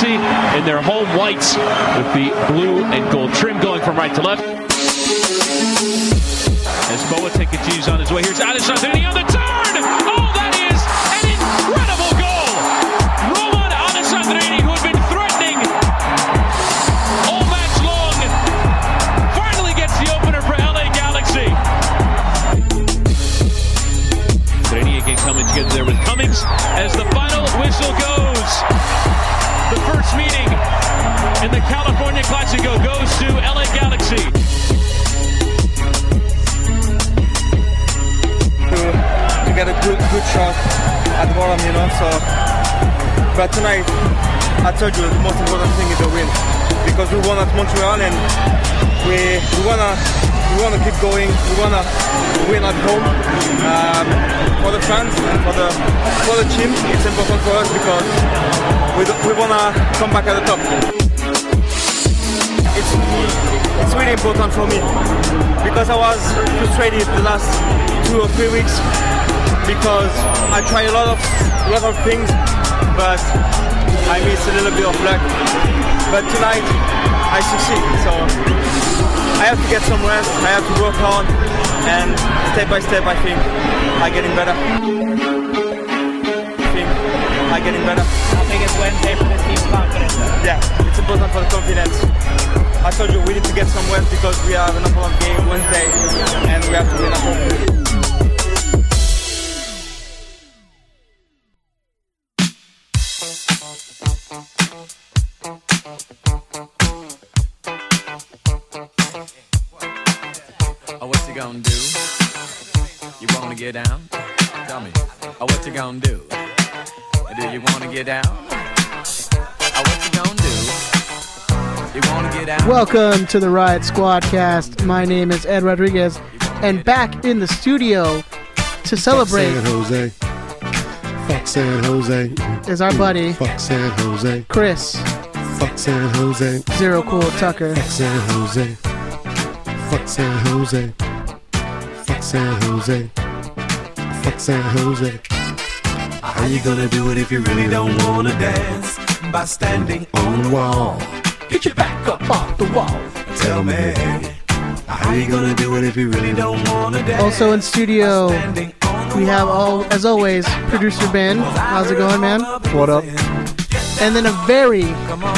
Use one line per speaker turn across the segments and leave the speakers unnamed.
in their home whites with the blue and gold trim going from right to left. As Boateng continues on his way, here's Adesanya on the turn! Oh, that is an incredible goal! Roman Adesanya, who had been threatening all match long, finally gets the opener for LA Galaxy. Adesanya again coming together there with Cummings as the final whistle goes the first meeting in the California Classico goes to LA Galaxy.
To, to get a good good shot at the bottom, you know. So, but tonight, I told you the most important thing is a win because we won at Montreal and we we wanna we wanna keep going. We wanna win at home um, for the fans and for the for the team. It's important for us because we don't- we wanna come back at the top. It's it's really important for me because I was frustrated the last two or three weeks because I tried a lot of lot of things, but I missed a little bit of luck. But tonight I succeed, so I have to get some rest. I have to work hard, and step by step I think I'm getting better. I think I'm getting better.
I think it's Wednesday for this team's confidence.
Yeah, it's important for the confidence. I told you we need to get some rest because we have an important game Wednesday, and we have to win at home.
Oh, what you gonna do? You wanna get down? Tell me. Oh, what you gonna do? Do you wanna get down? Oh, what you gonna do? You wanna get out?
Welcome to the Riot Squadcast. My name is Ed Rodriguez, and back in the studio to
San
celebrate
Jose. Fuck San Jose.
is our buddy
Fuck San Jose.
Chris
Fuck San Jose.
Zero Cool Tucker.
Fuck San Jose. Fuck San Jose. Fuck San Jose. Fuck San Jose.
How you gonna do it if you really don't wanna dance? By standing on the wall. Get your back up off the wall. Tell me. How you gonna do it if you really don't wanna dance?
Also in studio,
By standing on the
we have
wall.
all, as always, producer Ben. How's it going, man?
What up?
And then a very,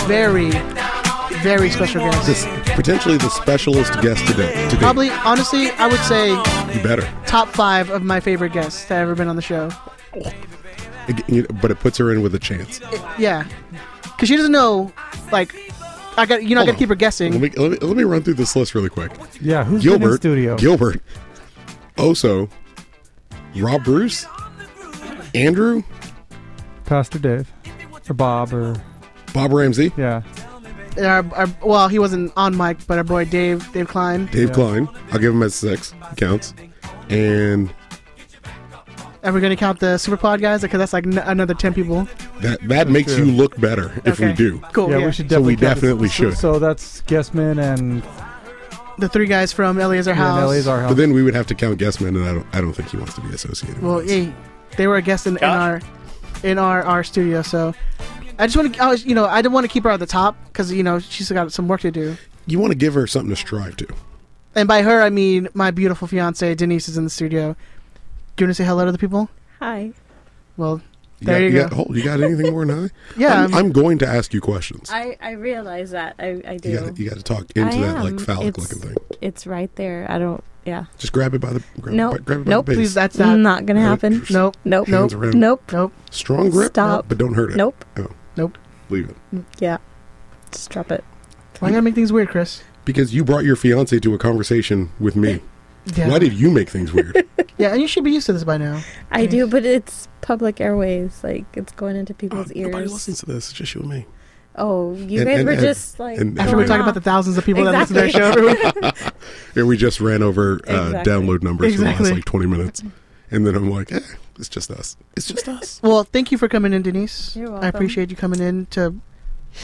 very, very special guest.
This potentially the specialist guest today. today.
Probably, honestly, I would say
you better,
top five of my favorite guests that have ever been on the show.
It- you- but it puts her in with a chance.
Yeah, because she doesn't know, like, I got you know I got to keep her guessing.
Let me, let me let me run through this list really quick.
Yeah, who's been in
Gilbert,
studio?
Gilbert, Oso, Rob Bruce, Andrew,
Pastor Dave, or Bob, or
Bob Ramsey,
yeah,
our, our, well, he wasn't on mic, but our boy Dave, Dave Klein.
Dave
Yeah.
Klein. I'll give him as six counts, and
Are we gonna count the Super Pod guys? Because that's like n- another ten people.
that that makes
true.
you look better if we
Okay.
do.
Cool.
yeah,
Yeah,
we should
So
definitely.
we
count this.
definitely
So-
should.
So that's Guessman and
The three guys from Eliezer House.
Nelly's our
But
house.
then we would have to count Guessman, and I don't I don't think he wants to be associated.
Well,
with us.
hey, they were a guest in, in our in our our studio. So I just want to, I was, you know, I didn't want to keep her at the top because you know she's got some work to do.
you want to give her something to strive to.
And by her, I mean my beautiful fiance Denise is in the studio. Do you want to say hello to the people?
Hi.
Well,
You
There
got,
you
got-
go.
hold, you got anything more than I?
yeah,
I'm,
I'm-
I'm going to ask you questions.
I, I realize that. I, I do.
you got you got to talk into
I
that like
am.
phallic
It's-
looking thing.
It's right there. I don't. Yeah.
Just grab it by the grab,
Nope.
it, by, grab it by
Nope.
the base.
please. That's not.
Not, gonna
Yeah,
happen.
just-
Nope.
Nope.
Hands
Nope.
around.
Nope.
Nope.
Strong grip,
Stop.
but don't hurt it.
Nope.
Nope.
Leave it.
Yeah. Just drop it.
Why gotta make things weird, Chris?
Because you brought your fiance to a conversation with me.
Yeah.
Why did you make things weird?
yeah, and you should be used to this by now.
I do, but it's public airways. Like it's going into people's
Oh, Nobody
ears.
listens to this. It's just you and me.
Oh, you
And-
guys
and-
were
and-
just like.
and-
After
Oh,
we're
going
talking about
off.
the thousands of people that listen to our show,
Exactly.
And we just ran over uh,
Exactly.
download numbers for the
Exactly.
last like 20 minutes. And then I'm like, eh, it's just us. It's just us.
Well, thank you for coming in, Denise.
You're
I
welcome.
appreciate you coming in to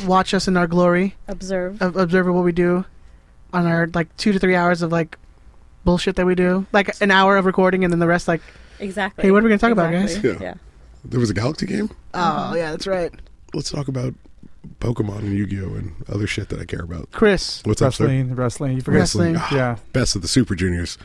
watch us in our glory,
observe.
of observing what we do on our like two to three hours of like bullshit that we do, like an hour of recording and then the rest like,
Exactly.
Hey, what are we gonna talk about,
Exactly.
guys?
Yeah. Uh-huh.
There was a Galaxy game.
oh yeah, that's right.
Let's talk about Pokemon and Yu Gi Oh and other shit that I care about.
Chris,
what's up, sir?
wrestling, wrestling. You forgot
Wrestling.
Ah, Yeah,
Best of the Super Juniors,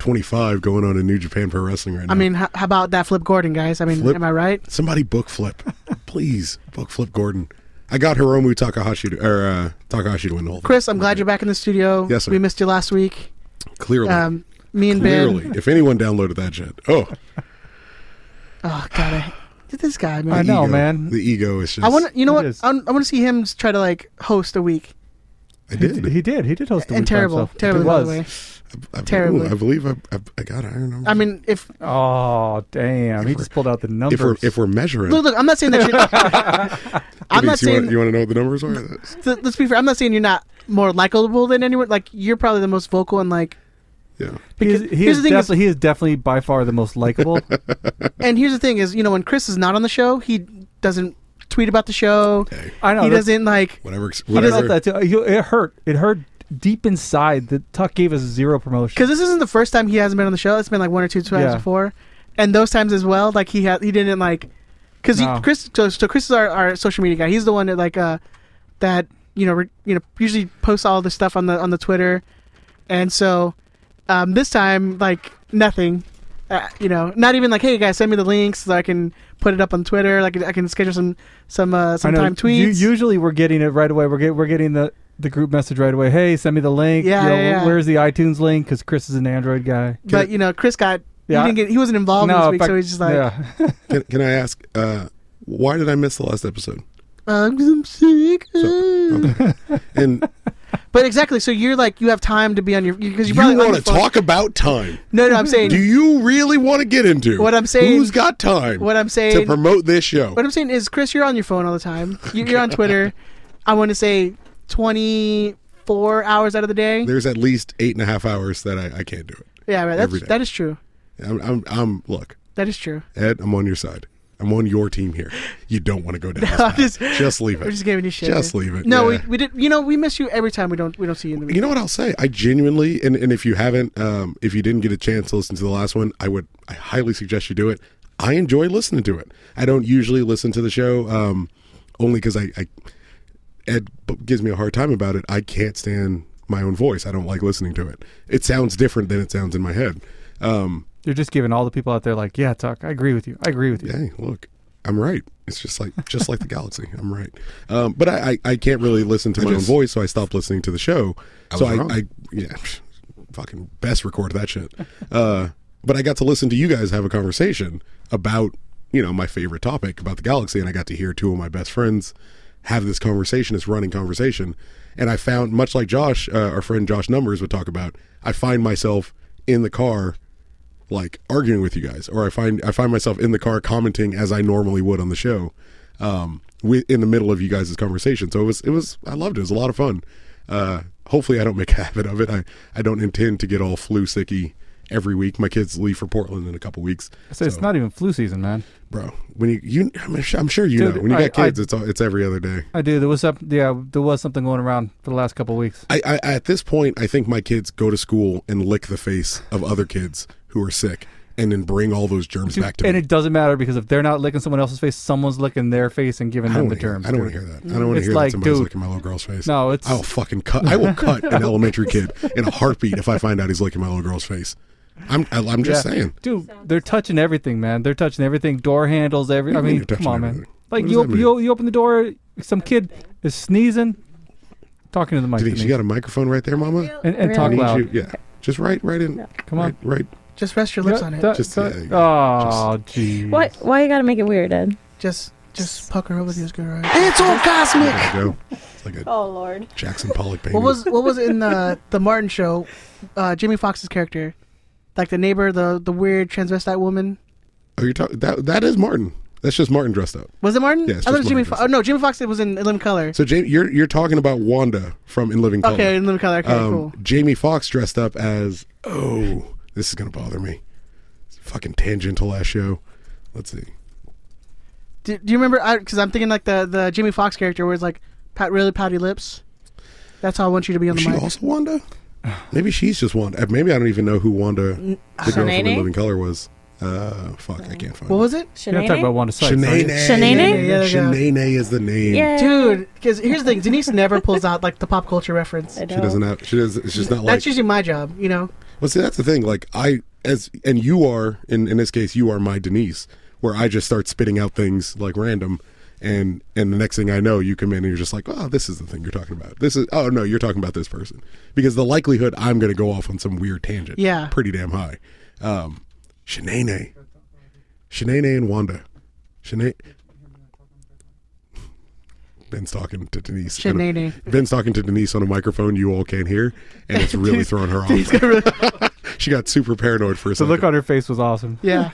twenty five going on in New Japan Pro Wrestling right now.
I mean, how, how about that Flip Gordon, guys? I mean,
Flip-
am I right?
somebody book Flip, please book Flip Gordon. I got Hiromu Takahashi to, or uh, Takahashi to win the whole. thing.
Chris, I'm glad you're back in the studio.
Yes, sir.
we missed you last week.
Clearly,
Um, me and
clearly,
Ben.
if anyone downloaded that shit, oh,
Oh God, I, this guy, man.
the ego- The ego is just.
I want to. You know
It
what?
is.
I, want to see him s- try to like host a week.
I did.
he did. He did host a
And
week by
terrible,
himself.
terrible,
It
by the
was.
way.
I, I-
terribly.
ooh, I believe I, I, I got Iron Number.
I mean, if
Oh damn! He just pulled out the numbers.
if we're if we're measuring,
look, look, I'm not saying that. You're, I'm
Idiots,
not
you
saying.
Want, you want to know what the numbers are?
th- let's be fair. I'm not saying you're not more likable than anyone. Like you're probably the most vocal and like.
Yeah.
he is, he,
here's
is
the thing is-
definitely, he is definitely by far the most likable.
And here's the thing: is you know when Chris is not on the show, he doesn't tweet about the show.
I know,
he
that's-
doesn't like.
Whatever. ex-
He does
whatever.
that too. You- It hurt. It hurt deep inside. The Tuck gave us zero promotion.
because this isn't the first time he hasn't been on the show. It's been like one or two times
Yeah.
before, and those times as well. Like he had, he didn't like, because
No.
Chris. So, so Chris is our, our social media guy. He's the one that like uh that you know re, you know usually posts all this stuff on the on the Twitter, and so um this time like nothing. Uh, you know, not even like, hey guys, send me the links so I can put it up on Twitter. Like I can schedule some some uh,
I
some
know,
time tweets.
u- usually we're getting it right away. We're getting we're getting the the group message right away. Hey, send me the link.
Yeah,
You know,
yeah, yeah.
Where's the iTunes link? Because Chris is an Android guy.
but you know, Chris got
Yeah.
he didn't get he wasn't involved
No,
this
in
week,
fact-
so he's just like,
yeah.
Can, can I ask uh, why did I miss the last episode?
Um, 'cause I'm sick.
And
But exactly, so you're like you have time to be on your because you
you
probably on
want
your
to
phone-
talk about time?
No, no, I'm saying-
Do you really want to get into
What I'm saying-
Who's got time?
What I'm
to
saying-
promote this show?
What I'm saying is, Chris, you're on your phone all the time. You- You're on Twitter. I want to say 24 hours out of the day.
There's at least eight and a half hours that I, I can't do it.
Yeah, right.
every
That's,
day.
that is true.
I'm, I'm, I'm look,
That is true.
Ed. I'm on your side. I'm on your team here. You don't want to go down. this
I'm
path.
just-
just, leave it.
We're just giving you shit.
Just
man.
leave it.
No,
Yeah.
we, we did. You know, we miss you every time we don't we don't see you in the.
You know what I'll say? I genuinely, and, and if you haven't, um, if you didn't get a chance to listen to the last one, I would, I highly suggest you do it. I enjoy listening to it. I don't usually listen to the show, um, only because I, I, Ed b- gives me a hard time about it. I can't stand my own voice. I don't like listening to it. It sounds different than it sounds in my head. Um,
You're just giving all the people out there like, yeah, Tuck, I agree with you. I agree with you.
hey, look, I'm right. It's just like, just like the galaxy. I'm right. Um, but I, I, I can't really listen to
I
my
just-
own voice, so I stopped listening to the show.
I
so
was
I,
wrong.
I, yeah, fucking best record that shit. Uh, but I got to listen to you guys have a conversation about, you know, my favorite topic about the galaxy, and I got to hear two of my best friends have this conversation, this running conversation, and I found much like Josh, uh, our friend Josh Numbers would talk about, I find myself in the car like arguing with you guys or i find i find myself in the car commenting as i normally would on the show um with, in the middle of you guys' conversation so it was it was i loved it it was a lot of fun uh hopefully i don't make a habit of it i i don't intend to get all flu sicky every week my kids leave for portland in a couple weeks
So it's not even flu season, man.
bro when you you i'm sure, I'm sure you
Dude,
know when you
I-
got kids
I-
it's all, it's every other day
I do. There was up. Yeah, there was something going around for the last couple of weeks.
I, I at this point i think my kids go to school and lick the face of other kids who are sick and then bring all those germs back to me
and it doesn't matter because if they're not licking someone else's face, someone's licking their face and giving
I don't
them the
wanna hear-
germs.
I don't want to
dude.
hear that. I don't want to
It's
hear
like,
that somebody's
dude,
licking my little girl's face.
No, it's-
I'll fucking cut. I will cut an elementary kid in a heartbeat if I find out he's licking my little girl's face. I'm I, I'm just
Yeah.
saying.
dude. They're touching everything, man. They're touching everything. Door handles, every. I
What do you mean
mean,
they're
come
touching
on, man.
everything?
Like
What
you,
does that
op- you, you open the door, some kid is sneezing, talking to the mic.
Denise, you got a microphone right there, Mama?
And- and talk
I need
loud.
you- yeah, just right, right in.
Come on.
right. right.
Just rest your lips
Yeah,
on it.
that-
Just-
that-
yeah, you
oh, gee.
Why? Why you gotta make it weird, Ed?
Just just pucker over those good eyes. It's all cosmic.
There you go. It's like a
Oh lord.
Jackson Pollock painting.
What was what was in the the Martin show? Uh, Jimmy Fox's character, like the neighbor, the the weird transvestite woman.
Oh, you're talking that that is Martin. That's just Martin dressed up.
Was it Martin?
Yeah, it's
I thought it
just
was Jimmy. Fo-
Martin
oh no, Jimmy Fox was in Living Color.
So Jamie, you're you're talking about Wanda from In Living Color.
Okay, In Living Color. Okay,
Um,
cool.
Jamie Foxx dressed up as oh, this is gonna bother me. It's a fucking tangential last show. Let's see.
Do, do you remember? Because I'm thinking like the the Jimmy Fox character where it's like pat really pouty lips. That's how I want you to be on
Was
the
she
mic.
also Wanda? Maybe she's just Wanda. Uh, Maybe I don't even know who Wanda, the girl from In
Nene?
Living Color, was. Uh, fuck, I can't find
What was it?
it. Shanae. Shanae is the name.
Dude, because here's the thing: Denise never pulls out like the pop culture reference.
She doesn't have. She does. It's just not like.
That's usually my job, you know.
Well, see, that's the thing. Like I, as and you are in in this case, you are my Denise, where I just start spitting out things like random, and and the next thing I know, you come in and you're just like, oh, this is the thing you're talking about. This is oh no, you're talking about this person because the likelihood I'm going to go off on some weird tangent,
Yeah.
pretty damn high. Um, Shanae, Shanae and Wanda, Shanae. Ben's talking to Denise.
Shanae.
Ben's talking to Denise on a microphone you all can't hear, and it's really throwing her off. she got super paranoid for a
The
second.
look on her face was awesome.
Yeah.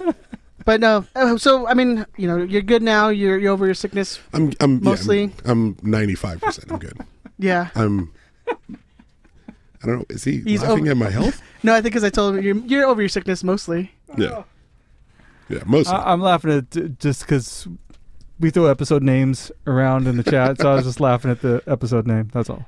but no, uh, so I mean, you know, you're good now. You're you're over your sickness.
I'm, I'm yeah,
mostly.
I'm ninety five percent. I'm good.
Yeah.
I'm. I don't know. Is he
He's
laughing
over-
at my health?
no, I think because I told him you're, you're over your sickness mostly.
Yeah. Yeah, mostly.
I, am laughing at d- just because we throw episode names around in the chat, so I was just laughing at the episode name. That's all.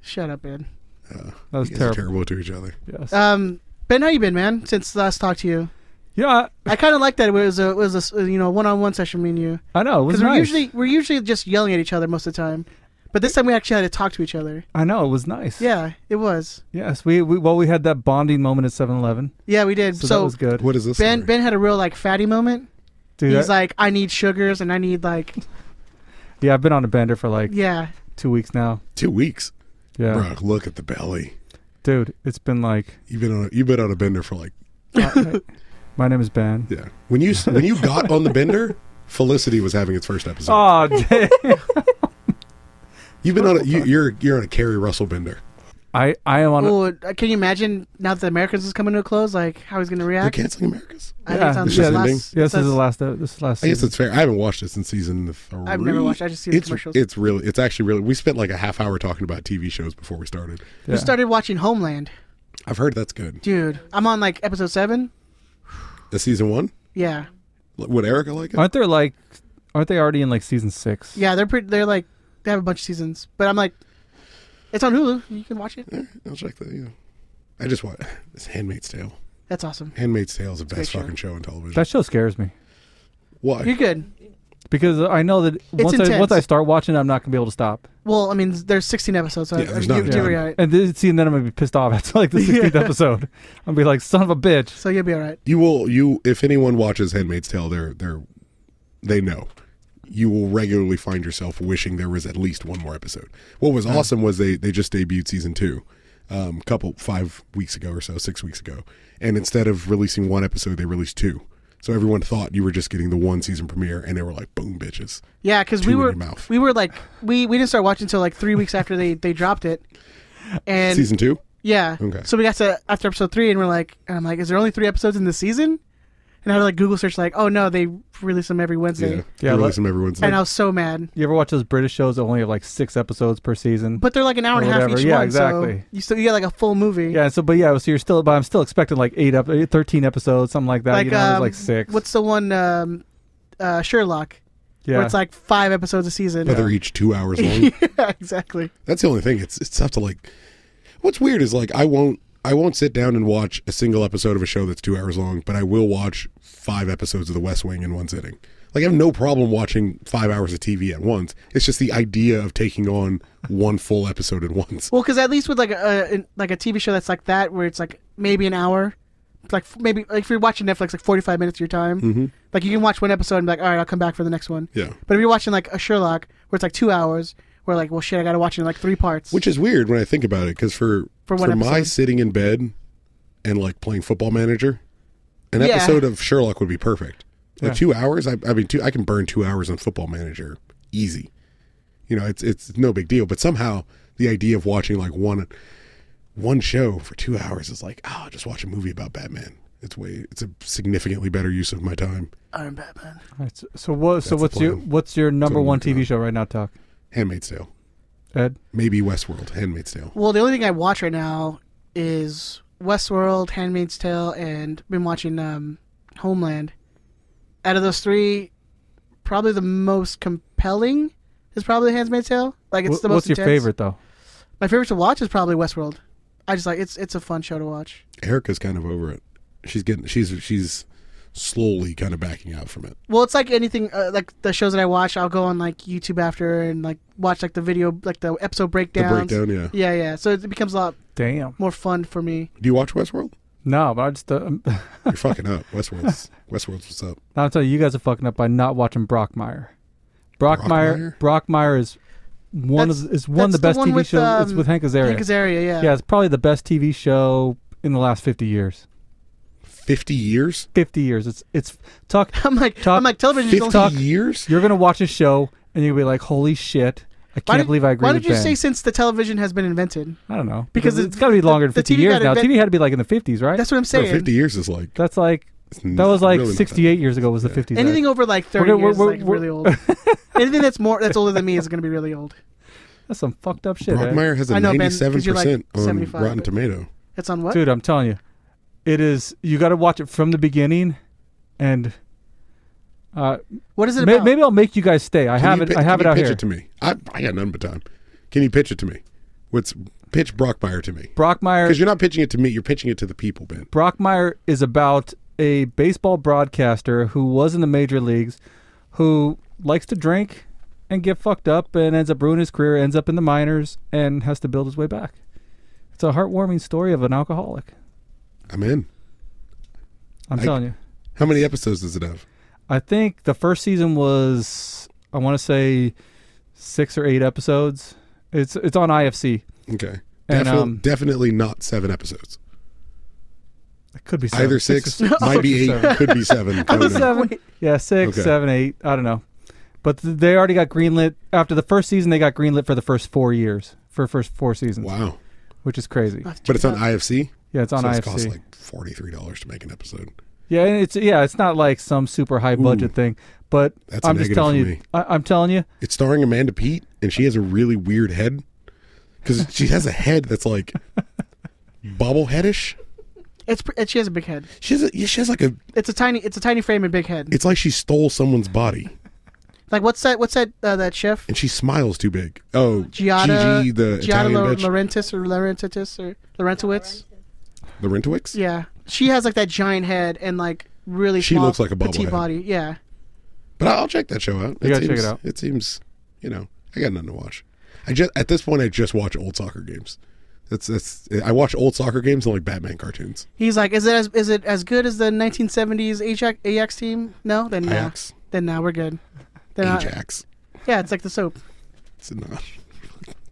Shut up, Ben.
That was
You guys are terrible
terrible.
to each other.
Yes.
Um, Ben, how you been, man? Since last talked to you.
Yeah.
I kind of like that. It was a it was a s- you know one on one session, me and you.
I know. It was
Because
nice.
we're usually we're usually just yelling at each other most of the time, but this time we actually had to talk to each other.
I know. It was nice.
Yeah, it was.
Yes. We, we well we had that bonding moment at 7-Eleven.
Yeah, we did.
So,
So,
that was good.
What is this?
Ben Ben had a real like fatty moment.
Dude,
He's
I-
like, I need sugars and I need like
Yeah, I've been on a bender for like
yeah.
two weeks now.
Two weeks.
Yeah.
Bro, look at the belly.
Dude, it's been like
You've been on. A, you've been on a bender for like
my name is Ben.
yeah. When you when you got on the bender, Felicity was having its first episode.
Oh, damn.
You've been on. A, you, you're you're on a Carrie Russell bender.
I I am on. A,
Ooh, uh, can you imagine now that the Americans is coming to a close, like how he's gonna react?
They're canceling Americans.
I think it's on
This
this
is
last.
ending?
yes, this is
that's-
the last. Uh, this is the last.
I guess
season.
it's fair. I haven't watched it since season three.
I've never watched it. I just see the
it's,
commercials.
It's really, it's actually really. We spent like a half hour talking about TV shows before we started.
We started watching Homeland,
I've heard that's good.
dude. I'm on like episode seven.
The season one.
Yeah,
L- Would Erica like it?
Aren't there like? Aren't they already in like season six?
yeah, they're pretty. They're like they have a bunch of seasons, but I'm like, it's on Hulu. You can watch it.
I'll check that. Yeah. I just want this Handmaid's Tale.
That's awesome.
Handmaid's Tale is the
a
best
great show.
fucking show on television.
That show scares me
Why?
You're good.
because I know that once I,
intense.
once I start watching, it, I'm not gonna be able to stop.
Well, I mean, there's 16 episodes. So
Yeah, there's
I,
not
you,
a
you'll
ton.
be all right.
And then, see, and then I'm gonna be pissed off after like the 16th episode. I'm gonna be like, son of a bitch.
So you'll be all right.
You will. You if anyone watches Handmaid's Tale, they're they're they know. You will regularly find yourself wishing there was at least one more episode. What was awesome was they they just debuted season two, um, couple five weeks ago or so, six weeks ago, and instead of releasing one episode, they released two. So everyone thought you were just getting the one season premiere, and they were like, "Boom, bitches!"
Yeah, because
Tube
we
in
were
your mouth.
we were like we we didn't start watching until like three weeks after they they dropped it, and
season two.
yeah.
Okay.
So we got to after episode three, and we're like, and I'm like, is there only three episodes in the season? And I had to, like Google search like, oh no, they release them every Wednesday,
Yeah,
Yeah,
yeah.
let-
Release them every Wednesday.
and I was so mad.
You ever watch those British shows that only have like six episodes per season?
But they're like an hour and a half
Whatever,
each
yeah,
one, so
exactly.
you still you get like a full movie.
yeah, so but yeah, so you're still, but I'm still expecting like eight up, thirteen episodes, something like that.
like
you know, it was,
um,
like six.
What's the one um, uh, Sherlock?
yeah,
Where it's like five episodes a season.
but they're each two hours long.
yeah, exactly.
That's the only thing. It's it's tough to like. What's weird is like I won't I won't sit down and watch a single episode of a show that's two hours long, but I will watch five episodes of The West Wing in one sitting. Like I have no problem watching five hours of TV at once. It's just the idea of taking on one full episode at once.
Well, because at least with like a in- like a TV show that's like that, where it's like maybe an hour, like f- maybe like if you're watching Netflix, like 45 minutes of your time, like you can watch one episode and be like, all right, I'll come back for the next one.
Mm. Mm-hmm. Yeah.
But if you're watching like a Sherlock, where it's like two hours, where like, well, shit, I got to watch it in like three parts.
Which is weird when I think about it, because for
For
for,
one
my
episode.
sitting in bed and like playing Football Manager, an
Yeah.
episode of Sherlock would be perfect. Like
Yeah.
two hours, I, I mean, two, I can burn two hours on Football Manager easy. You know, it's it's no big deal. But somehow the idea of watching like one one show for two hours is like, oh, just watch a movie about Batman. It's way it's a significantly better use of my time.
Iron Batman.
All right, so, so what? So
That's
what's
the
your
plan.
what's your number
I'm
one
working
TV
on.
show right now? Talk
Handmaid's Tale,
Ed.
maybe Westworld. Handmaid's Tale.
Well, the only thing I watch right now is Westworld, Handmaid's Tale, and been watching um, Homeland. Out of those three, probably the most compelling is probably Handmaid's Tale. Like it's
Wh-
the most.
what's
intense.
your favorite though?
My favorite to watch is probably Westworld. I just like it's it's a fun show to watch.
Erica's kind of over it. She's getting she's she's slowly kind of backing out from it.
Well, it's like anything uh, like the shows that I watch. I'll go on like YouTube after and like watch like the video, like the episode breakdowns.
breakdown, yeah.
yeah, yeah. So it becomes a lot
damn
more fun for me.
Do you watch Westworld?
No, but I just uh,
You're fucking up. Westworld's Westworld's what's up.
I'm telling you, you guys are fucking up by not watching Brockmire. Brockmire, Brockmire is one
That's-
of is one of the
that's
best
the one
TV
with,
shows. it's
um,
with Hank Azaria.
Hank Azaria, yeah.
Yeah, it's probably the best TV show in the last fifty years.
Fifty years.
Fifty years. It's it's talk.
I'm like
talk,
I'm like television.
years.
You're gonna watch a show and you'll be like, holy shit! I can't believe I agree.
Why
with
did you
Ben.
say since the television has been invented?
I don't know
Because
it's got to be longer than
the
fifty
TV
years
got
now.
invent-
TV had to be like in the fifties, right?
That's what I'm
Bro,
saying.
Fifty years is like
That's like that
not-
was like
really not that
sixty-eight years ago was the fifties.
Anything over like 30
We're gonna-
years
we're-
is like
we're-
really old. Anything that's more that's older than me is going to be really old.
That's some fucked up shit. eh?
Brockmire has a
I know, Ben,
ninety
'cause
seven
you're like
percent on
75,
Rotten
but-
Tomato.
It's on what?
Dude, I'm telling you, it is. You got to watch it from the beginning, and uh,
what is it
may-
about?
Maybe I'll make you guys stay. I
Can
have
you
it.
pi-
I have
can
it
you
out
pitch
here.
it to me. I, I got none but time. Can you pitch it to me? What's pitch Brockmire to me?
Brockmire.
Because you're not pitching it to me. You're pitching it to the people, Ben.
Brockmire is about a baseball broadcaster who was in the major leagues, who likes to drink and get fucked up and ends up ruining his career, ends up in the minors, and has to build his way back. It's a heartwarming story of an alcoholic.
I'm in.
I'm
I-
telling you.
How many episodes does it have?
I think the first season was I want to say six or eight episodes. It's it's on IFC.
Okay.
And,
Defi-
um,
definitely not seven episodes.
It could be seven.
Either six,
or
might
six
be
or
eight,
seven.
could be seven. I
Could be
don't know.
seven. Yeah, six,
Okay.
seven, eight. I don't know. But th- they already got greenlit after the first season. They got greenlit for the first four years, for the first four seasons.
Wow.
which is crazy.
Oh,
But it's on IFC.
Yeah, it's on
so
IFC.
It costs like forty three dollars to make an episode.
Yeah, and it's yeah, it's not like some super high budget thing. But
That's a
I'm just
negative
telling
for
you,
me.
I, I'm telling you,
It's starring Amanda Pete, and she has a really weird head because she has a head that's like bobbleheadish.
It's pre- she has a big head.
She has a, yeah, she has like a.
It's a tiny it's a tiny frame and big head.
It's like she stole someone's body,
Like what's that what's that uh, that chef?
and she smiles too big. Oh,
Giada
Gigi, the
Giada
Italian
Lo-
bitch,
Laurentis or Laurentitis or Laurentowitz.
the Rentowicz.
Yeah. She has like that giant head and like really
She
small,
looks like a
petite
bobblehead.
body. Yeah.
But I'll check that show out.
You gotta check
seems,
it out.
It seems, you know, I got nothing to watch. I just at this point, I just watch old soccer games. That's that's. I watch old soccer games and like Batman cartoons.
He's like, is it as is it as good as the 1970s Ajax, Ajax team? No, then no.
Ajax.
Then now we're good. Then uh,
Ajax.
yeah, it's like the soap.
It's enough.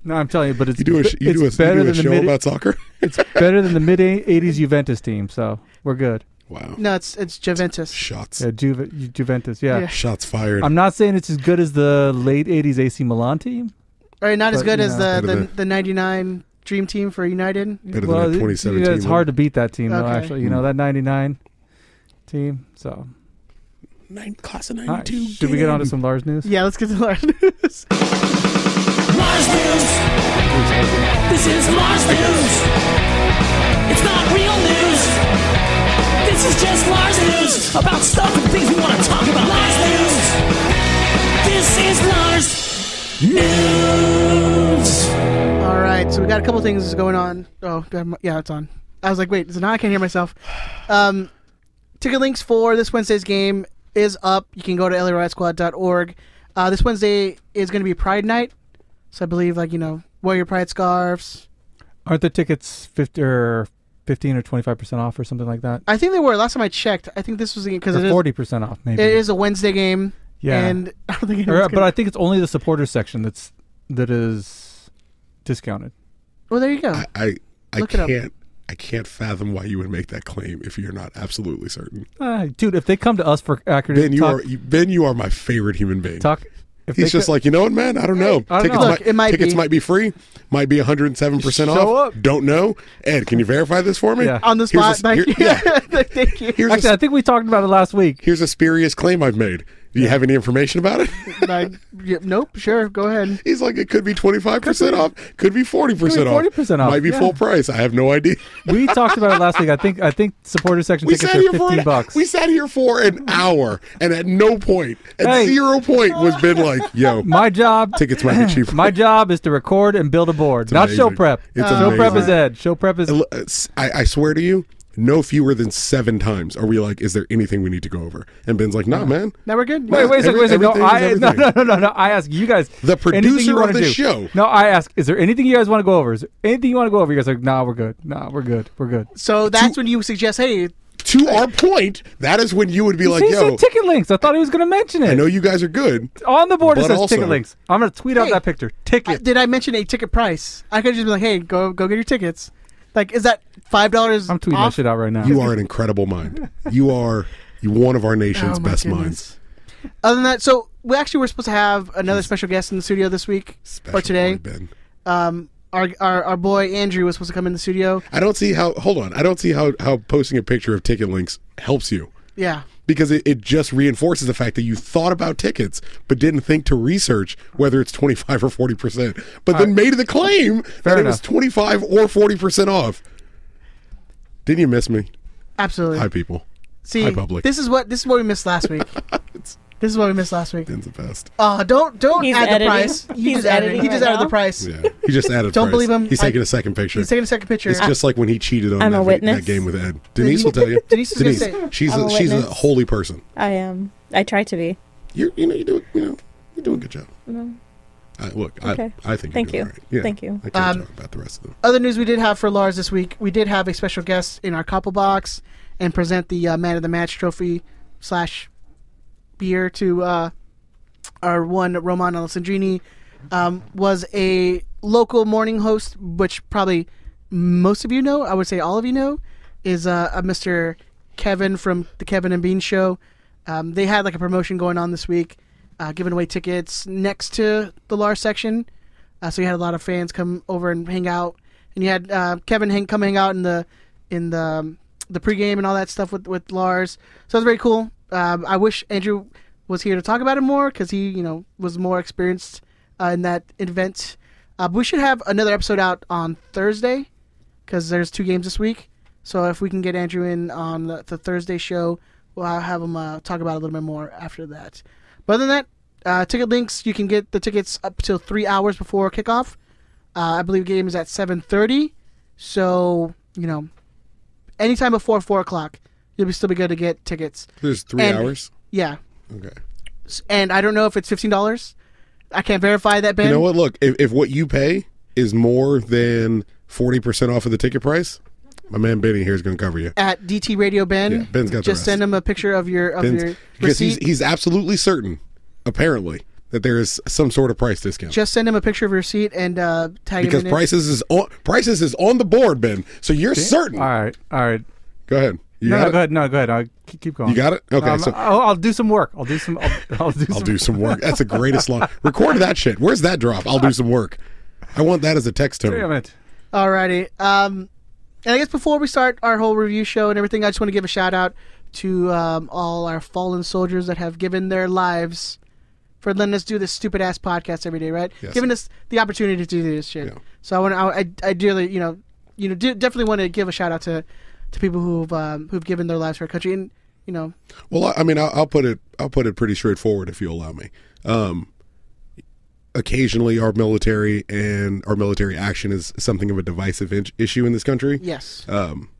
no, I'm telling you, but it's
You do a sh- you
it's
do a,
better
you do a
than
show
the mid,
about soccer.
it's better than the mid '80s Juventus team. So we're good.
wow.
No, it's it's Juventus.
Shots.
Yeah, Juve, Ju- Juventus. Yeah.
Yeah.
Shots fired.
I'm not saying it's as good as the late '80s AC Milan team.
All right, not as
But,
good
you
as
know.
the,
Better
the the 99 dream team for United.
better
Well,
than that
it-
2017.
yeah, it's
one.
hard to beat that team though.
Okay.
Actually, you know that '99 team. So
Nine, class of
all right.
92.
should we get on to
in.
some Lars news?
Yeah, let's get to Lars news.
Mars News. This is Mars News. It's not real news. This is just Mars News about stuff and things we want to talk about. Mars News. This is Mars News.
All right, so we got a couple things going on. Oh, got my- yeah, it's on. I was like, wait, so now I can't hear myself. Um, ticket links for this Wednesday's game is up. You can go to LARiotSquad.org. Uh, this Wednesday is going to be Pride Night, so I believe like you know wear your pride scarves.
Aren't the tickets 50 or 15 or 25 percent off or something like that?
I think they were last time I checked. I think this was because it
Or
is
40 percent off maybe.
it is a Wednesday game.
Yeah.
and I don't think
Or- uh,
anyone's
but
gonna-
I think it's only the supporter section that's that is discounted.
well, there you go.
I I, I
Look it up.
can't I can't fathom why you would make that claim if you're not absolutely certain.
Ah, dude, if they come to us for accurate
Ben, you
talk,
are you, Ben. You are my favorite human being.
talk if
He's
they
just
co-
like you know what, man. I don't know.
I don't
tickets
know.
might
Look, it might
tickets
be.
might be free. Might be 107 percent
Show
off.
up.
Don't know. Ed, can you verify this for me?
Yeah.
on the
Here's
spot,
a s-
thank,
here-
you.
yeah.
thank you.
Here's
Actually,
a,
I
s-
think we talked about it last week.
here's a spurious claim I've made. Do you have any information about it?
Like, yeah, nope, sure, go ahead.
He's like, it could be 25% off, could be 40% off,
40% off,
might be
yeah.
full price. I have no idea.
We talked about it last week. I think I think supporter section
We
tickets
sat
are
here for
15
an,
bucks.
we sat here for an hour, and at no point, at
Hey.
zero point, was Ben like, "Yo,
my job
tickets might be cheaper."
my job is to record and build a board, not show
amazing.
prep.
It's
show prep
amazing.
is Ed. Show prep is
I, I swear to you, no fewer than seven times are we like, is there anything we need to go over? And Ben's like, nah, man.
Now we're good.
Wait, wait a second, wait a second. No,
everything is
I,
everything.
no, no, no, no, no. I ask you guys.
The
anything
producer
you
of
wanna
this
do.
show.
No, I ask. Is there anything you guys want to go over? Is there anything you want to go over? You guys are like, nah, we're good. Nah, we're good. We're good.
So that's when you suggest, hey,
To our point, that is when you would be
You
like,
see, he
yo,
said ticket links. I thought he was going to mention it.
I know you guys are good.
On the board it
But
says
also-
ticket links. I'm going to tweet out that picture. Ticket.
did I mention a ticket price? I could just be like, hey, go go get your tickets. Like, is that five dollars? I'm off?
out right now.
You are an incredible mind. You are one of our nation's
Oh, my
best
goodness.
minds.
Other than that, so we actually were supposed to have another special guest in the studio this week or today. Um, our, our our boy Andrew was supposed to come in the studio.
I don't see how. Hold on. I don't see how how posting a picture of ticket links helps you
Yeah.
because it, it just reinforces the fact that you thought about tickets but didn't think to research whether it's twenty five or forty percent, but then made the claim that it was
enough.
twenty five or forty percent off. Didn't you miss me?
Absolutely.
Hi, people.
See,
Hi, public.
this is what this is what we missed last week. this is what we missed last week.
Ben's the best.
Oh, don't don't
He's
add
editing.
the price. You
He's
just added it.
editing
He just
right
added the
now.
price.
Yeah, he just added.
Don't
price.
believe him.
He's
I-
taking a second picture.
He's taking a second picture.
It's just like when he cheated on
I'm
that,
a
vi-
witness.
that game with Ed. Denise will tell you.
Denise is gonna say-
she's
I'm
a,
a
she's a
witness.
holy person.
I am. I try to be.
You're, you know you do you know you're doing a good job.
No.
I, look,
Okay.
I, I think you're doing
Thank you.
all right. Yeah.
Thank you.
I can't
Um,
talk about the rest of them.
Other news we did have for Lars this week. We did have a special guest in our couple box and present the uh, man of the match trophy slash beer to uh, our one Roman Alessandrini. Um, was a local morning host, which probably most of you know. I would say all of you know is uh, a Mr. Kevin from the Kevin and Bean Show. Um, they had like a promotion going on this week, uh, giving away tickets next to the Lars section. Uh, so you had a lot of fans come over and hang out, and you had uh, Kevin hang, come hang out in the in the um, the pregame and all that stuff with with Lars. So it was very cool. Um, I wish Andrew was here to talk about it more because he you know was more experienced uh, in that event. Uh, but we should have another episode out on Thursday because there's two games this week. So if we can get Andrew in on the, the Thursday show, we'll have him uh, talk about it a little bit more after that. But other than that, uh, ticket links you can get the tickets up till three hours before kickoff. Uh, I believe game is at seven thirty, so you know, anytime before four o'clock, you'll be still be good to get tickets.
There's three
And-
hours.
Yeah,
Okay.
S- and I don't know if it's fifteen dollars. I can't verify that, Ben.
You know what? Look, if, if what you pay is more than forty percent off of the ticket price, my man Benny here is going to cover you.
At DT Radio Ben,
Yeah, Ben's got the
just
rest.
send him a picture of your of
Ben's-
your
because he's
receipt.
he's absolutely certain, apparently, that there is some sort of price discount.
Just send him a picture of your receipt and uh, tag
because
him in. it.
prices is on prices is on the board, Ben. So you're certain.
All right. All right.
Go ahead. You got
no, no,
it?
go ahead. No, go ahead. I'll keep, keep going.
You got it? Okay,
Um,
so-
I'll, I'll do some work. I'll do some. I'll, I'll do
I'll
some.
do some work. That's the greatest line. Record that shit. Where's that drop? I'll do some work. I want that as a text tone.
Damn it.
Alrighty. Um, and I guess before we start our whole review show and everything, I just want to give a shout out to um, all our fallen soldiers that have given their lives for letting us do this stupid ass podcast every day, right?
Yes.
Giving us the opportunity to do this shit. So I want to, I, I dearly, you know, you know, de- definitely want to give a shout out to to people who've um, who've given their lives for our country and you know,
Well, I- I mean, I'll, I'll put it. I'll put it pretty straightforward if you allow me. Um, occasionally, our military and our military action is something of a divisive in- issue in this country.
Yes.
Um,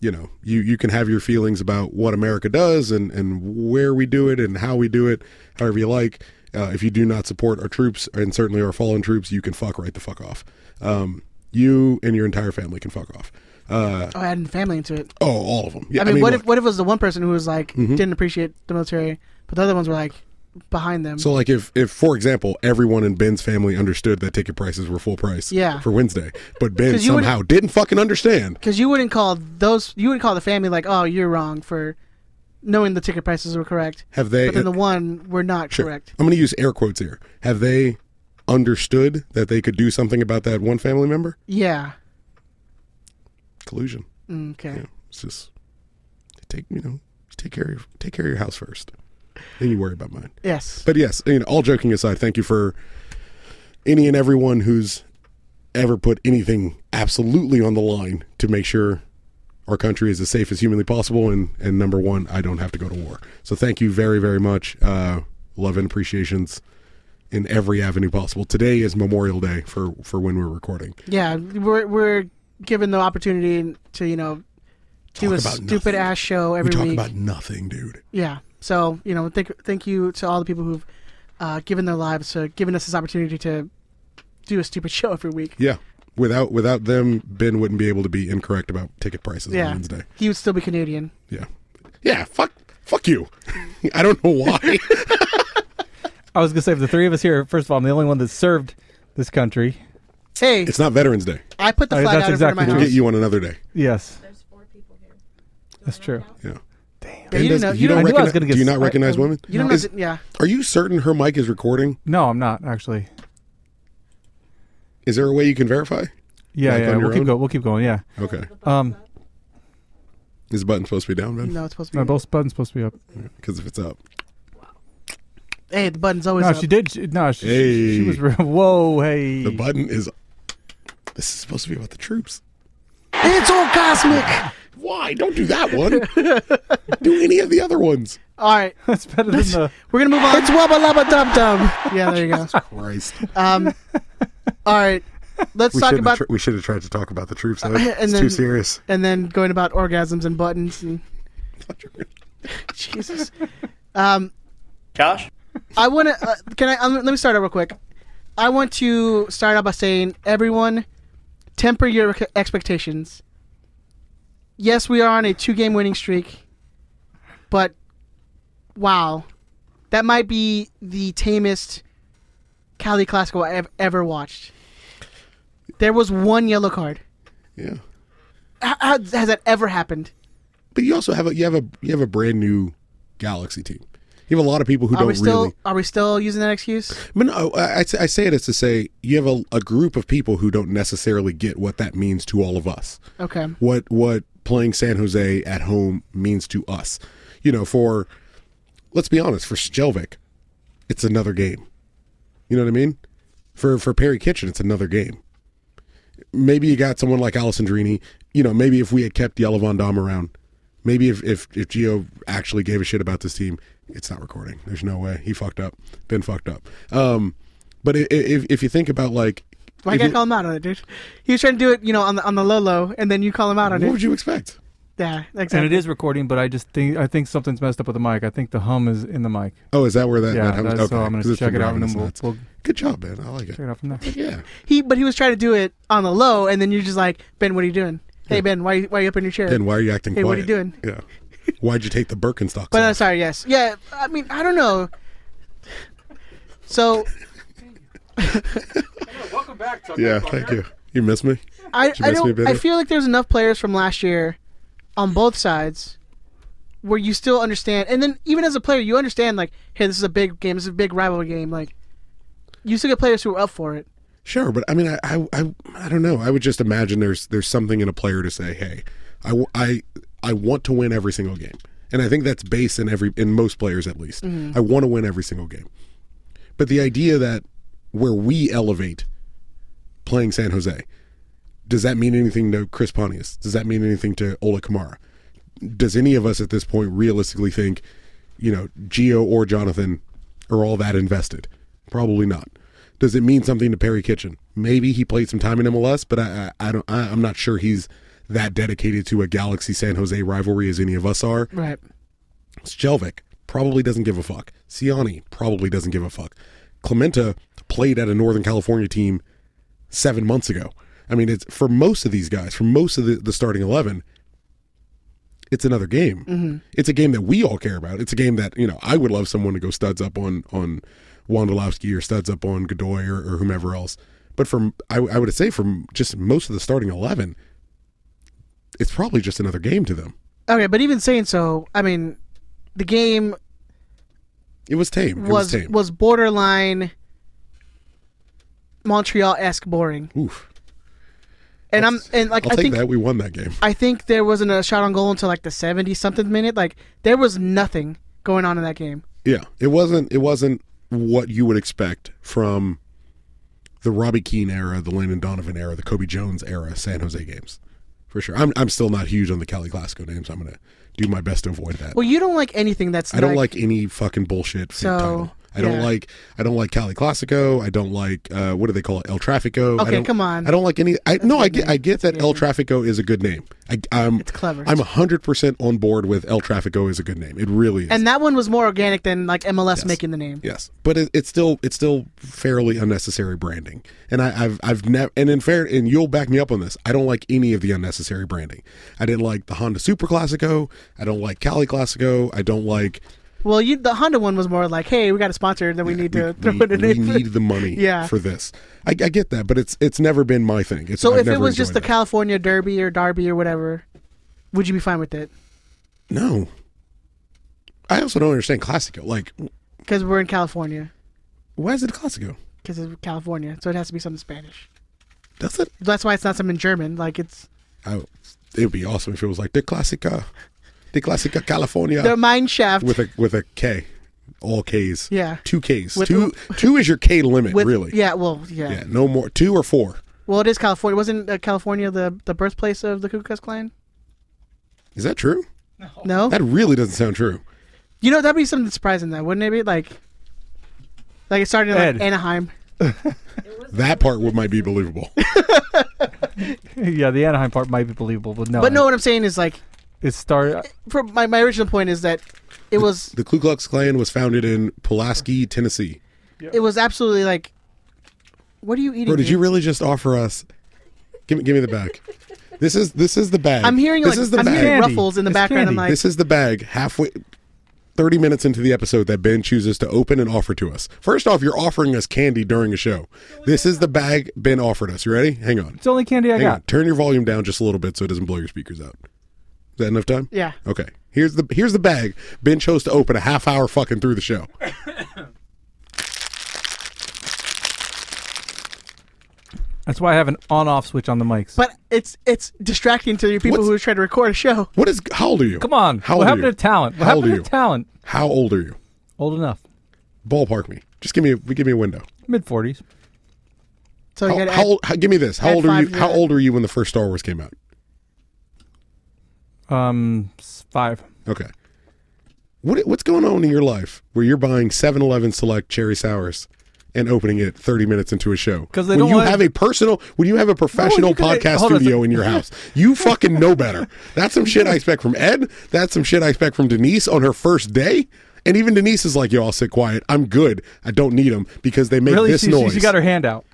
you know, you you can have your feelings about what America does and and where we do it and how we do it, however you like. Uh, if you do not support our troops and certainly our fallen troops, you can fuck right the fuck off. Um, you and your entire family can fuck off. Uh,
oh, adding family into it.
oh, all of them. Yeah,
I, mean, what
look,
if what if it was the one person who was like
Mhm.
didn't appreciate the military, but the other ones were like behind them.
So, like, if, if for example, everyone in Ben's family understood that ticket prices were full price
Yeah.
for Wednesday, but Ben
'Cause you would-
somehow didn't fucking understand,
Because you wouldn't call those. You wouldn't call the family like, "Oh, you're wrong for knowing the ticket prices were correct."
have they?
but then the one were not
Sure.
correct.
I'm going to use air quotes here. Have they understood that they could do something about that one family member?
Yeah. Mm,
Collusion.
Okay.
Yeah, it's just take you know take care of take care of your house first, then you worry about mine.
Yes.
But yes, you know, all joking aside, thank you for any and everyone who's ever put anything absolutely on the line to make sure our country is as safe as humanly possible. And and number one, I don't have to go to war. So thank you very very much. Uh, love and appreciations in every avenue possible. Today is Memorial Day for for when we're recording.
Yeah, we're we're given the opportunity to you know do a
about
stupid ass show every
we talk
week.
about nothing, dude.
yeah. So you know, thank thank you to all the people who've uh, given their lives to giving us this opportunity to do a stupid show every week.
Yeah. Without without them, Ben wouldn't be able to be incorrect about ticket prices
yeah,
on Wednesday.
he would still be Canadian.
Yeah. Yeah, fuck fuck you. I don't know why.
I was gonna say if the three of us here, first of all, I'm the only one that served this country.
Hey,
it's not Veterans Day.
I put the
Uh,
flag
that's
out in front of my
exactly
house.
We'll get you on another day.
Yes. There's four people
here. That's true. Yeah.
Yeah, you
Ben
didn't know-
does-
Uh, you
don't
don't- I knew I
recogni-
was gonna get
do you
s-
not
I-
recognize
I-
women?
you don't know that- yeah.
Are you certain her mic is recording?
No, I'm not actually.
Is there a way you can verify?
Yeah,
Like
yeah.
on your
We'll keep
own?
going. We'll keep going. Yeah.
Okay.
Um.
Is the button supposed to be down, Ben?
No, it's supposed to be.
No, both buttons supposed to be up.
Because if it's up,
Hey, the button's always
no,
up.
she did. She, no, she, she,
Hey.
she was. real- Whoa, hey.
the button is. This is supposed to be about the troops.
It's all cosmic.
Why? Don't do that one. do any of the other ones.
All right,
that's better than the.
We're gonna move on. It's wubba lubba dub dub. Yeah, there you go.
Christ.
Um, all right, let's
we
talk
shouldn't
about
have tr- we should have tried to talk about the troops. Though.
and
it's
then-
too serious.
And then going about orgasms and buttons and Jesus. Um,
Josh,
I want to. Uh, can I? Um, let me start out real quick. I want to start out by saying, everyone, temper your c- expectations. Yes, we are on a two-game winning streak, but wow, that might be the tamest Cali Classical I've ever watched. There was one yellow card.
Yeah.
How, how has that ever happened?
But you also have a you have a you have a brand new Galaxy team. You have a lot of people who
are we
don't
still
really.
are we still using that excuse?
I, mean, I, I, I say it as to say you have a, a group of people who don't necessarily get what that means to all of us.
Okay.
What what playing San Jose at home means to us. You know, for let's be honest, for Sjelvik, it's another game. You know what I mean? For for Perry Kitchen, it's another game. Maybe you got someone like Allison Drini. You know, maybe if we had kept Yellow Von Dom around, maybe if, if if Gio actually gave a shit about this team, it's not recording. There's no way he fucked up. Ben fucked up. Um, but i- i- if if you think about like,
Why
if
can't
you-
call him out on it, dude? He was trying to do it, you know, on the on the low low, and then you call him out on it.
what would you expect?
Yeah,
And
exactly.
it is recording, but I just think I think something's messed up with the mic. I think the hum is in the mic.
Oh, is that where that,
yeah,
that happens?
that's- So I'm
'cause
gonna
it's
check
been
it out
driving
and
us
then we'll,
nuts.
we'll
Good job, Ben. I like it.
check it out from there.
Yeah.
He, but he was trying to do it on the low, and then you're just like, Ben, what are you doing? Hey, Ben, why why are you up in your chair?
Then why are you acting
Hey,
quiet?
what are you doing?
Yeah. Why'd you take the Birkenstocks?
But uh,
off?
sorry, yes, yeah. I mean, I don't know. So
Welcome back.
yeah, thank you. You miss me?
I,
Did you
I
miss me,
don't.
Ben?
I feel like there's enough players from last year on both sides where you still understand, and then even as a player, you understand like, hey, this is a big game. This is a big rival game. Like, you still get players who are up for it.
Sure, but I mean, I, I, I, I don't know. I would just imagine there's there's something in a player to say, hey, I, w- I, I want to win every single game, and I think that's base in every in most players at least.
Mhm.
I want to win every single game, but the idea that where we elevate playing San Jose, does that mean anything to Chris Pontius? Does that mean anything to Ola Kamara? Does any of us at this point realistically think, you know, Gio or Jonathan are all that invested? Probably not. Does it mean something to Perry Kitchen? Maybe he played some time in MLS, but I, I, I don't. I, I'm not sure he's that dedicated to a Galaxy San Jose rivalry as any of us are.
Right.
Sjelvik probably doesn't give a fuck. Siani probably doesn't give a fuck. Clementa played at a Northern California team seven months ago. I mean, it's for most of these guys, for most of the, the starting eleven, it's another game. It's a game that we all care about. It's a game that you know I would love someone to go studs up on on Wondolowski or studs up on Godoy or, or whomever else. But from I, I would say from just most of the starting eleven, it's probably just another game to them.
Okay, but even saying so, I mean, the game
It was tame. It was,
was was,
tame.
borderline Montreal esque boring.
Oof.
And I'm and like
I'll
I
take
think
that. We won that game.
I think there wasn't a shot on goal until like the seventy something minute. Like there was nothing going on in that game.
Yeah, it wasn't. It wasn't what you would expect from the Robbie Keane era, the Landon Donovan era, the Kobe Jones era San Jose games, for sure. I'm I'm still not huge on the Cali Classico names. I'm gonna do my best to avoid that.
Well, you don't like anything that's
I don't like any fucking bullshit. fake
So-
title. I don't
Yeah.
like I don't like Cali Classico. I don't like uh, what do they call it? El Trafico. I
Okay,
don't-
come on.
I don't like any. I, no, I get I get that El Trafico is a good name. I, I'm it's
clever.
I'm hundred percent on board with El Trafico is a good name. It really is.
And that one was more organic than like MLS making the name.
Yes, but it, it's still it's still fairly unnecessary branding, and I, I've I've never and in fair and you'll back me up on this. I don't like any of the unnecessary branding. I didn't like the Honda Super Classico. I don't like Cali Classico. I don't like
Well, you the Honda one was more like, hey, we got a sponsor that we need to throw
we,
in a
we
name.
need the money
Yeah.
for this. I, I get that, but it's it's never been my thing. It's,
So
I've
if it
never
was just the
enjoyed
California Derby or Derby or whatever, would you be fine with it?
it. no, I also don't understand Classico. Like,
Because we're in California.
why is it a Classico?
Because it's California, so it has to be something Spanish.
Does it?
That's why it's not something German. Like it's
I, it'd be awesome if it was like the Classica, the Classica California.
the mine shaft.
Uh, with a with a K, all Ks.
Yeah.
two Ks.
With-
two two is your K limit,
with-
really.
Yeah. Well. Yeah.
yeah, no more two or four.
Well, it is California. Wasn't uh, California the the birthplace of the Ku Klux Klan?
Is that true?
No.
That really doesn't sound true.
You know that'd be something surprising, though, wouldn't it be? Like, like it started in
Ed.
like, Anaheim.
That part would might be believable.
yeah, the Anaheim part might be believable, but no.
but no, what I'm saying is like,
it started.
from my my original point is that it was
The Ku Klux Klan was founded in Pulaski, Tennessee.
it was absolutely like, what are you eating?
Bro, did
dude?
you really just offer us? Give me give me the bag. This is this is the bag.
I'm hearing
this
like
is the
I'm
bag.
hearing ruffles in the background. I'm like,
this is the bag halfway. 30 minutes into the episode that Ben chooses to open and offer to us. First off, you're offering us candy during a show. This is the bag Ben offered us. You ready? Hang on.
It's the only candy I
Hang
got.
on. Turn your volume down just a little bit so it doesn't blow your speakers out. Is that enough time?
Yeah.
Okay. Here's the here's the bag. Ben chose to open a half hour fucking through the show.
That's why I have an on-off switch on the mics.
but it's it's distracting to your people who are trying to record a show.
What is how old are you?
Come on.
How
what
old
happened
are you?
to talent? What
How old
happened
are
to
you?
talent?
How old are you?
Old enough.
Ballpark me. Just give me a give me a window.
Mid 40s.
So you
how,
gotta
how
add-
old, how- give me this. How
add
old are
five
you?
to
How
that.
old are you when the first Star Wars came out?
Um, s- five.
Okay. What what's going on in your life where you're buying 7-Eleven select cherry sours and opening it 30 minutes into a show?
'Cause they
when
don't
you
let-
have a personal when you have a professional
you can-
podcast
hold on a
studio
sec-
in your house, you fucking know better. That's some shit I expect from Ed. That's some shit I expect from Denise on her first day. And even Denise is like, "Y'all sit quiet. I'm good. I don't need them because they make
really?
this
she, she-
noise."
she got her hand out.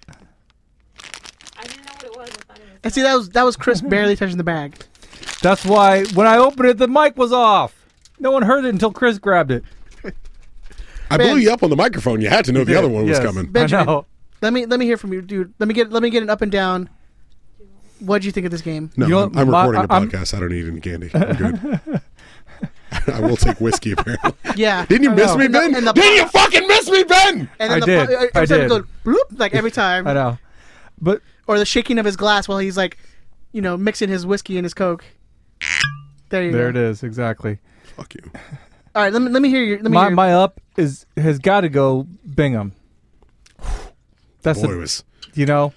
And see, that was that was Chris barely touching the bag.
That's why when I opened it, the mic was off. No one heard it until Chris grabbed it.
I
Ben.
blew you up on the microphone. You had to know the other one was coming.
Benjamin, let me let me hear from you, dude. Let me get let me get an up and down. What do you think of this game?
No,
You know
I'm,
what?
I'm
My-
recording a
I'm-
podcast. I don't need any candy. I'm good. I will take whiskey apparently.
Yeah.
Didn't you
I
miss
know.
me,
And the-
Ben?
and the-
Didn't you fucking miss me, Ben?
And
I
the
did.
every
I
time
did.
it goes bloop like every time.
I know. But
Or the shaking of his glass while he's like, you know, mixing his whiskey and his coke. There you
there
go.
it is. Exactly.
Fuck you.
All right, let me let me hear your let me
My,
hear.
my up is has got to go Bingham. That's
Boy,
a-
was
you know.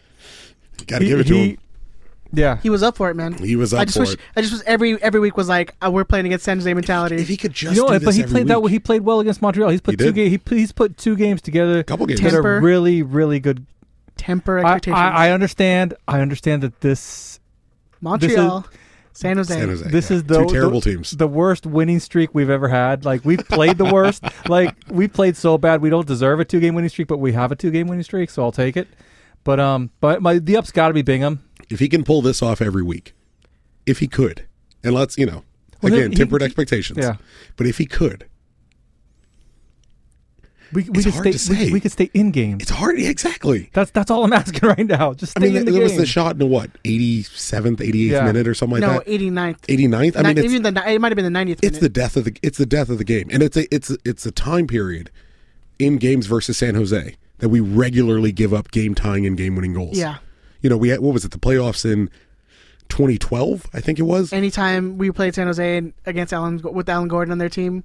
got to give it to him.
Yeah.
he was up for it, man.
He was up
I just
for
wish
it.
I just was every every week was like uh, we're playing against San Jose mentality.
If he could just
You know,
do
what,
this
but he
every
played that.
week.
He played well against Montreal. He's put
He
two
did.
games. He, pl- he's put two games together.
Couple games.
that
Temper.
are really, really good.
Temper
I,
expectations.
I, I understand. I understand that this
Montreal, San Jose.
San Jose.
this
yeah.
is the
two terrible
the,
teams.
The worst winning streak we've ever had. Like we've played the worst. like we played so bad we don't deserve a two game winning streak, but we have a two game winning streak, so I'll take it. But um, but my the up's got to be Bingham.
if he can pull this off every week, if he could, and let's you know
Well,
again
he-
tempered
he-
expectations.
yeah.
But if he could,
We, we
It's
could
hard
stay.
to
we-
say.
We, could stay in game.
it's hard. yeah, Exactly.
That's that's all I'm asking right now. Just
I
stay
mean,
in
that,
the
that was
game.
the shot in the what 87th, 88th
Yeah.
minute or something like
no,
that.
89th.
89th. I mean,
Ni-
it's,
even the, it might have been the 90th.
it's the
minute.
death of the it's the death of the game, and it's a it's a- it's a time period in games versus San Jose that we regularly give up game tying and game winning goals.
Yeah.
you know we had what was it the playoffs in 2012? I think it was.
anytime we played San Jose and against Alan with Alan Gordon on their team,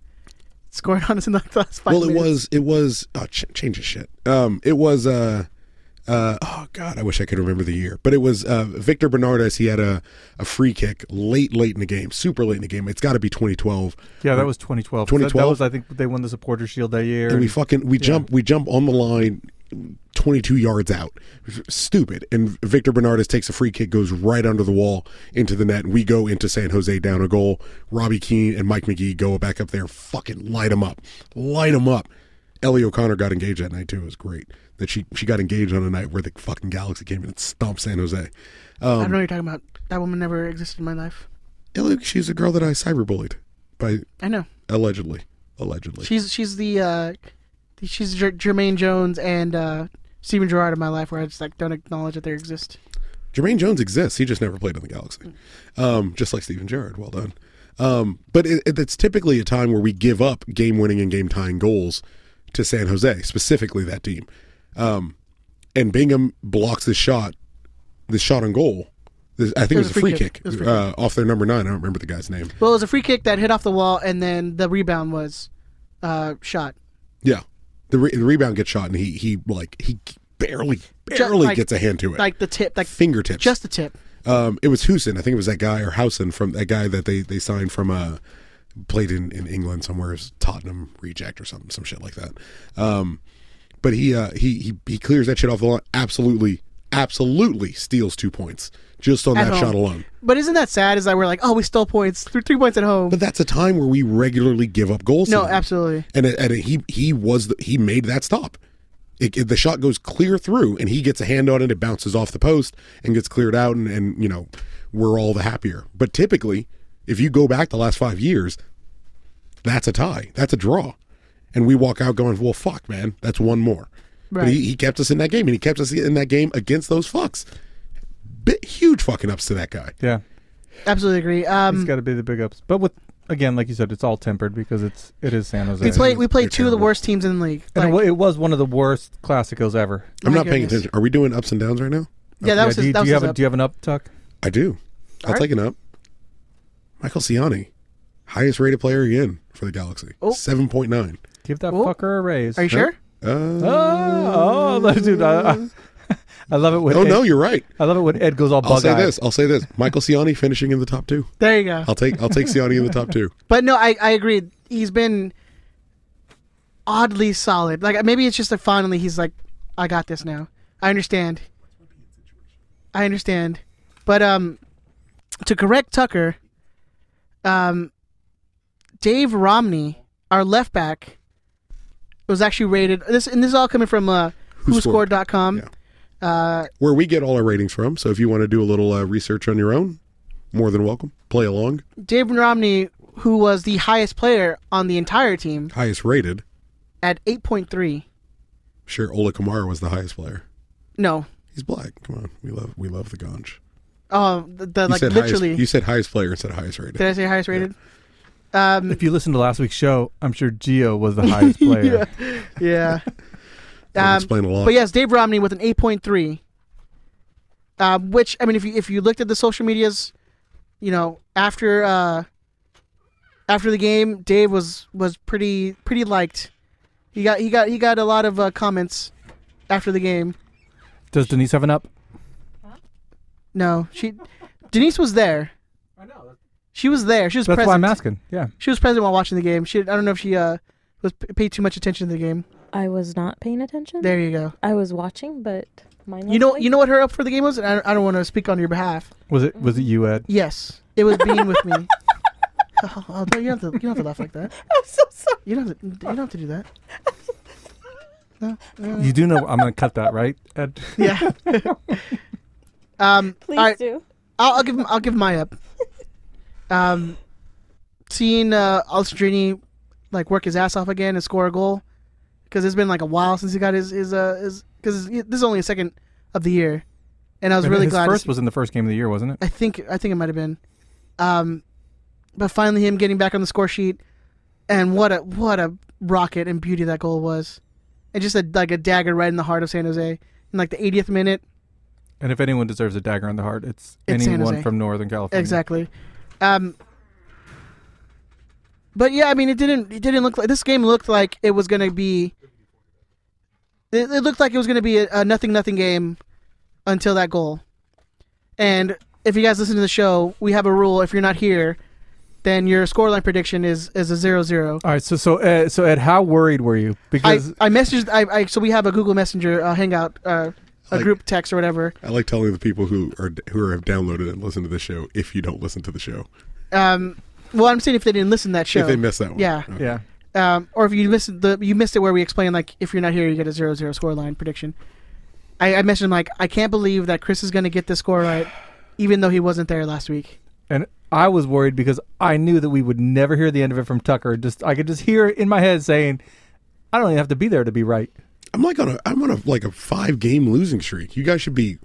scored on us in the last five.
Well, it
minutes.
was it was oh, ch- change of shit. Um, it was uh Uh, oh God, I wish I could remember the year, but it was uh, Victor Bernardes. He had a, a free kick late, late in the game, super late in the game. It's got to be 2012.
Yeah, that was 2012.
2012.
That, that was, I think, they won the supporter shield that year.
And we fucking we
Yeah.
jump we jump on the line 22 yards out. Stupid. And Victor Bernardes takes a free kick, goes right under the wall into the net. And we go into San Jose down a goal. Robbie Keane and Mike McGee go back up there, fucking light them up. Light them up. Ellie O'Connor got engaged that night too. It was great that she she got engaged on a night where the fucking Galaxy came in and stomped San Jose.
I don't
Um,
know what you're talking about. That woman never existed in my life.
Ellie, she's a girl that I cyberbullied by
I know.
allegedly, allegedly.
She's she's the uh, she's Jer- Jermaine Jones and uh, Steven Gerrard in my life, where I just like don't acknowledge that they exist.
Jermaine Jones exists. He just never played in the Galaxy, um, just like Steven Gerrard. Well done. Um, but it, it- it's typically a time where we give up game-winning and game-tying goals to San Jose, specifically that team. Um, and Bingham blocks this shot, this shot on goal. This, I think it was, a free kick,
It was a free
uh, off their number nine. I don't remember the guy's name.
Well, it was a free kick that hit off the wall, and then the rebound was uh, shot.
Yeah, the, re- the rebound gets shot, and he he like he barely
Ju-
barely
like-
gets a hand to it,
like the tip, like
fingertips,
just the tip.
Um, it was Housen. I think it was that guy or Housen from that guy that they, they signed from uh played in, in England somewhere as Tottenham reject or something some shit like that. Um, but he uh he, he he clears that shit off the line. Absolutely, absolutely steals two points just on
At
that
home.
shot alone.
But isn't that sad? Is that we're like, oh, we stole points, three, three points at home.
But that's a time where we regularly give up goals. to
no,
them.
absolutely.
and it, and it- he he was the, he made that stop. It, it- the shot goes clear through, and he gets a hand on it. It bounces off the post and gets cleared out, and, and you know we're all the happier. But typically, if you go back the last five years, that's a tie, that's a draw, and we walk out going, "Well, fuck, man, that's one more." But
Right.
he, he kept us in that game, and he kept us in that game against those fucks. Bi huge fucking ups to that guy.
Yeah,
Absolutely agree. Um,
it's got to be the big ups. But with again, like you said, it's all tempered because it's it is San Jose.
we played we played two of the worst teams in the league.
And it
Like,
wa- it was one of the worst classicos ever.
I'm not paying attention. Are we doing ups and downs right now?
Yeah, that was
do,
his-
you-
that
do
was
you
his
have a,
up.
do you have an up tuck?
I do. I'll
right.
take an up. Michael Ciani, highest rated player again for the Galaxy,
Oh.
seven point nine.
Give that fucker a raise.
Are you sure? Uh,
oh, oh, dude, I, I, I love it when.
Oh,
Ed-
no, you're right.
I love it when Ed goes all
I'll say
bug-eyed.
this. I'll say this. Michael Ciani finishing in the top two.
There you go.
I'll take I'll take Ciani in the top two.
But no, I, I agree. He's been oddly solid. Like maybe it's just that finally he's like, I got this now. I understand. I understand. But um, to correct Tucker, um, Dave Romney, our left back, was actually rated. This and this is all coming from uh,
Who Scored.
WhoScored.com. Uh,
Where we get all our ratings from. So if you want to do a little uh, research on your own, more than welcome. Play along.
Dave Romney, who was the highest player on the entire team
Highest rated.
at eight point three.
Sure, Ola Kamara was the highest player.
No,
He's black. Come on, we love we love the Ganj.
Oh, the, the
You
like
said
literally.
highest, you said highest player instead of highest rated.
did I say highest rated? Um,
If you listen to last week's show, I'm sure Gio was the highest player.
yeah. Um,
That would explain a lot.
But yes, Dave Romney with an eight point three. Um, which I mean, if you if you looked at the social medias, you know after uh, after the game, Dave was was pretty pretty liked. He got he got he got a lot of uh, comments after the game.
Does Denise have an up?
No, she Denise was there. She was there. She was
That's
present.
why I'm asking. Yeah.
She was present while watching the game. She I don't know if she uh was paid too much attention to the game.
I was not paying attention.
There you go.
I was watching, but mine.
You know you know what her up for the game was? And I, I don't want to speak on your behalf.
Was it was it you, Ed?
Yes, it was being with me. Oh, oh, don't- you don't have to. You don't have to laugh like that. I'm so sorry. You don't. Have to, you don't have to do that. No. no.
You do know I'm going to cut that, right, Ed?
Yeah. um,
Please
all right.
do.
I'll, I'll give. I'll give my up. Um, seeing uh, Alstrini like work his ass off again and score a goal because it's been like a while since he got his his uh his because this is only a second of the year, and I was
And
really
his
glad. to
First
see-
was in the first game of the year, wasn't it?
I think I think it might have been. Um, but finally, him getting back on the score sheet, and what a what a rocket and beauty that goal was, and just a like a dagger right in the heart of San Jose in like the 80th minute.
And if anyone deserves a dagger in the heart, it's,
It's San
anyone
Jose.
from Northern California.
Exactly. Um, but yeah, I mean, it didn't it didn't look like this game looked like it was gonna be it, it looked like it was going to be a, a nothing nothing game until that goal. And if you guys listen to the show, we have a rule: if you're not here, then your scoreline prediction is is a zero zero.
All right. So so Ed, so Ed, how worried were you?
I,
Because
I messaged I, I so we have a Google Messenger uh, Hangout, uh, a
Like-
group text or whatever.
I like telling the people who are who have downloaded and listened to the show if you don't listen to the show.
Um, well, I'm saying if they didn't listen to that show,
If they missed that one. Uh,
yeah,
Okay.
yeah.
um, or if you missed the you missed it where we explain like if you're not here, you get a zero zero scoreline prediction. I, I mentioned like I can't believe that Chris is going to get this score right, even though he wasn't there last week.
and I was worried because I knew that we would never hear the end of it from Tucker. Just I could just hear it in my head saying, "I don't even have to be there to be right."
I'm like on a I'm on a like a five game losing streak. You guys should be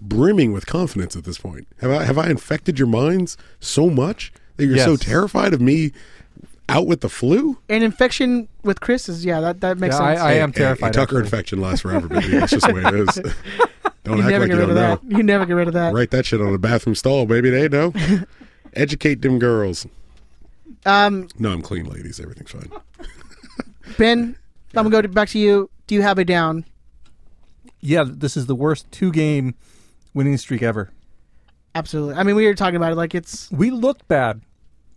brimming with confidence at this point. Have I have I infected your minds so much that you're so
Yes.
terrified of me out with the flu?
An infection with Chris is yeah that that makes
Yeah, I-
sense.
I am
Hey,
terrified,
A Tucker
actually.
infection lasts forever, baby. That's just the way it is. Don't
you never
act like
get
you
rid
don't
of
know.
that. You never get rid of that.
Write that shit on a bathroom stall, baby. They know. Educate them girls.
Um,
No, I'm clean, ladies. Everything's fine.
ben, I'm gonna go to, back to you. Do you have a down?
Yeah, this is the worst two game winning streak ever.
Absolutely. I mean, we were talking about it like it's
We looked bad.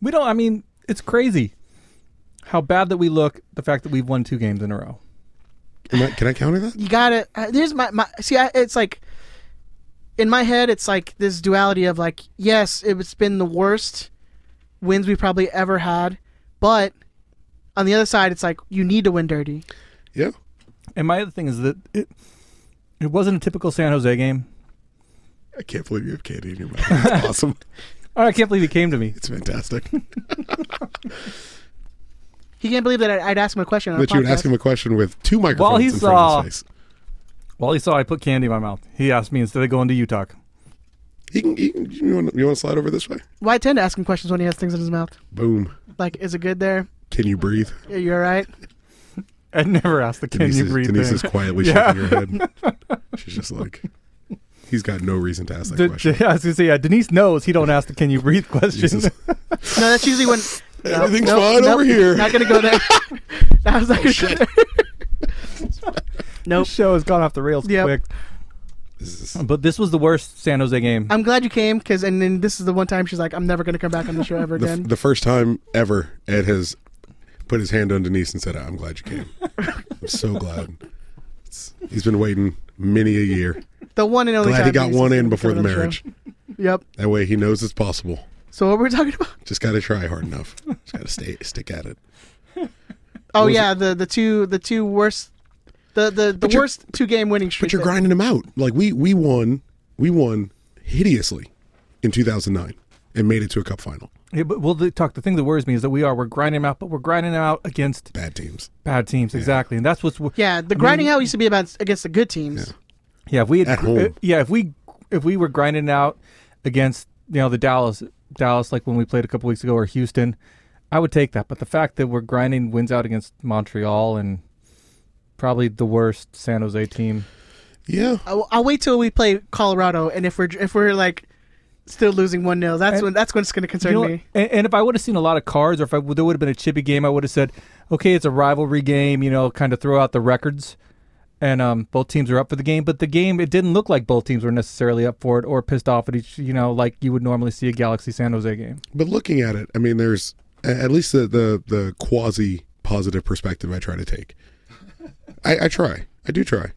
We don't. I mean, it's crazy how bad that we look. The fact that we've won two games in a row.
Am I- can I counter that?
you gotta. uh, There's my my. See, I, it's like in my head, it's like this duality of like, yes, it's been the worst wins we probably ever had, but on the other side, it's like you need to win dirty.
Yeah.
And my other thing is that it it wasn't a typical San Jose game.
I can't believe you have candy in your mouth. That's awesome.
Oh, I can't believe it came to me.
It's fantastic.
He can't believe that I- I'd ask him a question. On a
that you would ask
podcast.
him a question with two microphones
While he
in front
saw-
of his face.
While he saw I put candy in my mouth, he asked me instead of going to Utah.
He can, he can, you, want, you want to slide over this way?
Well, I tend to ask him questions when he has things in his mouth.
Boom.
Like, is it good there?
Can you breathe?
Yeah, you all right?
I never asked the can
Denise,
you
is,
breathe
Denise
thing.
is quietly
Yeah.
shaking her head. She's just like, he's got no reason to ask that
D-
question.
D- I was gonna say, yeah, Denise knows he don't ask the can you breathe question.
Jesus.
No, that's usually when no,
Everything's
no,
fine
no,
over here. Oh,
Not gonna go there. that was not gonna go there.
this show has gone off the rails
Yep.
quick.
This is-
But this was the worst San Jose game.
I'm glad you came because, and then this is the one time she's like, "I'm never gonna come back on the show ever
the, f-
again."
the first time ever Ed has put his hand on Denise and said, I'm glad you came. I'm so glad. It's, he's been waiting many a year.
The one and only
Glad
time
he got
Denise
one
is
in
gonna
before the
come on show.
marriage.
Yep.
That way he knows it's possible.
So what were we talking about?
Just got to try hard enough. Just got to stay stick at it.
Oh
was
yeah, the the two the two worst, the the, the
But you're-
worst two game winning streak.
But you're
that-
grinding him out. Like we we won we won hideously in 2009 and made it to a cup final.
Yeah, but well, the, talk. The thing that worries me is that we are we're grinding him out, but we're grinding him out against
Bad teams.
bad teams exactly, and that's what's wor-
Yeah, the
I mean,
grinding out used to be about against the good teams.
Yeah, if we had,
At home.
uh, yeah, if we if we were grinding out against you know the Dallas Dallas like when we played a couple weeks ago or Houston, I would take that. But the fact that we're grinding wins out against Montreal and probably the worst San Jose team.
Yeah.
I'll, I'll wait till we play Colorado, and if we're if we're like still losing one 0 that's
And-
when that's when it's gonna concern
You know what?
me.
and, and if I would have seen a lot of cards, or if I, there would have been a chippy game, I would have said, okay, it's a rivalry game. You know, kind of throw out the records, and um, both teams are up for the game. But the game, it didn't look like both teams were necessarily up for it or pissed off at each. You know, like you would normally see a Galaxy San Jose game.
But looking at it, I mean there's a- at least the the, the quasi positive perspective I try to take. I, I try. I do try.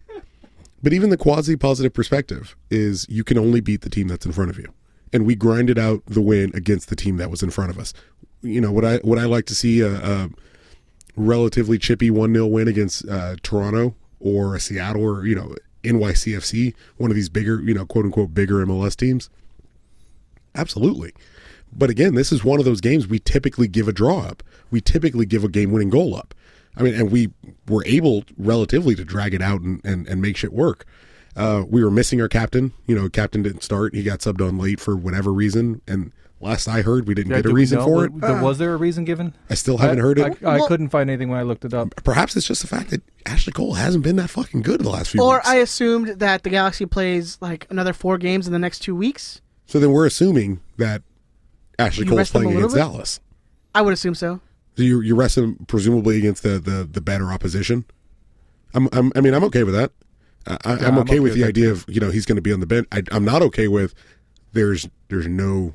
But even the quasi positive perspective is you can only beat the team that's in front of you. And we grinded out the win against the team that was in front of us. You know, would I would I like to see uh, a, a relatively chippy 1 0 win against uh, Toronto or a Seattle or, you know, NYCFC, one of these bigger, you know, quote unquote bigger MLS teams? Absolutely. But again, this is one of those games we typically give a draw up. We typically give a game winning goal up. I mean, and we were able relatively to drag it out and, and, and make shit work. Uh, we were missing our captain. You know, captain didn't start. He got subbed on late for whatever reason. And last I heard, we didn't
Yeah,
get
do
a
we
reason
know?
for
W-
it. Ah,
there- was there a reason given?
I still haven't heard it.
I, I
Well-
couldn't find anything when I looked it up.
Perhaps it's just the fact that Ashley Cole hasn't been that fucking good the last few
Or
weeks.
I assumed that the Galaxy plays like another four games in the next two weeks.
so then we're assuming that Ashley
You
Cole's
rest them a
playing
little
against
bit?
Dallas.
I would assume so.
So you you rest him presumably against the the, the better opposition. I'm, I'm I mean, I'm okay with that. I, I-
Yeah,
I'm,
I'm
okay
okay
with
with
the
that
idea of you know he's going to be on the bench. I, I'm not okay with there's there's no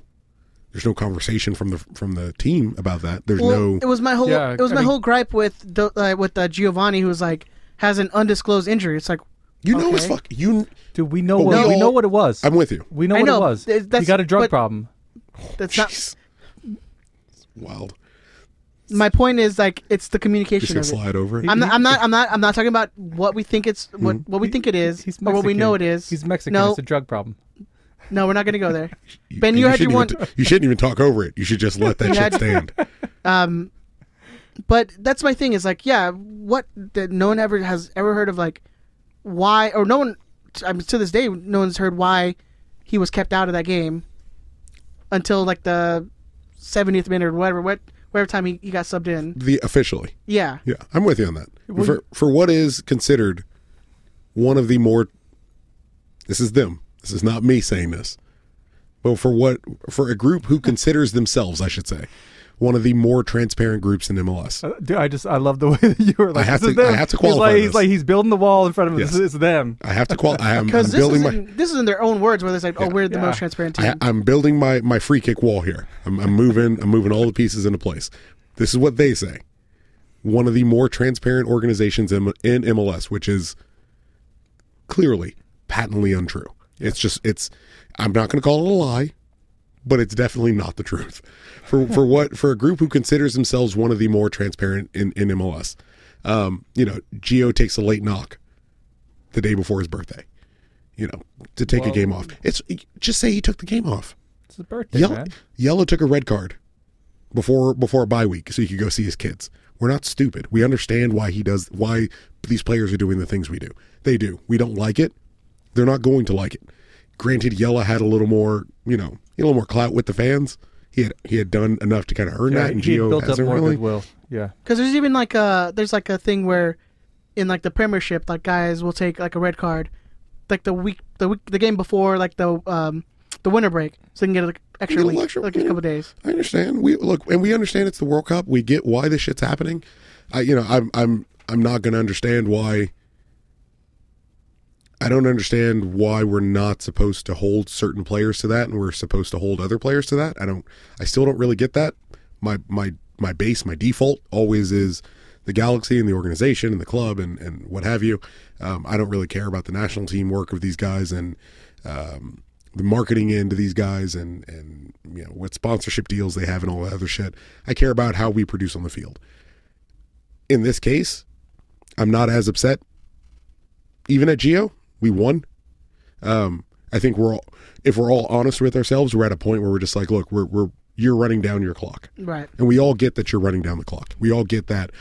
there's no conversation from the from the team about that. There's
well,
no.
it was my whole it was my whole gripe with Do- uh, with uh, Giovanni who was like has an undisclosed injury. It's like
you know it's fuck you
dude. We know
But
what
we
we
all-
know what it was.
I'm with you.
We know
I
what
know,
it was.
th-
he
that's-
got a drug
but-
problem.
that's not
wild.
My point is like it's the communication.
Just gonna
of
slide over it.
I'm not, I'm not. I'm not. I'm not talking about what we think it's what
Mm-hmm.
what we think it is or what we know it is.
He's Mexican.
No,
It's a drug problem.
no, we're not gonna go there. ben, you, had your
shouldn't
one.
even t- you shouldn't even talk over it. You should just let that
Yeah,
shit
I-
stand.
um, but that's my thing. Is like, yeah, what that no one ever has ever heard of, like, why or no one. I mean, to this day, no one's heard why he was kept out of that game until like the seventieth minute or whatever, what whatever time he, he got subbed in.
The officially.
Yeah.
Yeah, I'm with you on that.
Well,
for for what is considered one of the more this is them. This is not me saying this. But for what for a group who considers themselves, I should say, one of the more transparent groups in MLS.
Uh, Dude, I just I love the way that you were like.
have
this is
to- I
them.
have to
He's
qualify
like- He's
this.
like he's building the wall in front of him.
Yes.
This is them.
I have to qual I am I'm
Because this
building
is
my
in, this is in their own words where it's like, oh, we're the most transparent team.
I, I'm building my my free kick wall here. I'm, I'm moving. I'm moving all the pieces into place. This is what they say. One of the more transparent organizations in, in MLS, which is clearly patently untrue. It's just it's. I'm not going to call it a lie, but it's definitely not the truth. For for what for a group who considers themselves one of the more transparent in in MLS, um, you know, Geo takes a late knock the day before his birthday. You know, to take
Well-
a game off. It's just say he took the game off.
It's his birthday,
Yellow,
man.
Yellow took a red card before before a bye week, so he could go see his kids. We're not stupid. We understand why he does why these players are doing the things we do. They do. We don't like it. They're not going to like it. Granted, Yellow had a little more, you know, a little more clout with the fans. He had he had done enough to kind of earn
Yeah,
that, and
he had
Gio
built up
hasn't
more
really.
goodwill. Yeah.
Because there's even like a there's like a thing where in like the Premiership, like guys will take like a red card, like the week the week the game before like the um the winter break, so they can get like extra
get a
leave,
lecture,
like a couple days.
I understand. We look, and we understand it's the World Cup. We get why this shit's happening. I, you know, I'm, I'm, I'm not going to understand why. I don't understand why we're not supposed to hold certain players to that, and we're supposed to hold other players to that. I don't. I still don't really get that. My, my, my base, my default always is the Galaxy and the organization and the club and and what have you. Um, I don't really care about the national team work of these guys and. Um, the marketing end of these guys and and you know what sponsorship deals they have and all that other shit. I care about how we produce on the field. In this case, I'm not as upset. Even at Geo, we won. Um, I think we're all, if we're all honest with ourselves, we're at a point where we're just like, look, we're we're you're running down your clock.
Right.
And we all get that you're running down the clock. We all get that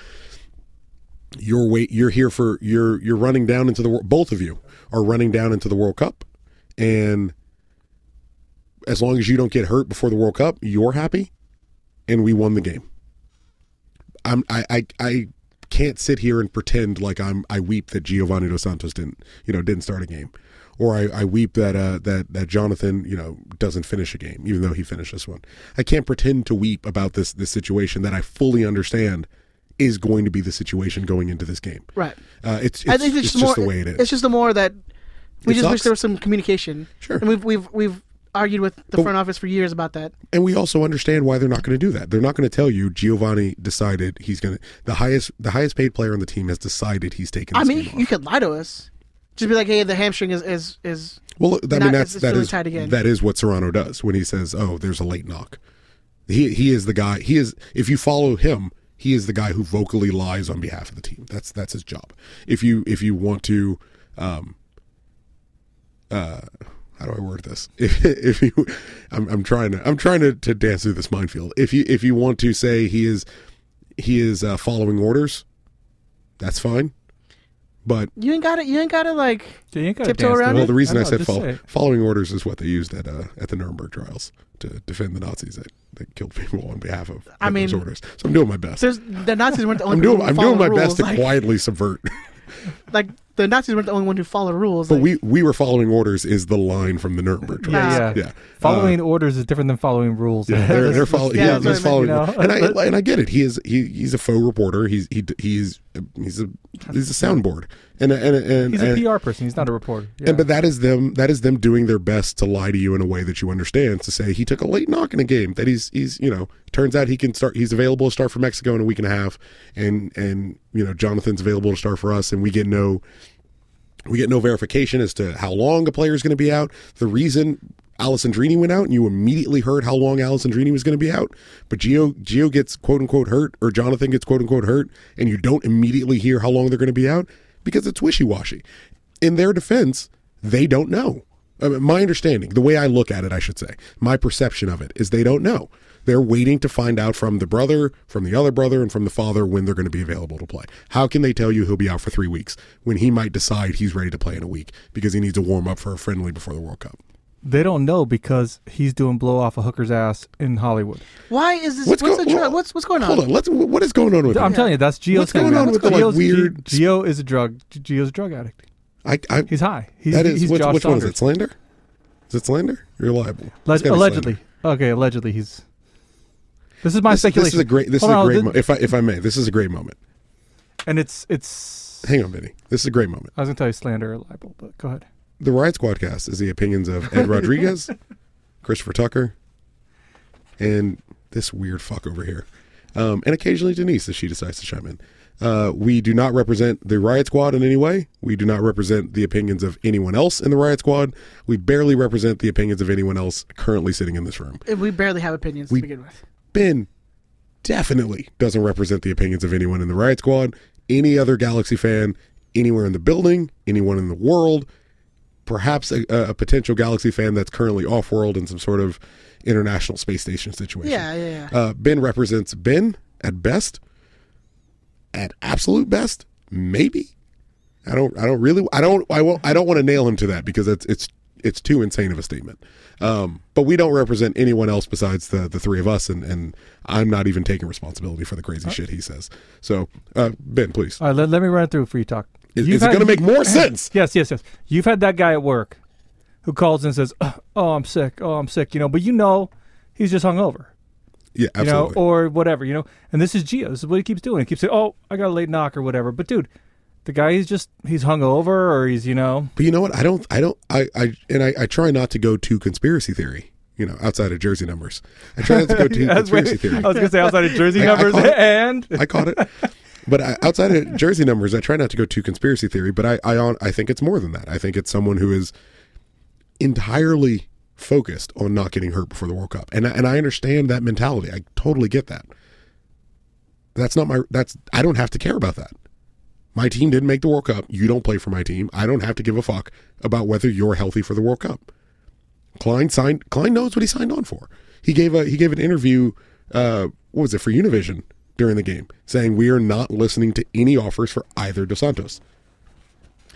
you're wait you're here for you're you're running down into the wor- both of you are running down into the World Cup and as long as you don't get hurt before the World Cup, you're happy and we won the game. I'm I I, I can't sit here and pretend like I'm I weep that Giovanni dos Santos didn't you know didn't start a game, or I, I weep that uh, that that Jonathan you know doesn't finish a game even though he finished this one. I can't pretend to weep about this this situation that I fully understand is going to be the situation going into this game.
Right.
Uh, it's it's, it's just the way it is.
It's just the more that we
It
just wish
sucks.
there was some communication. Sure. And we've we've we've argued with the
But-
front office for years about that.
And we also understand why they're not going to do that. They're not going to tell you Giovanni decided he's going to the highest the highest paid player on the team has decided he's taking.
I
this
mean,
game off.
you could lie to us. Just be like, hey, the hamstring is is is.
well, I
not-
mean that's
it's
that
really
is
tight again.
that is what Serrano does when he says, "Oh, there's a late knock." He he is the guy. He is if you follow him, he is the guy who vocally lies on behalf of the team. That's that's his job. If you if you want to, um, uh, how do I word this? If if you, I'm I'm trying to I'm trying to, to dance through this minefield. If you if you want to say he is he is uh, following orders, that's fine. But
You ain't got to You ain't got to like tiptoe around
well,
it.
the reason I,
I know,
said
just
fol-
say it.
following orders is what they used at uh, at the Nuremberg trials to defend the Nazis that, that killed people on behalf of
I
Hitler's
mean,
orders. So I'm doing my best.
There's, the Nazis weren't the only
I'm doing
people
I'm
following
doing my
rules,
best to
like-
quietly subvert
like the Nazis weren't the only one who followed rules.
But
like-
we we were following orders is the line from the Nuremberg trials.
Yeah, yeah. Following orders is different than following rules.
Uh, Yeah, they're, they're following. Yeah,
that's
they're following.
what I mean, you know?
and I and I get it. He is he, he's a faux reporter. He's he he's he's a he's a soundboard. And and and
He's
and,
a PR person. He's not a reporter. Yeah.
And but that is them. That is them doing their best to lie to you in a way that you understand. To say he took a late knock in a game. That he's he's you know turns out he can start. He's available to start for Mexico in a week and a half. And and you know Jonathan's available to start for us. And we get no we get no verification as to how long a player is going to be out. The reason Alessandrini went out, and you immediately heard how long Alessandrini was going to be out, but Gio Gio gets quote unquote hurt, or Jonathan gets quote unquote hurt, and you don't immediately hear how long they're going to be out because it's wishy washy. In their defense, they don't know. I mean, my understanding, the way I look at it, I should say, my perception of it is they don't know. They're waiting to find out from the brother, from the other brother, and from the father when they're going to be available to play. How can they tell you he'll be out for three weeks when he might decide he's ready to play in a week because he needs to warm up for a friendly before the World Cup?
They don't know because he's doing blow off a hooker's ass in Hollywood.
Why is this?
What's
What's,
go-
the trial?
well,
what's what's going on?
Hold on, let's. What is going on with?
I'm
that?
telling you, that's Geo's
What's going
thing,
on
man.
with the like
Geo's-
weird?
Geo is a drug. Geo's a drug addict.
I, I,
he's high. He's,
that is
he's
which,
Josh
which one is
Saunders.
it? Slander? Is it slander? You're liable.
Alleg-
It's gotta be
allegedly. Okay, allegedly he's. This is my
this,
speculation.
This is a great. This
Hold
is a
on,
great.
thi-
mo- if I if I may, this is a great moment.
and it's it's.
Hang on, Vinny. This is a great moment.
I was gonna tell you slander or libel, but go ahead.
The Riot Squadcast is the opinions of Ed Rodriguez, Christopher Tucker, and this weird fuck over here, um, and occasionally Denise if she decides to chime in. Uh, we do not represent the Riot Squad in any way. We do not represent the opinions of anyone else in the Riot Squad. We barely represent the opinions of anyone else currently sitting in this room.
Eh, We barely have opinions
We-
to begin with.
Ben definitely doesn't represent the opinions of anyone in the Riot Squad, any other Galaxy fan, anywhere in the building, anyone in the world, perhaps a, a potential Galaxy fan that's currently off world in some sort of international space station situation.
Yeah, yeah, yeah.
Uh, ben represents Ben at best, at absolute best, maybe. I don't. I don't really. I don't. I won't. I don't want to nail him to that because it's it's it's too insane of a statement. Um, but we don't represent anyone else besides the the three of us, and and I'm not even taking responsibility for the
Uh,
crazy shit he says. So, uh, Ben, please.
All right, let, let me run it through for you talk.
Is-
You've
is it gonna make more sense?
Yes, yes, yes. You've had that guy at work who calls and says, "Ugh, "Oh, I'm sick. Oh, I'm sick." You know, but you know he's just hungover.
Yeah, absolutely.
You know, or whatever. You know, and this is Geo. This is what he keeps doing. He keeps saying, "Oh, I got a late knock" or whatever. But dude, the guy is just he's hungover or he's you know
But you know what? I don't. I don't. I. I and I, I try not to go too conspiracy theory. You know, outside of Jersey numbers, I try not to go too
I was
conspiracy
waiting-
theory.
I was gonna say outside of Jersey numbers
caught it.
and-
I caught it. But I, outside of Jersey numbers, I try not to go too conspiracy theory. But I, I, on, I think it's more than that. I think it's someone who is entirely focused on not getting hurt before the World Cup, and I, and I understand that mentality. I totally get that. That's not my. That's I don't have to care about that. My team didn't make the World Cup. You don't play for my team. I don't have to give a fuck about whether you're healthy for the World Cup. Klein signed. Klein knows what he signed on for. He gave a he gave an interview. Uh, what was it for Univision during the game, saying we are not listening to any offers for either Dos Santos.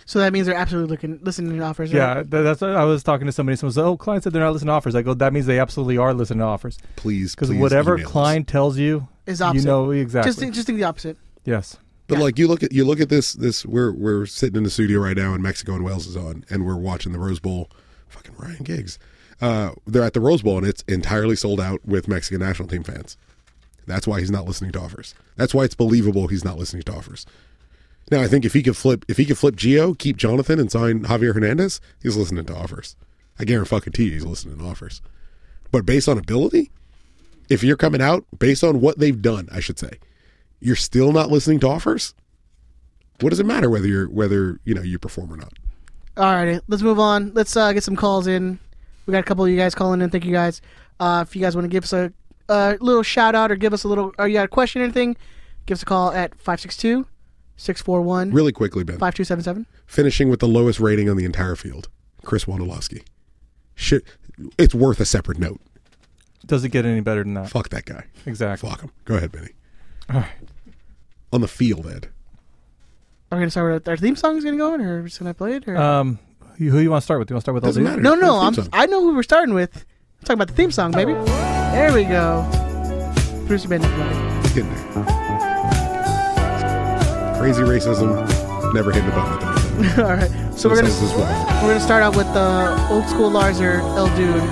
So that means they're absolutely looking, listening to offers.
Yeah,
right?
th- that's what I was talking to somebody. Someone said, "Oh, clients said they're not listening to offers." I go, "That means they absolutely are listening to offers."
Please,
because
please
whatever
email us.
client tells you
is opposite.
You know exactly.
Just think, just think the opposite.
yes.
But like you look at you look at this this we're we're sitting in the studio right now and Mexico and Wales is on and we're watching the Rose Bowl. Fucking Ryan Giggs. Uh, they're at the Rose Bowl and it's entirely sold out with Mexican national team fans. That's why he's not listening to offers. That's why it's believable he's not listening to offers. Now I think if he could flip if he could flip Gio, keep Jonathan and sign Javier Hernandez, he's listening to offers. I guarantee fucking you he's listening to offers. But based on ability, if you're coming out based on what they've done, I should say, you're still not listening to offers. What does it matter whether you're whether you know you perform or not?
All righty, let's move on. Let's uh, get some calls in. We got a couple of you guys calling in. Thank you guys. Uh, if you guys want to give us a, a little shout out or give us a little, or you got a question or anything, give us a call at 562 641
Really quickly, Ben.
5277.
Finishing with the lowest rating on the entire field, Chris Wondolowski. Shit, it's worth a separate note.
Does it get any better than that?
Fuck that guy.
Exactly.
Fuck him. Go ahead, Benny.
All right.
On the field, Ed.
Are we going to start with our theme song? Is going to go in, or just going to play it? Or?
Um, you- who you want to start with? You want to start with all
Doesn't
these?
matter. No, no, I'm, I know who we're starting with. I'm talking about the theme song, baby. There we go. Bruce Ben.
He's getting there. Crazy racism. Never hit a button at that.
All right. So
This
we're
is his wife.
gonna we're gonna start out with the old school Larzer El Dude.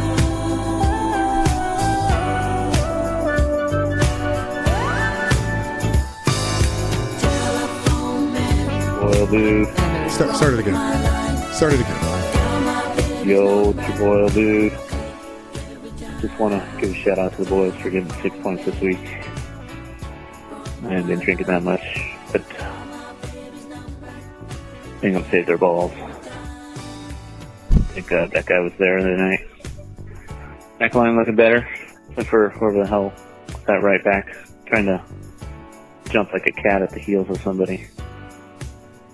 Boy, dude.
Start, start it again. Start it again.
Yo, it's your boy, dude. Just want to give a shout out to the boys for getting six points this week. I haven't been drinking that much, but I think I'm saved their balls. Thank God that guy was there the night. Back line looking better, except for whoever the hell was that right back trying to jump like a cat at the heels of somebody.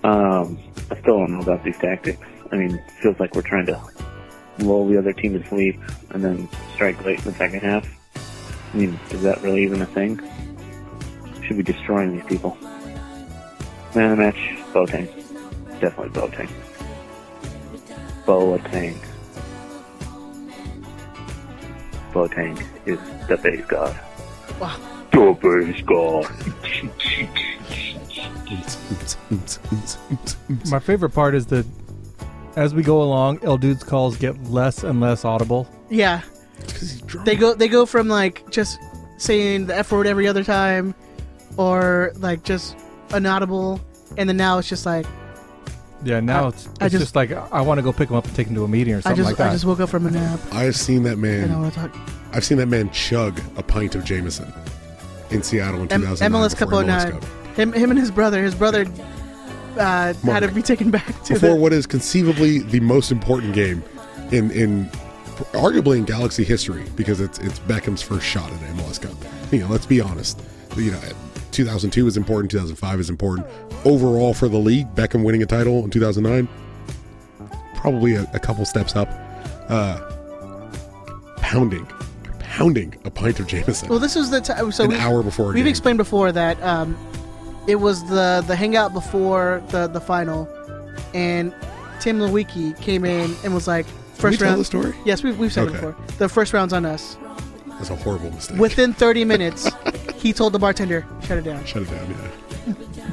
Um, I still don't know about these tactics. I mean, it feels like we're trying to lull the other team to sleep and then strike late in the second half. I mean, is that really even a thing? Should be destroying these people. Man of the match, Boateng. Definitely Boateng. Boateng. Boateng is the base god.
Wow.
The base god.
My favorite part is that as we go along, El Dude's calls get less and less audible.
Yeah. They go they go from like just saying the F word every other time or like just inaudible and then now it's just like
Yeah, now
I-
it's, it's
I
just,
just-
like I want to go pick him up and take him to a meeting or
I
something
just
like that.
I just woke up from a nap.
I've seen that
I don't
man.
wanna talk
I've seen that man chug a pint of Jameson in Seattle in
M-
2009.
MLS Cup
before
09. Him him and his brother, his brother uh, had to be taken back to
before
the
what is conceivably the most important game in in arguably in Galaxy history because it's it's Beckham's first shot at an MLS Cup. You know, let's be honest. You know, 2002 is important. 2005 is important. Overall for the league, Beckham winning a title in 2009, probably a, a couple steps up. Uh, pounding, pounding a pint of Jameson.
Well, this was the time. So
An
we,
hour before a
We've
game.
explained before that um, it was the the hangout before the the final, and Tim Lewicki came in and was like, first
tell
round.
the story?
Yes, we've, we've said
Okay.
it before. The first round's on us.
That's a horrible mistake.
Within 30 minutes, he told the bartender, "Shut it down,"
Shut it down. Yeah,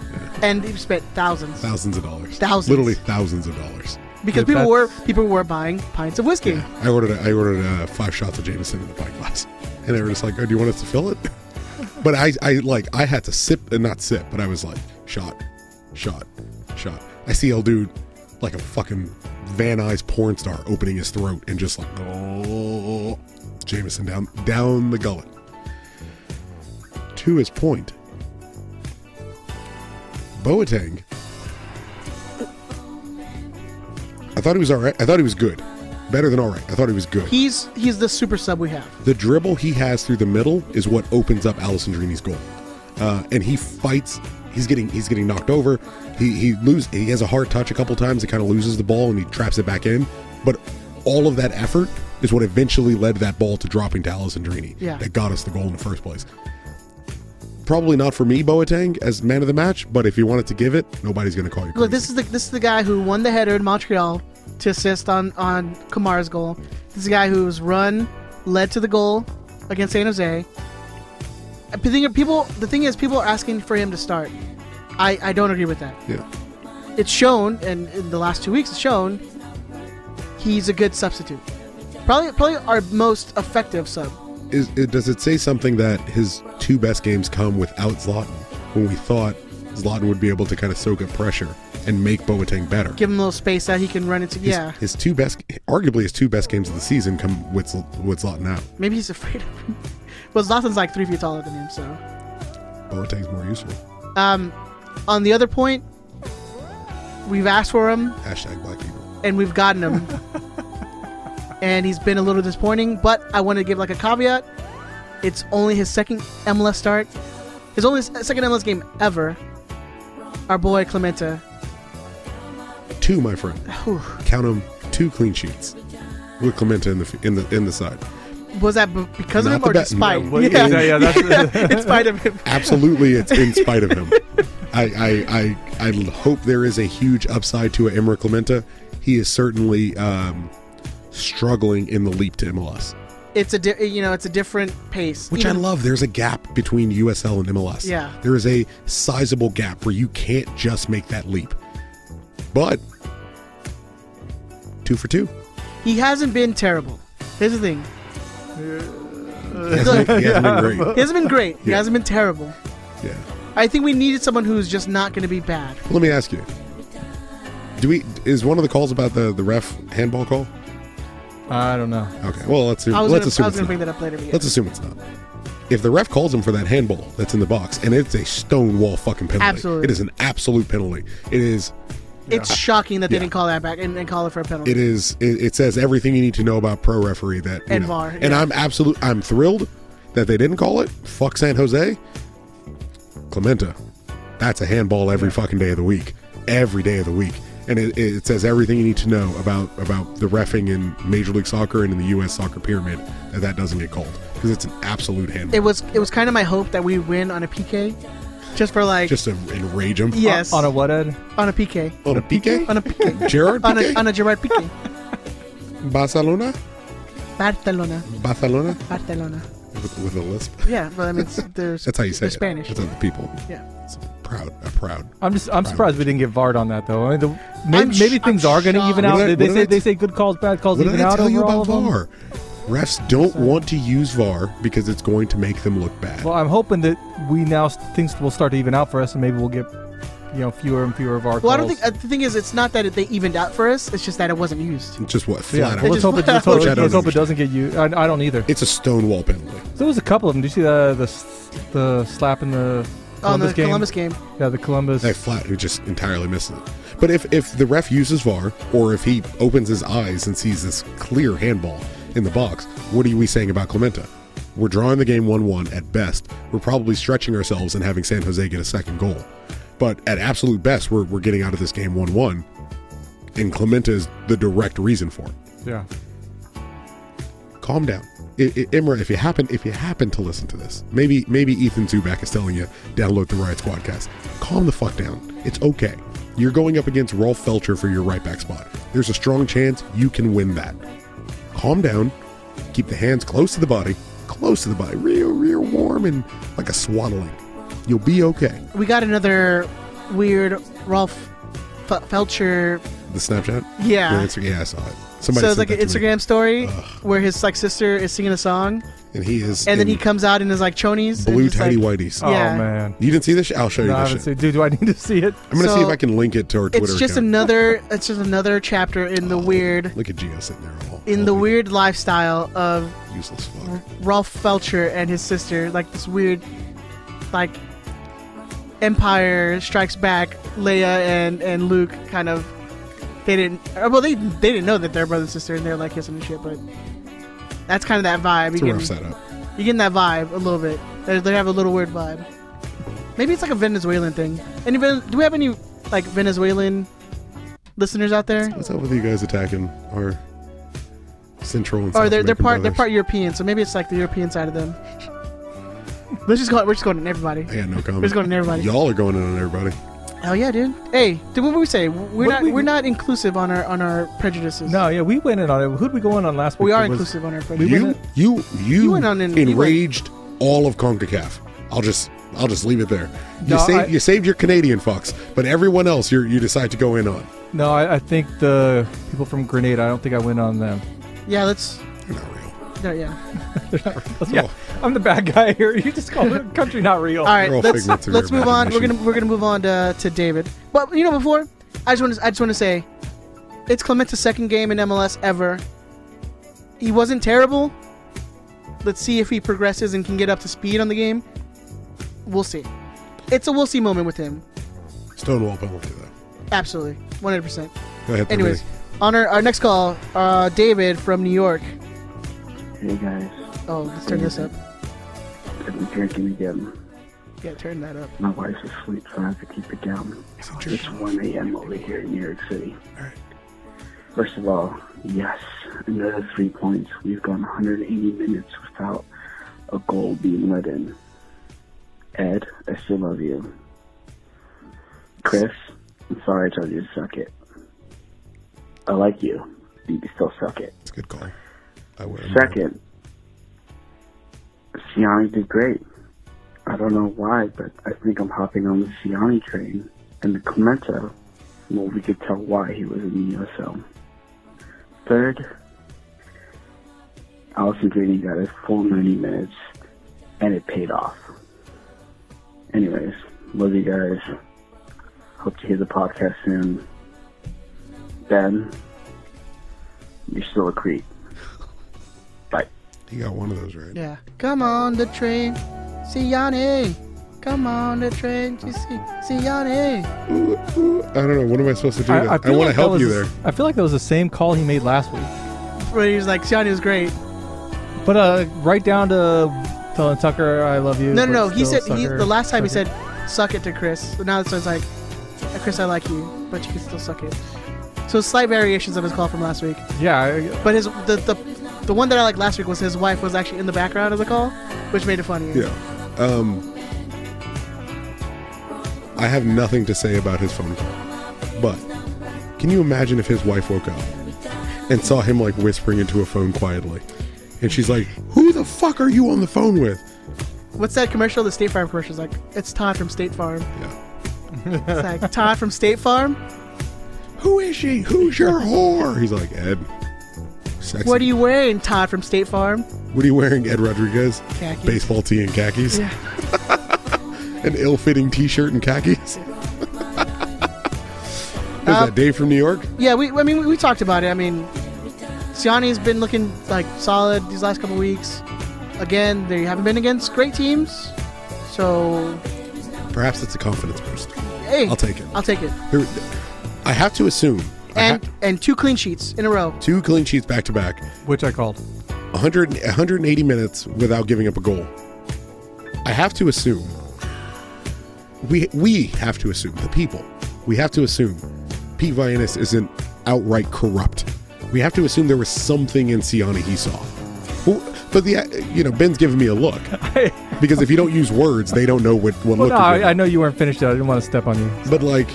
and he spent thousands
thousands of dollars.
Thousands.
Literally thousands of dollars.
because people were people were buying pints of whiskey.
I ordered I ordered uh, five shots of Jameson in the pint glass, and they were just like, "Oh, do you want us to fill it?" But I, I like I had to sip and not sip, but I was like, shot, shot, shot. I see El Dude like a fucking Van Nuys porn star opening his throat and just like, oh, Jameson down down the gullet. To his point, Boateng. I thought he was all right. I thought he was good, better than all right. I thought he was good.
He's he's the super sub we have.
The dribble he has through the middle is what opens up Alessandrini's goal, uh, and he fights. He's getting he's getting knocked over. He he lose. He has a hard touch a couple times. He kind of loses the ball and he traps it back in. But all of that effort is what eventually led that ball to dropping to Alessandrini.
Yeah.
that got us the goal in the first place. Probably not for me, Boateng, as man of the match. But if you wanted to give it, nobody's going to call you.
Look, this is the this is the guy who won the header in Montreal to assist on on Kamara's goal. This is the guy whose run led to the goal against San Jose. I think People, the thing is, people are asking for him to start. I I don't agree with that.
Yeah.
It's shown, and in the last two weeks, it's shown he's a good substitute. Probably probably our most effective sub.
is it, does it say something that his two best games come without Zlatan when we thought Zlatan would be able to kind of soak up pressure and make Boateng better?
Give him a little space that he can run into.
His-
Yeah.
His, two best, arguably his two best games of the season come with Zl- with Zlatan out.
Maybe he's afraid of him. But Zlatan's like three feet taller than him, so.
Boateng's more useful.
Um, on the other point, we've asked for him
Hashtag black people.
and we've gotten him, and he's been a little disappointing. But I want to give like a caveat: it's only his second MLS start, his only s- uh, second MLS game ever. Our boy Clementa,
Two, my friend.
Whew.
Count them two clean sheets with Clementa in the f- in the in the side.
was that b- because
Not
of him
the
or
be-
despite?
no. Yeah, yeah, that's-
in spite of him.
Absolutely, it's in spite of him. I, I, I, I hope there is a huge upside to Emre Clementa. He is certainly um, struggling in the leap to MLS,
It's a di- you know it's a different pace.
which I
Even-
love. There's a gap between USL and MLS.
Yeah.
There is a sizable gap where you can't just make that leap. But two for two.
He hasn't been terrible. Here's the thing.
He hasn't been- he hasn't been great.
He hasn't been great. He
Yeah.
hasn't been terrible.
Yeah.
I think we needed someone who's just not going to be bad.
Let me ask you. Do we is one of the calls about the the ref handball call?
I don't know.
Okay. Well, let's
I was
let's
gonna- I
assume
was
it's
gonna
not.
bring that up later, but yeah.
Let's assume it's not. If the ref calls him for that handball that's in the box and it's a stone wall fucking penalty,
Absolutely.
it is an absolute penalty. It is
It's shocking that they
Yeah.
didn't call that back and, and call it for a penalty.
it is it, it says everything you need to know about pro referee that you
And
know.
VAR,
and
yeah.
i'm absolute i'm thrilled that they didn't call it fuck san jose clementa that's a handball every fucking day of the week every day of the week and it, it says everything you need to know about about the refing in major league soccer and in the us soccer pyramid that that doesn't get called because it's an absolute handball
It was it was kind of my hope that we win on a PK, just for like
just to enrage him
Yes. On- on a
what ed
on a PK
on a PK
on a PK
Gerard
on a
PK?
on a Gerard PK
barcelona
Barcelona
barcelona
Barcelona.
with, with a lisp
Yeah, well, I mean it's, there's
that's how you say
they're
it
Spanish.
it's other people
Yeah.
it's proud a proud
I'm just I'm surprised we didn't get VARD on that though. I mean, the,
I'm
maybe, maybe
sh-
things
I'm
are going to
shocked.
even
What
out.
did I-
They, they
what
say
did I-
they say good calls, bad calls
What did
even
I
out
tell you
over all
about
of them.
VAR? Refs don't want to use VAR because it's going to make them look bad.
Well, I'm hoping that we now st- things will start to even out for us, and maybe we'll get you know fewer and fewer of our.
Well, I
calls.
don't think uh, the thing is it's not that it, they evened out for us. It's just that it wasn't used.
It's just what
Yeah,
flat out.
let's hope it, let's hope,
Which I
it-
don't
let's hope it
understand.
doesn't get you. I, I don't either.
It's a stonewall penalty.
There was a couple of them. Did you see the the, s- the slap in the Columbus
Oh, the
game?
Columbus game.
Yeah, the Columbus.
They flat who just entirely misses it. But if if the ref uses VAR or if he opens his eyes and sees this clear handball in the box, what are we saying about Clementa? We're drawing the game one-one at best. We're probably stretching ourselves and having San Jose get a second goal. But at absolute best, we're we're getting out of this game one-one, and Clementa is the direct reason for it.
Yeah.
calm down. I, I, Imra, if you happen if you happen to listen to this, maybe maybe Ethan Zubak is telling you download the Riot Squadcast. Calm the fuck down. It's okay. You're going up against Rolf Felcher for your right back spot. There's a strong chance you can win that. Calm down. Keep the hands close to the body, close to the body, real, real warm and like a swaddling. You'll be okay.
We got another weird Rolf F- Felcher.
The Snapchat.
Yeah.
The answer- yeah, I saw it. Somebody
so it's like
sent
an
that to me.
Instagram story where his like sister is singing a song,
and he is.
and then
in
he comes out in his like chonies,
blue
and just,
tidy
like,
whities.
Oh,
Yeah.
You didn't see this? shit? I'll show you
No, I
this.
haven't
shit.
seen- dude, do I need to see it?
I'm gonna
So,
see if I can link it to our Twitter.
It's just
account.
another. It's just another chapter in the weird,
Look at Gio sitting there, all
in the weird lifestyle of
useless fuck.
Rolf Felcher and his sister, like this weird, like Empire Strikes Back, Leia and and Luke kind of. They didn't. uh, Well, they they didn't know that they're brother and sister, and they're like kissing and shit. But that's kind of that vibe.
It's a
You're
rough
getting-
setup.
You're getting that vibe a little bit. They, they have a little weird vibe. Maybe it's like a Venezuelan thing. Any Ven- do we have any like Venezuelan listeners out there?
What's up with you guys attacking our Central and
Or
South
Oh, they're they're
American
part they're
brothers?
part European, so maybe it's like the European side of them. Let's just go. We're just going in everybody.
I got no comment.
We're just going in everybody.
Y'all are going in on everybody.
Hell yeah, dude. Hey, dude, what were we say? We're
What
not
do we-
we, are not inclusive on our on our prejudices.
No, yeah, we went in on it. Who'd we go in on last week?
We are
It was-
inclusive on our
We
prejudices.
went
You,
in-
you, you,
went on in- you went-
enraged all of Concacaf. I'll just, I'll just leave it there. You
No,
saved,
I-
you saved your Canadian fucks, but everyone else, you, you decide to go in on.
No, I, I think the people from Grenada. I don't think I went on them.
Yeah, let's.
They're not real.
There, yeah.
yeah, I'm the bad guy here. You just called the country not real.
All right, let's let's move on. We're gonna we're gonna move on to, to David. But you know, before I just want to I just want to say, it's Clementa's second game in MLS ever. He wasn't terrible. Let's see if he progresses and can get up to speed on the game. We'll see. It's a we'll see moment with him.
Stonewall penalty though.
Absolutely, one hundred percent.
Go ahead.
Anyways,
Anyways,
on our, our next call, uh, David from New York.
Hey guys,
Oh, let's turn this up.
I've been drinking again.
Yeah, turn that up.
My wife's asleep, so I have to keep it down. It's 1 a.m. over here in New York City. First of all, yes, another three points. We've gone 180 minutes without a goal being let in. Ed, I still love you. Chris, I'm sorry I told you to suck it. I like you, but you can still suck it.
it's a good call. I would.
Second, Siani did great. I don't know why, but I think I'm hopping on the Siani train and the Clemento Well, we could tell why he was in the USL. Third, Allison Grady got his full 90 minutes, and it paid off. Anyways, love you guys. Hope to hear the podcast soon. Ben, you're still a creep. Bye.
He got one of those right.
Yeah. Come on the train, see Yanni. Come on the train, you see, see Yanni.
I don't know. What am I supposed to do? now? I,
feel
want to
like that
help
was
you
the
there.
s- I feel like that was the same call he made last week.
But he was like, Siani was great.
But uh, right down to telling Tucker, I love you.
No, no, no.
but
He
still
said he,
sucker,
the last time he
sucker.
said, "Suck it to Chris." So now it's it's like, "Chris, I like you, but you can still suck it." So slight variations of his call from last week.
Yeah. I-
But his the the, the one that I liked last week was his wife was actually in the background of the call, which made it funnier.
Yeah. Um, I have nothing to say about his phone call, but can you imagine if his wife woke up and saw him like whispering into a phone quietly, and she's like, "Who the fuck are you on the phone with?"
What's that commercial? The State Farm commercial is like, "It's Todd from State Farm." Yeah. it's like Todd from State Farm.
Who is she? Who's your whore? He's like Ed. Sexy.
What are you wearing, Todd from State Farm?
What are you wearing, Ed Rodriguez?
Khakis.
Baseball tee and khakis. An ill-fitting T-shirt and khakis. Was
Uh,
that Dave from New York?
Yeah, we. I mean, we talked about it. I mean, Siani's been looking like solid these last couple weeks. Again, they haven't been against great teams, so
Perhaps it's a confidence boost.
hey,
I'll take it.
I'll take it.
Here- I have to assume
And and two clean sheets in a row.
two clean sheets back to back,
which I called
100, 180 minutes without giving up a goal. I have to assume we we have to assume the people. We have to assume Pete Vianis isn't outright corrupt. We have to assume there was something in Siani he saw. Who- But the you know Ben's giving me a look because if you don't use words, they don't know what what
Well,
look. you're
no, I,
giving.
I know you weren't finished yet. I didn't want to step on you.
But like,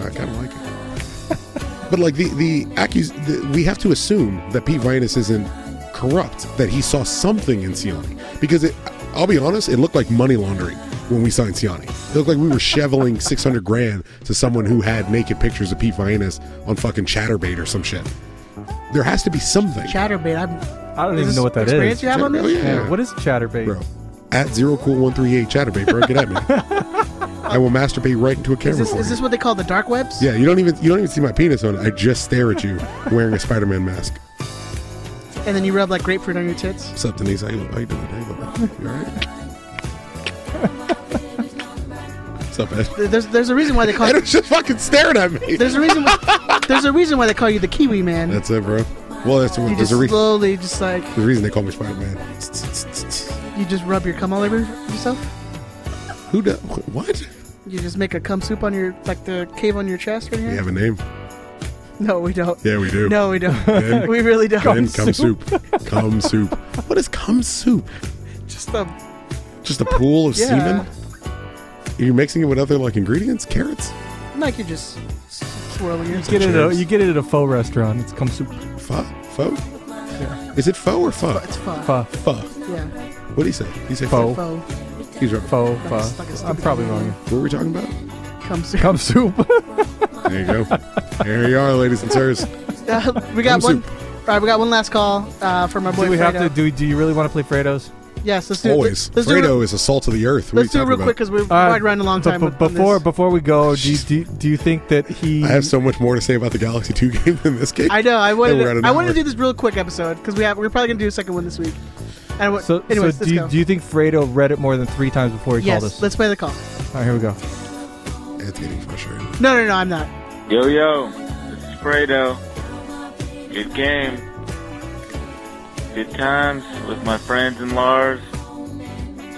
I kind of like it. but like the the, accus- the we have to assume that Pete Vianis isn't corrupt. That he saw something in Siani because it, I'll be honest, it looked like money laundering when we signed Siani. It looked like we were shoveling six hundred grand to someone who had naked pictures of Pete Vianis on fucking ChatterBait or some shit. There has to be something.
Chatterbait. I'm,
I don't
Is
even
this
know what that is.
experience you have on this?
Yeah.
what is chatterbait?
Bro. At zero cool one three eight chatterbait, bro, get at me. I will masturbate right into a
is
camera.
this
for
is
you.
this what they call the dark webs?
Yeah, you don't even you don't even see my penis on it. I just stare at you wearing a Spider-Man mask.
And then you rub like grapefruit on your tits.
What's up, Denise? How you, look- how you doing? How you looking? You all right? What's up, Ed?
There- There's there's a reason why they call.
Adam's just fucking staring at me.
There's a reason. Why, there's a reason why they call you the Kiwi Man.
That's it, bro. Well, that's
you
what,
just
there's a reason.
slowly just like
There's a reason they call me Spider-Man.
you just rub your cum all over yourself.
Who does what?
You just make a cum soup on your like the cave on your chest right here.
We have a name.
No, we don't.
Yeah, we do.
No, we don't.
Ben-
we really don't.
Ben, cum soup. Cum soup. What is cum soup?
Just a
Just a pool of
Yeah.
semen? Are you mixing it with other like ingredients? Carrots?
like you're just s- swirling it.
Get it at a, you get it at a faux restaurant. It's come soup.
Pho? Pho? Is it pho or pho?
It's pho.
Pho.
Pho.
Yeah.
What did he say? He said
Pho.
Pho.
He's right.
Faux,
Like a-
pho.
like a
I'm
stupid
probably
name.
wrong.
What were we talking about?
Cum soup.
Come soup.
There you go. there you are, ladies and sirs.
Uh, we got
Cum
one. All right, we got one last call uh, from our boy.
do we have to
Fredo.
do? Do you really want to play Fredo's?
Yes, let's do.
Always.
Let's, do,
Fredo is a salt of the earth. What
let's do
are
it
you
real
talking
quick
about?
because we're
Uh,
right around a long
but-
time.
but
on this.
before before we go, do you, do, you- do you think that he?
I have so much more to say about the Galaxy 2 game than this game.
I know. I
And
wanted.
we're out of
To, I wanted to
network.
do this real quick episode because we have. We're probably gonna do a second one this week. And what,
so,
anyways,
so
let's
do, you,
go.
do you think Fredo read it more than three times before he
yes,
called us?
let's play the call.
All right, here we go.
It's getting frustrating.
No, no, no, I'm not.
Yo, yo, this is Fredo. Good game. Good times with my friends and Lars.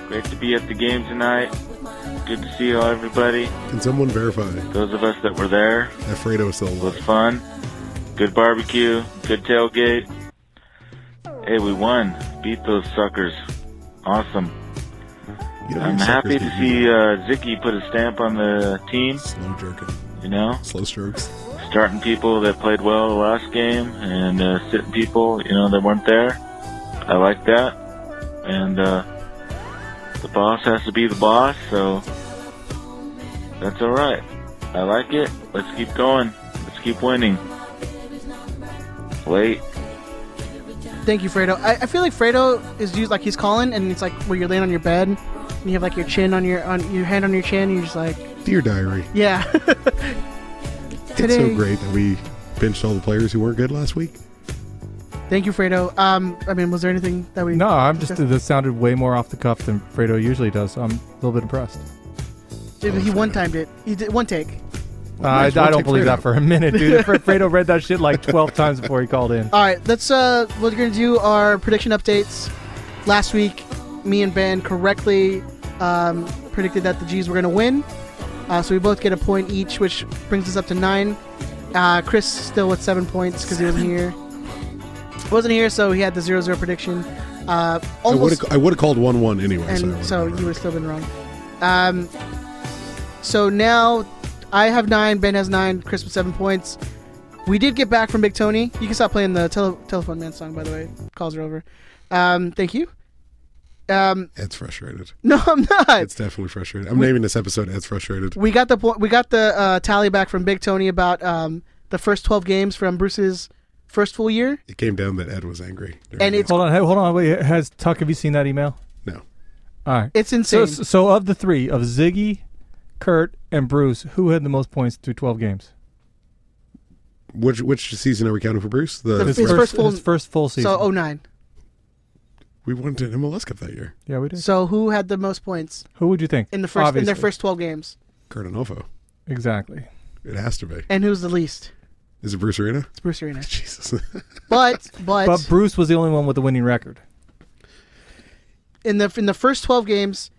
Great to be at the game tonight. Good to see all everybody.
Can someone verify that
Those of us that were there,
Fredo is still
it was fun. Good barbecue, good tailgate. Hey, we won. Beat those suckers. Awesome.
You know,
I'm
you
happy
suckers get
to see uh, Zicky put a stamp on the team.
Slow jerking.
You know?
Slow strokes.
starting people that played well the last game and uh, sitting people, you know, that weren't there. I like that. And uh, the boss has to be the boss, so that's all right. I like it. Let's keep going. Let's keep winning. Wait.
Thank you, Fredo. I, I feel like Fredo is used like he's calling, and it's like where you're laying on your bed, and you have like your chin on your on your hand on your chin, and you're just like,
Dear Diary.
yeah.
It's so
Today-
great that we benched all the players who weren't good last week.
Thank you, Fredo. Um, I mean, was there anything that we?
No, I'm just
discussed?
this sounded way more off the cuff than Fredo usually does. So I'm a little bit impressed.
he one timed it. He did one take.
Uh, I, I don't believe that for a minute, dude. Fre- Fredo read that shit like 12 times before he called in.
All right, let's. Uh, we're gonna do our prediction updates. Last week, me and Ben correctly um, predicted that the G's were gonna win, uh, so we both get a point each, which brings us up to nine. Uh, Chris still with seven points because he wasn't here. Wasn't here, so he had the zero zero prediction. Uh,
I would
almost,
have I would have called one one anyway. so I
and
would've-
so you would have still been wrong. Um, so now I have nine, Ben has nine, Chris with seven points. We did get back from Big Tony. You can stop playing the tele- Telephone Man song, by the way. Calls are over. Um, thank you. Um,
Ed's frustrated.
no, I'm not.
It's definitely frustrated. I'm naming this episode Ed's frustrated.
We got the po- we got the uh, tally back from Big Tony about um, the first twelve games from Bruce's first full year.
It came down that Ed was angry.
And it's-
hold on, hey, hold on. Wait, has Tuck? Have you seen that email?
No.
All right,
It's
So-
insane.
So, of the three of Ziggy, Kurt, and Bruce, who had the most points through 12 games?
Which which season are we counting for Bruce? The,
his first, full So oh, 09.
we won an MLS Cup that year.
Yeah, we did.
So who had the most points
Who would you think?
in the first in
Obviously.
their first twelve games?
Kurt Onofo.
Exactly.
It has to be.
And who's the least?
Is it Bruce Arena?
It's Bruce Arena.
Jesus.
But but,
But Bruce was the only one with the winning record.
in the in the first twelve games,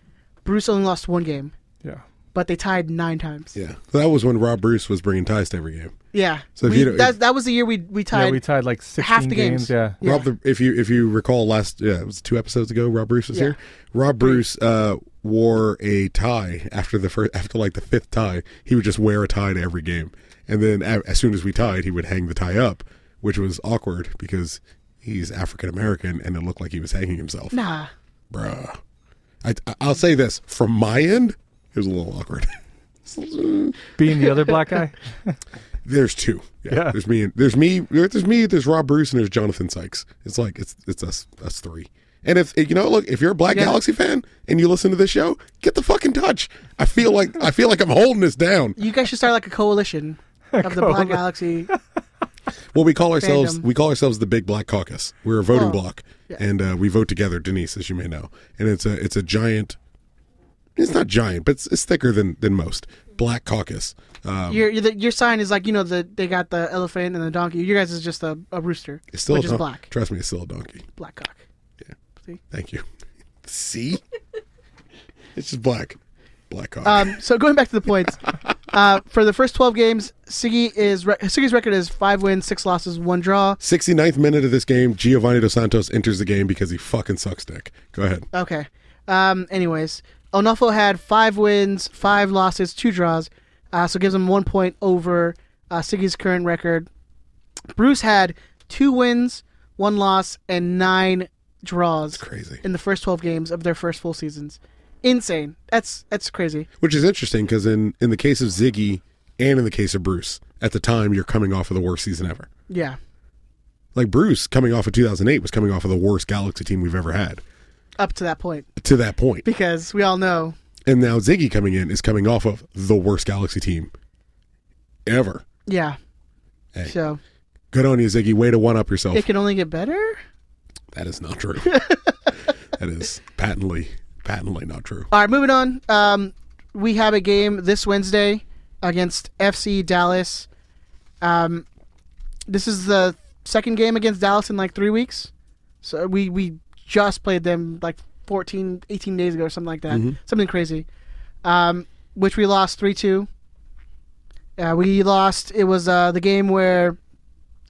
Bruce only lost one game.
Yeah.
But they tied nine times.
Yeah. That was when Rob Bruce was bringing ties to every game.
Yeah.
So if
we,
you don't-
that that was the year we we tied.
yeah, we tied like 16
half the games.
Yeah.
Rob, the, if you if you recall last yeah it was two episodes ago Rob Bruce was
Yeah.
here. Rob Bruce uh, wore a tie after the first after like the fifth tie he would just wear a tie to every game, and then a- as soon as we tied he would hang the tie up, which was awkward because he's African American and it looked like he was hanging himself.
Nah.
Bruh. I, I'll say this from my end it was a little awkward.
Being the other black guy.
There's two. Yeah.
Yeah.
There's me and there's me. There's me. There's Rob Bruce and there's Jonathan Sykes. It's like it's it's us us three. And if you know, look, if you're a Black
Yeah.
Galaxy fan and you listen to this show, get the fucking touch. I feel like I feel like I'm holding this down.
You guys should start like a coalition of the Black
Coalition.
Galaxy.
Well, we call ourselves
Fandom.
we call ourselves the Big Black Caucus. We're a voting
Oh,
block,
yeah.
and uh, we vote together. Denise, as you may know, and it's a it's a giant. It's not giant, but it's, it's thicker than than most. Black Caucus. Um,
your your- your sign is like you know the they got the elephant and the donkey. Your guys is just a, a rooster,
it's still
which
a
is
don-
black
Trust me, it's still a donkey.
black cock.
Thank you. See? it's just black. Black cock.
Um, so going back to the points, uh, for the first twelve games, Siggy is re- Siggy's record is five wins, six losses, one draw.
69th minute of this game, Giovanni Dos Santos enters the game because he fucking sucks dick. Go ahead.
Okay. Um. Anyways, Onofo had five wins, five losses, two draws, uh, so gives him one point over uh, Siggy's current record. Bruce had two wins, one loss, and nine draws.
crazy.
In the first twelve games of their first full seasons, insane. That's that's crazy.
Which is interesting because in, in the case of Ziggy and in the case of Bruce, at the time, you're coming off of the worst season ever.
Yeah.
Like Bruce, coming off of 2008, was coming off of the worst Galaxy team we've ever had
Up to that point,
to that point.
because we all know
And now Ziggy coming in is coming off of the worst Galaxy team ever.
Yeah.
Hey.
So
Good on you, Ziggy. Way to one up yourself.
it can only get better.
That is not true. that is patently, patently not true.
All right, moving on. Um, we have a game this Wednesday against FC Dallas. Um, this is the second game against Dallas in like three weeks. So we we just played them like 14, 18 days ago or something like that.
Mhm.
Something crazy. Um, which we lost 3 2. Uh, we lost. It was uh, the game where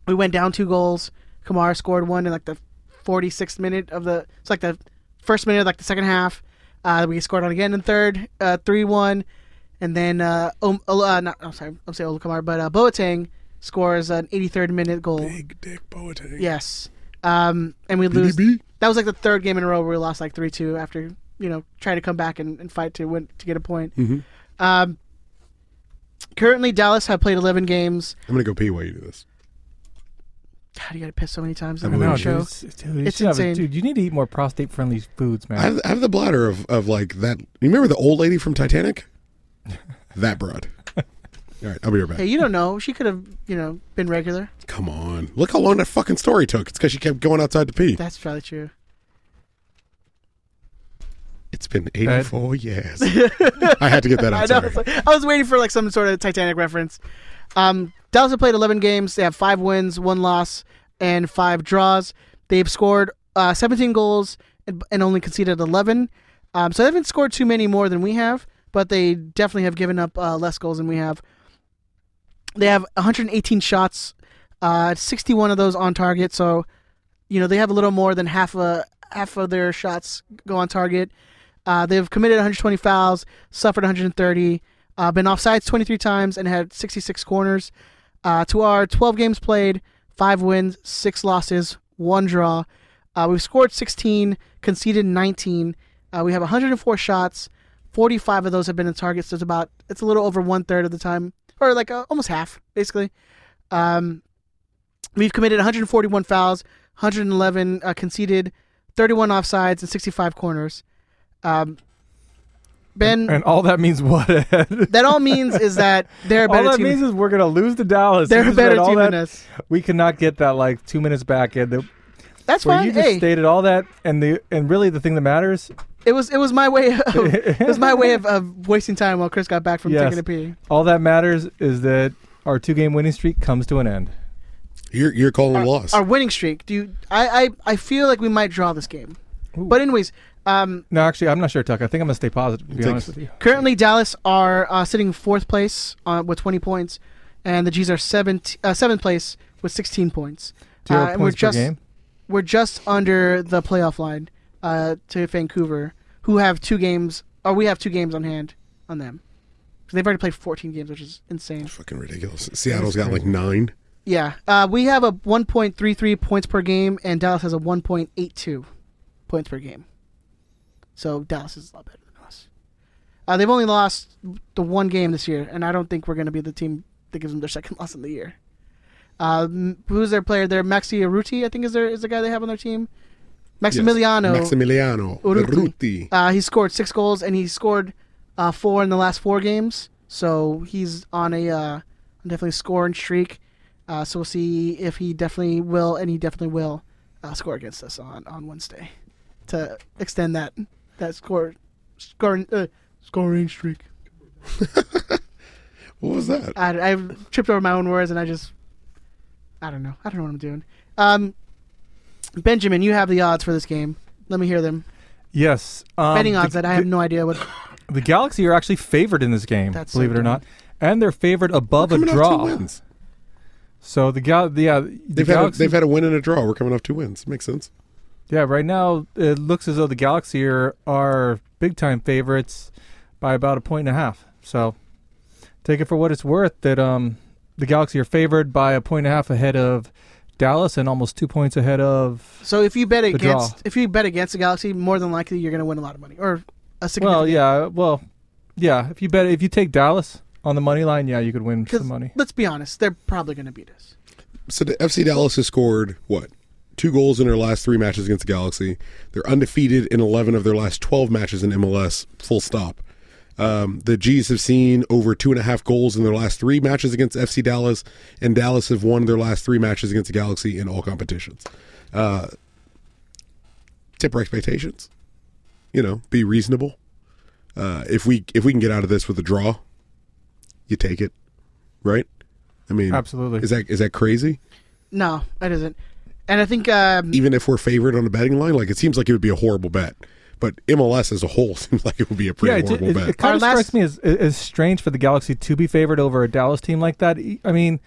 we went down two goals. Kamara scored one in like the 46th minute of the. It's like the first minute of like the second half. Uh, we scored on again in third, uh, three one, and then uh, um, Ola- uh not, I'm sorry, I'm saying Ola Kamara, but uh, Boateng scores an 83rd minute goal. Big
dick Boateng.
Yes, um, and we lose. That was like the third game in a row where we lost like three two after you know trying to come back and, and fight to win to get a point.
Mm-hmm.
Um, currently Dallas have played 11 games.
I'm gonna go pee while you do this.
God, you got to piss so many times
I
on the
believe
show.
you.
It's,
Dude, you should have a-
insane.
dude, you need to eat more prostate-friendly foods, man.
I have, I have the bladder of, of like that. You remember the old lady from Titanic? that broad. All right, I'll be right back.
Hey, you don't know. She could have, you know, been regular.
Come on, look how long that fucking story took. It's because she kept going outside to pee.
That's probably true.
It's been 84 years. I had to get that out.
I, know,
sorry.
it's like- I was waiting for like some sort of Titanic reference. Um, Dallas have played 11 games. They have five wins, one loss, and five draws. They've scored uh, 17 goals and, and only conceded 11. Um, so they haven't scored too many more than we have, but they definitely have given up uh, less goals than we have. They have 118 shots, uh, 61 of those on target. So, you know, they have a little more than half a half of their shots go on target. Uh, they've committed 120 fouls, suffered 130, uh, been offsides 23 times, and had 66 corners. Uh, to our 12 games played, five wins, six losses, one draw. Uh, we've scored 16, conceded 19. Uh, we have 104 shots. 45 of those have been in targets. There's about it's a little over one third of the time, or like uh, almost half, basically. Um, we've committed 141 fouls, 111 uh, conceded, 31 offsides, and 65 corners. Um, ben,
and all that means what? Ed?
that all means is that they're a
all
better
that
team.
means is we're gonna lose to Dallas.
They're
You
a
just
better
read all
team than
that-
us.
We cannot get that like two minutes back, Ed. The-
That's
where
fine.
You just
Hey.
stated all that, and the and really the thing that matters.
it was it was my way of it was my way of, of wasting time while Chris got back from
yes,
taking a pee.
all that matters is that our two game winning streak comes to an end.
You're you're calling
a loss.
Our winning streak. Do you, I, I I feel like we might draw this game. But anyways, um,
No, actually, I'm not sure, Tuck. I think I'm gonna stay positive. To be
Thanks.
honest with you.
Currently, Dallas are uh, sitting fourth place uh, with 20 points, and the G's are seventh uh, seventh place with 16 points.
Zero
uh, and we're
points per
just
game.
we're just under the playoff line uh, to Vancouver, who have two games, or we have two games on hand on them. So they've already played 14 games, which is insane.
Fucking ridiculous. Seattle's got like nine.
Yeah, uh, we have a 1.33 points per game, and Dallas has a 1.82 points per game. So Dallas is a lot better than us. Uh, they've only lost the one game this year, and I don't think we're going to be the team that gives them their second loss in the year. Uh, m- who's their player? Their Maxi Aruti, I think, is their is the guy they have on their team. Maximiliano.
Yes. Maximiliano.
Urruti.
Urruti.
Uh, he scored six goals, and he scored uh, four in the last four games. So he's on a uh, definitely scoring streak. Uh, so we'll see if he definitely will, and he definitely will uh, score against us on, on Wednesday to extend that that score scoring uh, scoring streak.
What was that?
I, I tripped over my own words, and I just I don't know. I don't know what I'm doing. Um, Benjamin, you have the odds for this game. Let me hear them.
Yes. Um,
Betting
the-
odds that I have no idea what.
The Galaxy are actually favored in this game,
That's so
believe it or
dumb.
not, and they're favored above a
coming off two
draw.
wins.
So the gal, the, uh, the
They've had, a,
Galaxy,
they've had a win and a draw. We're coming off two wins. Makes sense.
yeah. Right now, it looks as though the Galaxy are, are big time favorites by about a point and a half. So take it for what it's worth that um, the Galaxy are favored by a point and a half ahead of Dallas and almost two points ahead of.
So if you bet
The draw.
against if you bet against the Galaxy, more than likely you're going to win a lot of money or a significant.
Well, yeah, well, yeah. If you bet, if you take Dallas on the money line, yeah, you could win some money.
Let's be honest, they're probably going to beat us.
So the FC Dallas has scored what? Two goals in their last three matches against the Galaxy. They're undefeated in 11 of their last 12 matches in MLS, full stop. Um, the G's have seen over two and a half goals in their last three matches against FC Dallas, and Dallas have won their last three matches against the Galaxy in all competitions. Uh, temper expectations. You know, be reasonable. Uh, if we if we can get out of this with a draw, you take it, right? I mean,
Absolutely.
Is that is that crazy?
No, it isn't. And I think um,
even if we're favored on the betting line, like it seems like it would be a horrible bet. But MLS as a whole seems like it would be a pretty
yeah, it,
horrible
it,
bet.
it kind of strikes me as, as strange for the Galaxy to be favored over a Dallas team like that. E- I mean,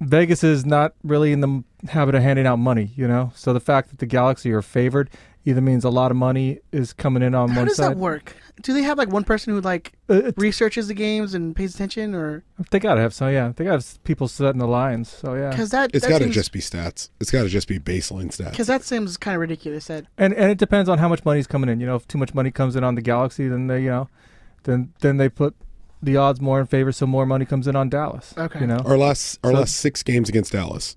Vegas is not really in the m- habit of handing out money, you know. So the fact that the Galaxy are favored either means a lot of money is coming in on
how
one
does
side. Uh,
that work? Do they have like one person who like researches the games and pays attention, or
They gotta have some, yeah. They gotta have s- people setting the lines. So yeah,
'Cause that-
it's
that
got to
seems-
just be stats. It's got to just be baseline stats.
because that seems kind of ridiculous? That
and and it depends on how much money's coming in. You know, if too much money comes in on the Galaxy, then they you know, then then they put the odds more in favor, so more money comes in on Dallas.
Okay.
You know,
Our last our
So-
last six games against Dallas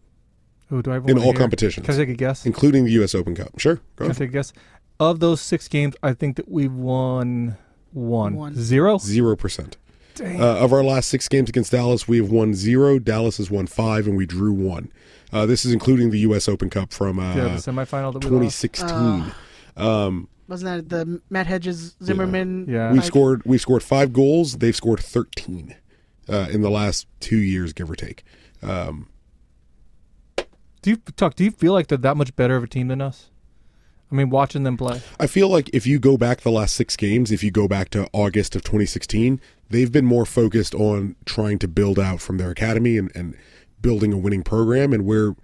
Ooh, do I
in all competitions.
Because I could guess.
including the U.S. Open Cup? Sure, go
Can I
ahead.
take a guess? Of those six games, I think that we won one.
One.
Zero?
Zero percent.
Dang.
Uh, of our last six games against Dallas, we have won zero. Dallas has won five, and we drew one. Uh, this is including the U.S. Open Cup from uh,
Yeah, the semifinal that we lost.
2016. um,
Wasn't that the Matt Hedges Zimmerman?
We've
like-
scored we've scored five goals. They've scored thirteen uh, in the last two years, give or take. Um,
Do you talk? Do you feel like they're that much better of a team than us? I mean, watching them play.
I feel like if you go back the last six games, if you go back to August of 2016, they've been more focused on trying to build out from their academy and, and building a winning program. And we're,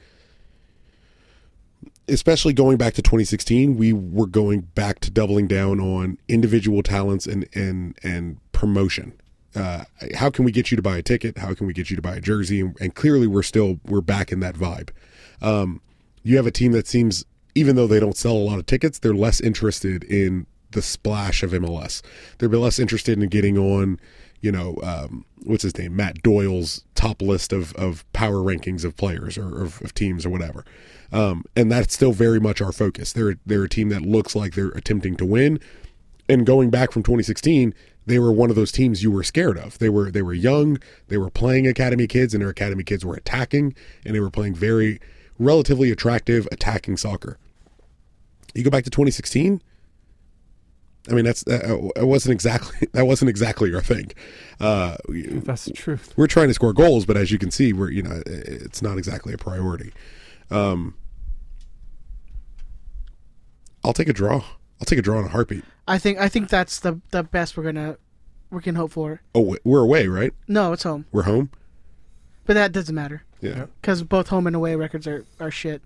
especially going back to 2016, we were going back to doubling down on individual talents and and and promotion. Uh, how can we get you to buy a ticket? How can we get you to buy a jersey? And, and clearly, we're still we're back in that vibe. Um, you have a team that seems, even though they don't sell a lot of tickets, they're less interested in the splash of MLS. They're less interested in getting on, you know, um, what's his name, Matt Doyle's top list of, of power rankings of players or of, of teams or whatever. Um, and that's still very much our focus. They're they're a team that looks like they're attempting to win. And going back from 2016, they were one of those teams you were scared of. They were they were young, they were playing academy kids, and their academy kids were attacking, and they were playing very relatively attractive attacking soccer. You go back to 2016, I mean, that's that, that wasn't exactly that wasn't exactly our thing. Uh,
that's the truth.
We're trying to score goals, but as you can see, we're you know it's not exactly a priority. Um, I'll take a draw. I'll take a draw in a heartbeat.
I think I think that's the the best we're gonna we can hope for.
Oh, we're away, right?
No, it's home,
We're home.
but that doesn't matter
Yeah.
because both home and away records are are shit.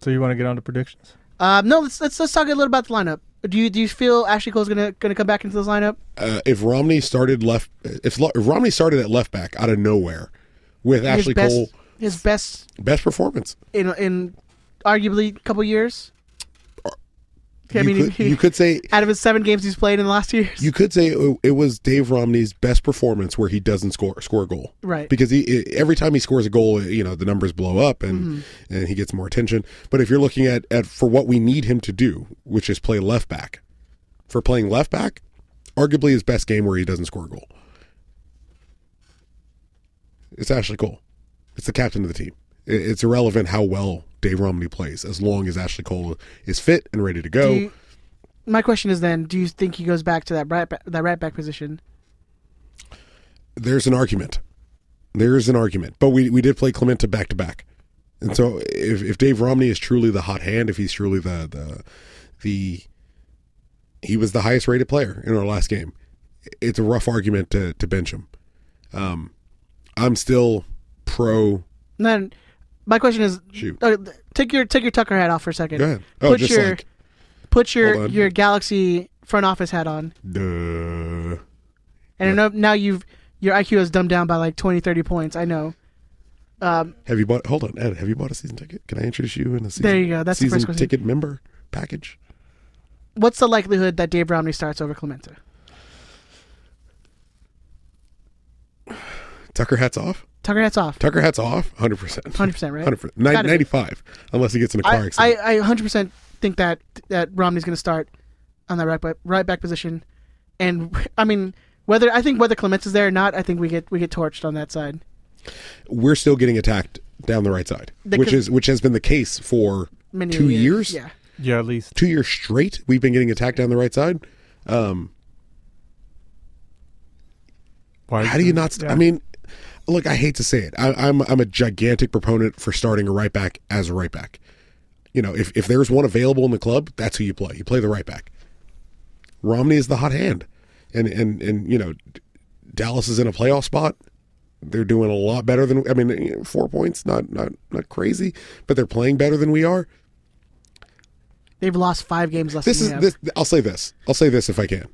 So you want to get on to predictions?
Um, no, let's let's let's talk a little about the lineup. Do you do you feel Ashley Cole's gonna gonna come back into this lineup?
Uh, if Romney started left, if, Lo- if Romney started at left back out of nowhere, with
his
Ashley
best,
Cole,
his best
best performance.
in in arguably a couple years. I mean,
you, could,
he-
you could say
out of his seven games he's played in the last year,
you could say it- it was Dave Romney's best performance where he doesn't score score a goal,
Right.
Because he every time he scores a goal, you know the numbers blow up and
Mhm.
and he gets more attention. But if you're looking at at for what we need him to do, which is play left back, for playing left back, arguably his best game where he doesn't score a goal. It's Ashley Cole. It's the captain of the team. I- It's irrelevant how well Dave Romney plays as long as Ashley Cole is fit and ready to
Do
go.
you- my question is then: Do you think he goes back to that right ba- that right back position?
there's an argument. There is an argument, but we we did play Clementa back to back, and so if if Dave Romney is truly the hot hand, if he's truly the the the he was the highest rated player in our last game, it's a rough argument to to bench him. Um, I'm still pro.
And then my question is:
Shoot.
okay, th- take your take your Tucker hat off for a second.
Go ahead. Oh,
put
just
your
like-
put
Hold
your
on.
your Galaxy front office hat on,
Duh.
and I know now you've your IQ is dumbed down by like 20, 30 points. I know. Um,
Have you bought? Hold on, Ed. Have you bought a season ticket? Can I introduce you in a season?
There you go. That's the
season
first question.
ticket member package.
what's the likelihood that Dave Romney starts over Clementa?
Tucker hats off.
Tucker hat's off.
Tucker hats off. Hundred percent.
100%, right?
Hundred percent.
Gotta be.
Ninety-five. Unless he gets in a car
I,
accident.
I, I 100% think that that Romney's going to start on that right back, right back position, and I mean whether I think whether Clements is there or not, I think we get we get torched on that side.
we're still getting attacked down the right side,
They
which
could-
is which has been the case for
Many
two
years,
years.
yeah.
Yeah, at least
two years straight. We've been getting attacked down the right side. Um,
Why?
How do you not? St- I mean, look, I hate to say it. I, I'm I'm a gigantic proponent for starting a right back as a right back. You know, if if there's one available in the club, that's who you play. You play the right back. Romney is the hot hand, and and and you know, D- Dallas is in a playoff spot. They're doing a lot better than I mean, four points, not not not crazy, but they're playing better than we are.
They've lost five games less.
This
than
is
we have.
this. I'll say this. I'll say this if I can.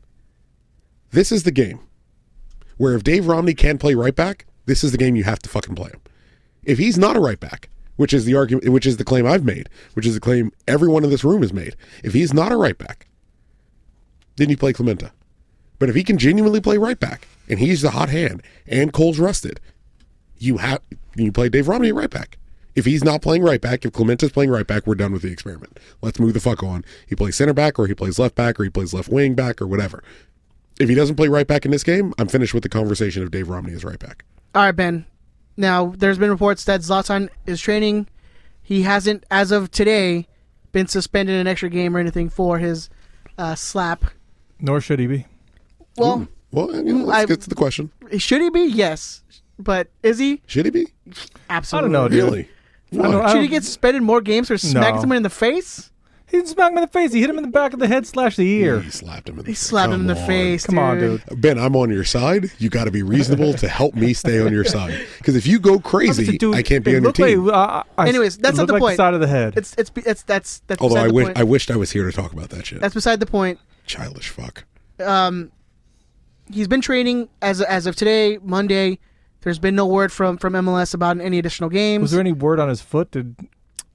This is the game where if Dave Romney can play right back, this is the game you have to fucking play him. If he's not a right back, which is the argument, which is the claim I've made, which is the claim everyone in this room has made. If he's not a right back, then you play Clementa. But if he can genuinely play right back and he's the hot hand and Cole's rusted, you have you play Dave Romney at right back. If he's not playing right back, if Clemente's playing right back, we're done with the experiment. Let's move the fuck on. He plays center back or he plays left back or he plays left wing back or whatever. If he doesn't play right back in this game, I'm finished with the conversation of Dave Romney as right back.
All right, Ben. Now, there's been reports that Zlatan is training. He hasn't, as of today, been suspended an extra game or anything for his uh, slap.
Nor should he be.
Well,
Hmm. well, you know, let's
I-
get to the question.
should he be? Yes. But is he?
Should he be?
Absolutely.
know, dude. Really? I don't- I
Should he
don't-
get suspended more games for smacking
No.
someone in the face?
He didn't smack him in the face. He hit him in the back of the head slash the ear. He
slapped him in
He slapped him in the face.
Come on, dude.
Ben, I'm on your side. You got to be reasonable to help me stay on your side. Because if you go crazy, I can't be on your team.
Anyways, that's not the point. It's
It's,
it's it's that's that's.
Although
beside
I
the
wish
point.
I wished I was here to talk about that shit.
That's beside the point.
Childish fuck.
Um, he's been training as as of today, Monday. There's been no word from from MLS about any additional games.
Was there any word on his foot? Did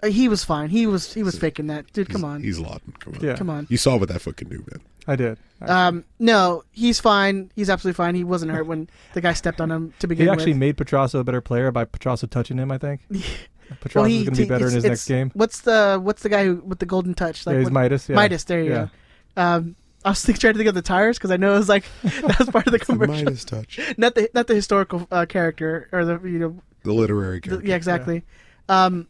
Uh, he was fine. He was he was faking that, dude. Come on.
He's Lawton. Come on.
Yeah. Come on.
You saw what that fucking do, Ben.
I did.
Um, no, he's fine. He's absolutely fine. He wasn't hurt when the guy stepped on him to begin
He actually
with.
made Petrasso a better player by Petrasso touching him. I think. Petrasso's
Well,
going to be
he-
better in
it's-
his
it's-
next game.
What's the what's the guy who, with the golden touch?
Yeah, he's
what-
Midas, yeah.
Midas. There you
Yeah.
go. Um, I was thinking- trying to think of the tires because I know it was like that was part of the commercial.
Midas touch.
Not the not the historical uh, character or the you know
The literary
the-
character.
yeah exactly. Um,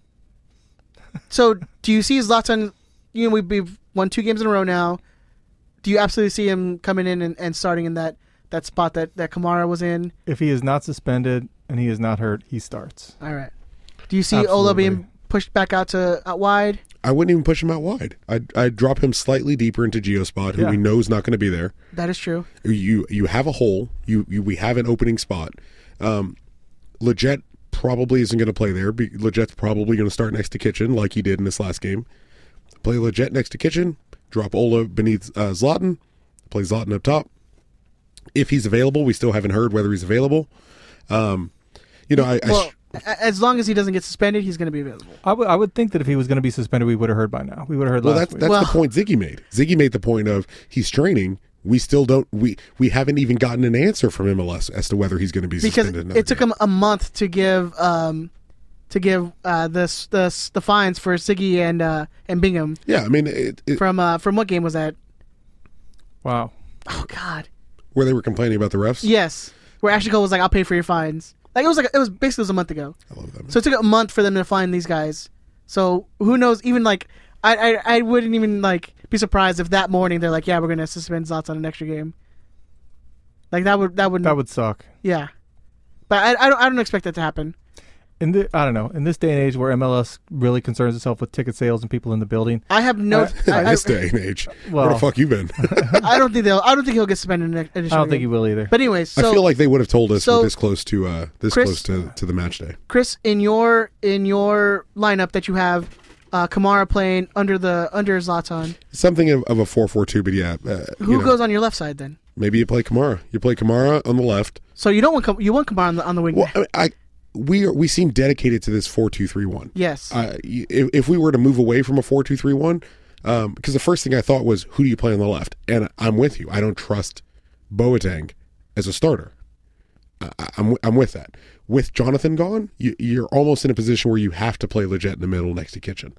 so do you see Zlatan? You know we- we've won two games in a row now. Do you absolutely see him coming in and, and starting in that that spot that that Kamara was in?
If he is not suspended and he is not hurt, he starts.
All right. Do you see Ola being pushed back out to out wide?
I wouldn't even push him out wide. I'd, I'd drop him slightly deeper into Geospot, who
Yeah.
we know is not going to be there.
That is true.
you you have a hole. You, you we have an opening spot. Um, Leggett probably isn't going to play there. Be, Leggett's probably going to start next to Kitchen like he did in this last game. Play Leggett next to Kitchen. Drop Ola beneath uh, Zlatan. Play Zlatan up top. If he's available, we still haven't heard whether he's available. Um, you know, I, I
well, a- as long as he doesn't get suspended, he's going to be available.
I would I would think that if he was going to be suspended, we would have heard by now. We would have heard
Well,
last
that's
week.
that's the point Ziggy made. Ziggy made the point of he's training. We still don't. We we haven't even gotten an answer from MLS as to whether he's going to be
because
suspended.
it took him a month to give um to give uh this the the fines for Siggy and uh and Bingham.
Yeah, I mean, it, it,
From uh from what game was that?
wow.
Oh God.
Where they were complaining about the refs.
Yes, where Ashley Cole was like, "I'll pay for your fines." Like it was like it was basically it was a month ago. I love that. So it took a month for them to find these guys. So who knows? Even like I I, I wouldn't even like be surprised if that morning they're like, "Yeah, we're going to suspend Zlatan an extra game." Like that would that would
That would suck.
yeah, but I, I don't I don't expect that to happen.
In the I don't know. In this day and age, where MLS really concerns itself with ticket sales and people in the building,
I have no. I, I,
this day and age, where
Well-
the fuck you been?
I don't think they'll. I don't think he'll get suspended. In an
I
additional
don't think
game.
he will either.
But anyways, so
I feel like they would have told us
so-
we're this close to uh, this
Chris-
close to, to the match day.
Chris, in your in your lineup that you have, uh, Kamara playing under the under Zlatan.
Something of, of a four four two, but yeah. Uh,
Who
you know,
goes on your left side then?
Maybe you play Kamara. You play Kamara on the left.
So you don't want Kam- you want Kamara on the on the wing.
Well, I, I we are we seem dedicated to this four two three one.
Yes.
Uh, y- if, if we were to move away from a four two three one, um, because the first thing I thought was who do you play on the left, and I'm with you. I don't trust Boateng as a starter. I, I- I'm wi- I'm with that. With Jonathan gone, you, you're almost in a position where you have to play Leggett in the middle next to Kitchen.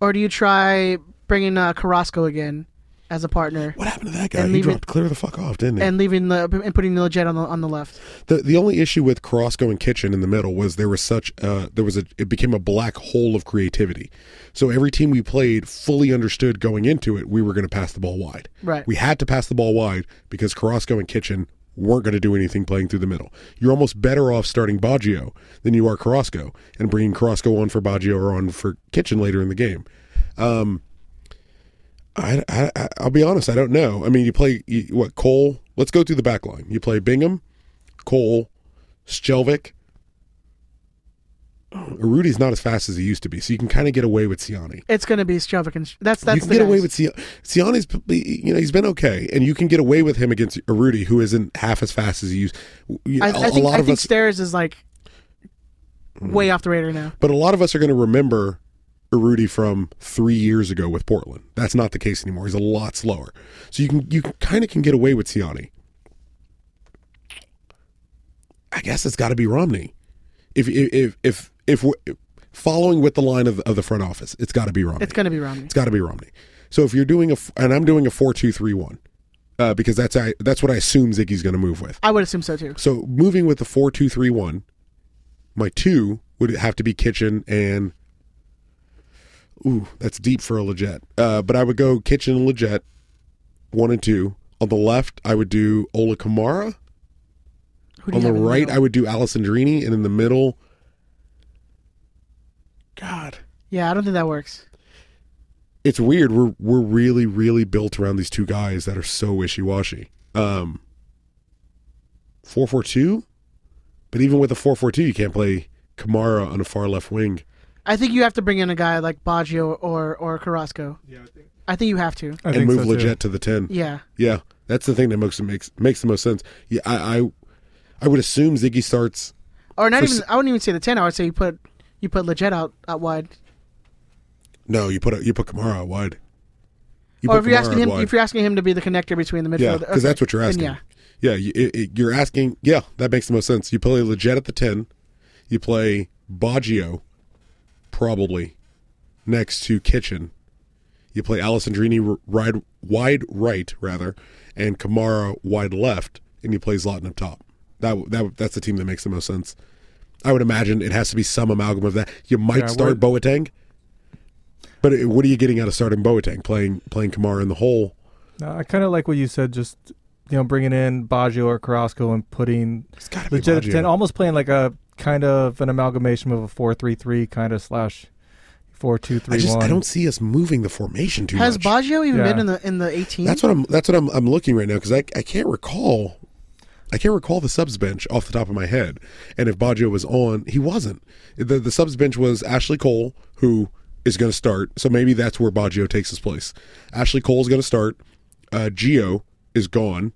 or do you try bringing uh, Carrasco again as a partner? What
happened to that guy?
And
he
leaving
dropped clear the fuck off, didn't he?
and leaving the and putting Leggett on the on the left.
The the only issue with Carrasco and Kitchen in the middle was there was such uh there was a it became a black hole of creativity. So every team we played fully understood going into it we were going to pass the ball wide.
Right.
We had to pass the ball wide because Carrasco and Kitchen weren't going to do anything playing through the middle. You're almost better off starting Baggio than you are Carrasco and bringing Carrasco on for Baggio or on for Kitchen later in the game. Um, I, I, I- I'll be honest. I don't know. I mean, you play you, what Cole. Let's go through the back line. You play Bingham, Cole, Shelvick. Rudy's not as fast as he used to be, so you can kind of get away with Siani.
It's going to be Strovic and that's that's
you can
the
get
guys.
away with Siani. Siani's, you know, he's been okay, and you can get away with him against Rudy, who isn't half as fast as he used. You know,
I,
a
I think
lot
I
of
think
us, Hmm.
Stairs is like way off the radar now.
but a lot of us are going to remember Joker Rudy from three years ago with Portland. That's not the case anymore. He's a lot slower. So you can you kind of can get away with Siani. I guess it's got to be Romney. If if if if, if we're, following with the line of, of the front office, it's got to be Romney.
It's gonna be Romney.
It's got to be Romney. So if you're doing a f- and I'm doing a four two three one, uh, because that's I that's what I assume Ziggy's going to move with.
I would assume so too.
So moving with the four two three one, my two would have to be Kitchen and. Ooh, that's deep for a Leggett. Uh, but I would go Kitchen and Leggett, one and two. On the left, I would do Ola Kamara.
Who do
On
you
the
have in
right,
middle?
I would do Alessandrini, and in the middle, God.
Yeah, I don't think that works.
it's weird. We're we're really really built around these two guys that are so wishy washy. Um, four four two, but even with a four four two, you can't play Kamara on a far left wing.
I think you have to bring in a guy like Baggio or or Carrasco. Yeah, I think. I think you have to.
and move Leggett to the ten.
Yeah.
yeah, that's the thing that makes makes makes the most sense. Yeah, I I, I would assume Ziggy starts.
Or not
for
even.
s-
I wouldn't even say the ten. I would say you put you put Leggett out out wide.
No, you put a, you put Kamara out wide. You
or
put
if you're
Kamara
asking
out
him,
wide.
if you're asking him to be the connector between the midfield,
Yeah, because that's what you're asking.
Yeah,
yeah, you, it, it- you're asking. Yeah, that makes the most sense. You play Leggett at the ten. You play Baggio, probably next to Kitchen. You play Alessandrini r- ride wide right rather, and Kamara wide left, and you play Zlatan up top. That that that's the team that makes the most sense. I would imagine it has to be some amalgam of that. You might
Yeah,
start Boateng, but it- what are you getting out of starting Boateng? Playing playing Kamara in the hole.
No, I kind of like what you said. Just you know, bringing in Baggio or Carrasco and putting
be
legit at
Baggio.
ten, almost playing like a kind of an amalgamation of a four-three-three kind of slash four-two-three-one.
I just I don't see us moving the formation too
Has
much.
Baggio even
Yeah.
been in the in the eighteen?
That's what I'm. That's what I'm. I'm looking right now because I I can't recall. I can't recall the subs bench off the top of my head. And if Baggio was on, he wasn't. The the subs bench was Ashley Cole, who is going to start. So maybe that's where Baggio takes his place. Ashley Cole's going to start. Uh, Gio is gone,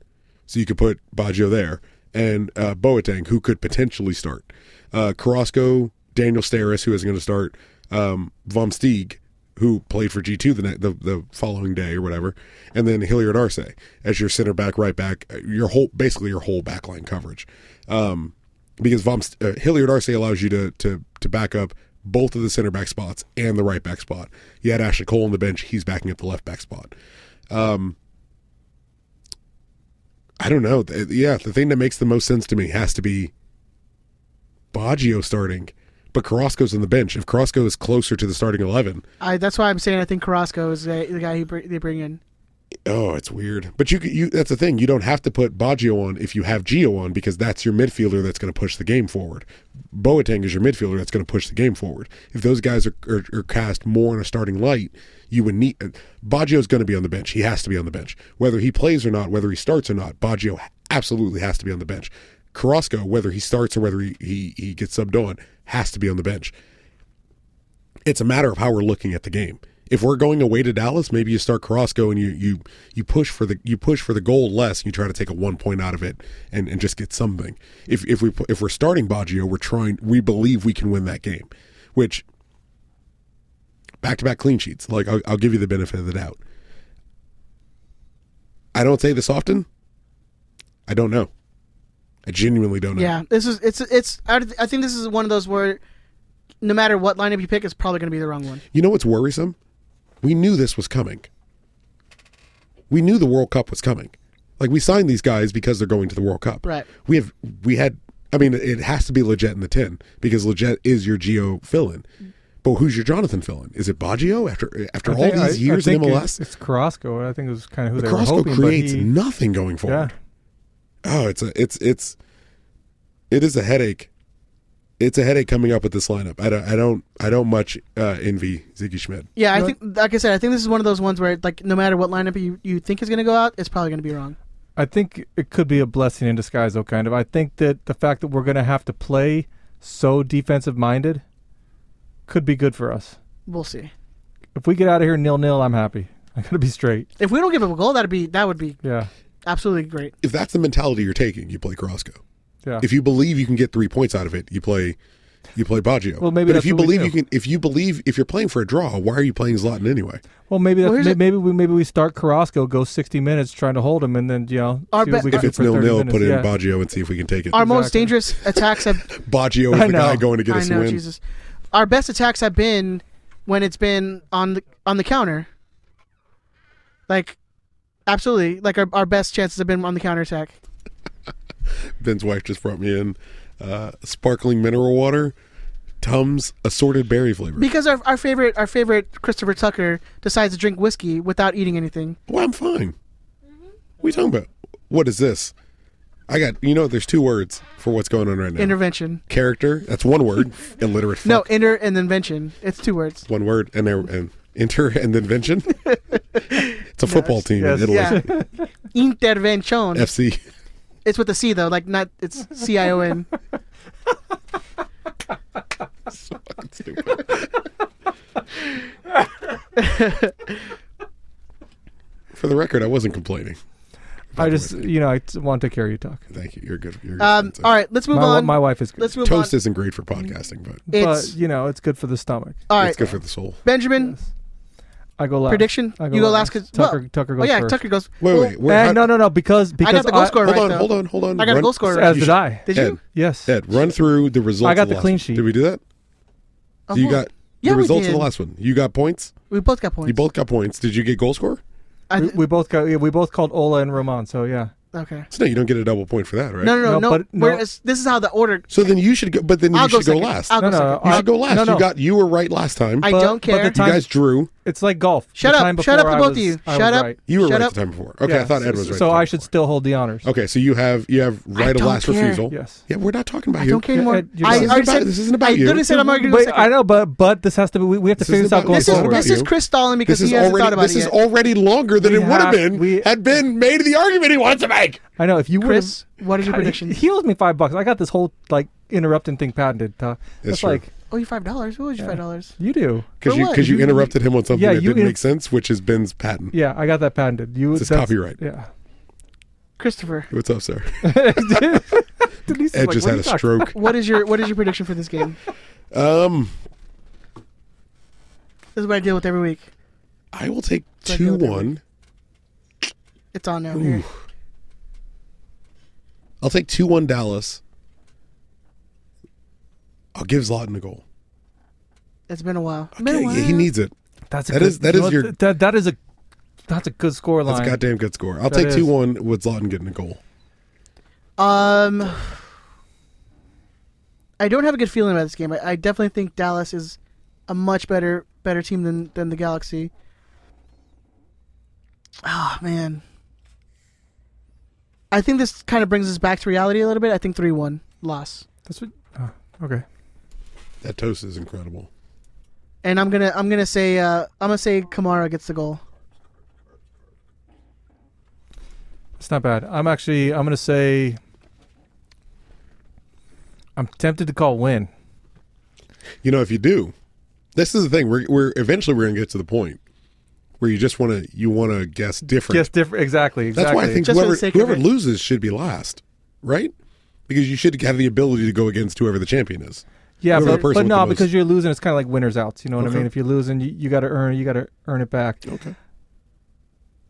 so you could put Baggio there and uh, Boateng, who could potentially start. Uh, Carrasco, Daniel Steris, who is going to start. Um, Vom Stieg, who played for G2 the, ne- the the following day or whatever, and then Hilliard Arce as your center back, right back, your whole basically your whole backline coverage, um, because Vom, uh, Hilliard Arce allows you to to to back up both of the center back spots and the right back spot. You had Ashley Cole on the bench; he's backing up the left back spot. Um, I don't know. Th- Yeah, the thing that makes the most sense to me has to be Baggio starting, but Carrasco's on the bench. If Carrasco is closer to the starting eleven.
I, that's why I'm saying I think Carrasco is the, the guy he br- they bring in.
Oh, it's weird. But you, could- you that's the thing. You don't have to put Baggio on if you have Gio on because that's your midfielder that's going to push the game forward. Boateng is your midfielder that's going to push the game forward. If those guys are, are, are cast more in a starting light, you would need Baggio's going to be on the bench. He has to be on the bench. Whether he plays or not, whether he starts or not, Baggio absolutely has to be on the bench. Carrasco, whether he starts or whether he, he, he gets subbed on, has to be on the bench it's a matter of how we're looking at the game. If we're going away to Dallas, maybe you start Carrasco and you you you push for the you push for the goal less and you try to take a one point out of it and, and just get something. If if we pu- if we're starting Baggio, we're trying we believe we can win that game, which back to back clean sheets. Like I'll, I'll give you the benefit of the doubt. I don't say this often. I don't know. I genuinely don't know.
Yeah, this is it's it's. I, I think this is one of those where, no matter what lineup you pick, it's probably going to be the wrong one.
You know what's worrisome? We knew this was coming. We knew the World Cup was coming. Like we signed these guys because they're going to the World Cup.
Right.
We have we had I mean it has to be legit in the 10 because legit is your Geo fill-in. But who's your Jonathan fill-in? Is it Baggio after after
I
all
think- I-
these years
I
in
think it-
MLS?
It's Carrasco. I think it was kind of who
But
they
Carrasco
were hoping.
creates
but he,
nothing going forward. Oh, it's a it's it's it is a headache. It's a headache coming up with this lineup. I don't I don't I don't much uh, envy Ziggy Schmidt.
Yeah, I think like I said, I think this is one of those ones where like no matter what lineup you, you think is going to go out, it's probably going to be wrong.
I think it could be a blessing in disguise, though. Kind of. I think that the fact that we're going to have to play so defensive minded could be good for us.
We'll see.
If we get out of here nil nil, I'm happy. I gotta be straight.
If we don't give up a goal, that'd be that would be
Yeah.
absolutely great.
if that's the mentality you're taking, you play Carrasco.
Yeah.
If you believe you can get three points out of it, you play You play Baggio.
Well, maybe
But
that's
if you
what we
believe
do.
you can, if you believe if you're playing for a draw, why are you playing Zlatan anyway?
Well, maybe
Well,
that's,
here's
may-
a-
maybe we maybe we start Carrasco, go sixty minutes trying to hold him, and then you know
Our
see what
be-
we
If
can
it's
do for
nil
30
nil,
minutes.
put it
yeah.
in Baggio and see if we can take it.
Our most dangerous attacks have
Baggio is
I
the
know.
guy going to get
I
us a
know,
win.
Jesus. Our best attacks have been when it's been on the on the counter. Like, absolutely. Like our, our best chances have been on the counter attack.
Ben's wife just brought me in uh, sparkling mineral water, Tums assorted berry flavor.
Because our, our favorite our favorite Christopher Tucker decides to drink whiskey without eating anything.
Well, I'm fine. What are you talking about? What is this? I got you know. There's two words for what's going on right now.
Intervention.
Character. That's one word. Illiterate. fuck.
No, inter and invention. It's two words.
One word and, there- and inter and invention. it's a football team in Italy.
Yeah. Intervention.
FC.
It's with a C though, like not it's C I O N.
For the record, I wasn't complaining.
I just you know I t- want to hear you talk.
Thank you. You're good. You're good.
Um, all right, let's move
My-
on.
my wife is good.
Let's move
Toast
on.
isn't great for podcasting, but
It's-
but you know it's good for the stomach.
All right.
it's good for the soul.
Benjamin,
I go last.
prediction.
I
you go last because
Tucker, Tucker goes
Oh yeah,
first.
Tucker goes.
Wait,
Well,
wait. wait, how-
Eh, no, no, no. Because because
I got the goal scorer
Hold
right
on,
though.
hold on, hold on.
I got
Run-
the goal scorer right.
As did I.
Did
Ed,
you?
Yes.
Ed, run through the results.
I got
of
the
last
clean
one.
sheet.
Did we do that?
Oh,
you
hold on.
got
Yeah,
the
we
results of
did.
the last one. You got points.
We both got points.
You both got points. Did you get goal score?
I-
we, we both got yeah, we both called Ola and Roman. So yeah.
Okay.
So no, you don't get a double point for that, right?
No, no, no,
No,
no.
but- no.
Whereas this is how the order.
So then you should go. But then
I'll
you
go
should go,
second.
last.
I'll go
No, no,
second.
you
I-
should go last.
no, no.
You got. You were right last time.
I
But-
don't
but the
care. You
you
time-
guys drew.
It's like golf.
Shut
The
up.
time
Shut up
before
to
I
both
was-
of you.
I
Shut
was
up.
right.
You were
Shut
right
up.
the time before. Okay,
Yeah,
I thought Ed
so-
was right. the
So
time
I should still hold the honors.
before. Okay, so you have you have right of
don't
last
care.
refusal.
Yes.
Yeah, we're not talking about
I
you.
don't care anymore.
Ed, you're
I
done.
already
This isn't
said
about- this isn't about
I
you.
literally said I'm arguing.
Wait,
second.
I know, but but this has to be. We, we have to
This is
figure this out
about-
going
This is
forward.
about
this
you.
is Chris stalling because
This is
he hasn't
already
thought about
this
it
is
yet.
already longer than
We
it would have
have-
been
we-
had Ben made the argument he wanted to make.
I know. If you would
Chris, what is your prediction?
He owes me five bucks. I got this whole like interrupting thing patented. Uh, that's
true.
like
Oh, you five dollars. What was your five dollars?
you do.
Because
For
you
what?
because you,
You-
interrupted him on something
yeah,
that
you
didn't
in-
make sense, which is Ben's patent.
Yeah, I got that patented. You
This is
that's-
copyright.
Yeah.
Christopher,
What's up, sir?
Denise
Ed
is like,
just
"What are
had
you
a
talking
stroke.
what is your what is your prediction for this game?
Um,
This is what I deal with every week.
I will take
I deal
two
with it.
one.
It's on now. Here.
I'll take two one Dallas. I'll give Zlatan a goal.
It's been a while. Been a
Yeah,
while.
yeah, he needs it.
That's a
That
good,
is- that
you
is
know what?
your-
that that is a that's a good score
That's
line.
a goddamn good score. I'll
That
take
is.
two one with Zlatan getting a goal.
Um, I don't have a good feeling about this game. I, I definitely think Dallas is a much better better team than than the Galaxy. Oh man, I think this kind of brings us back to reality a little bit. I think three one loss,
That's what. oh, okay.
That toast is incredible.
and I'm gonna I'm gonna say uh, I'm gonna say Kamara gets the goal.
It's not bad. I'm actually. I'm gonna say. I'm tempted to call win.
You know, if you do, this is the thing. We're we're eventually we're gonna get to the point where you just want to you want to guess different.
Yes, different. Exactly.
That's
Exactly.
why I think
Just for the
whoever,
sake of
whoever
it.
loses should be last, right? Because you should have the ability to go against whoever the champion is.
Yeah,
whoever
but,
the person
but
with
no,
the most-
because you're losing. It's kind of like winners outs. You know what
Okay.
I mean? If you're losing, you, you got to earn. You got to earn it back.
Okay.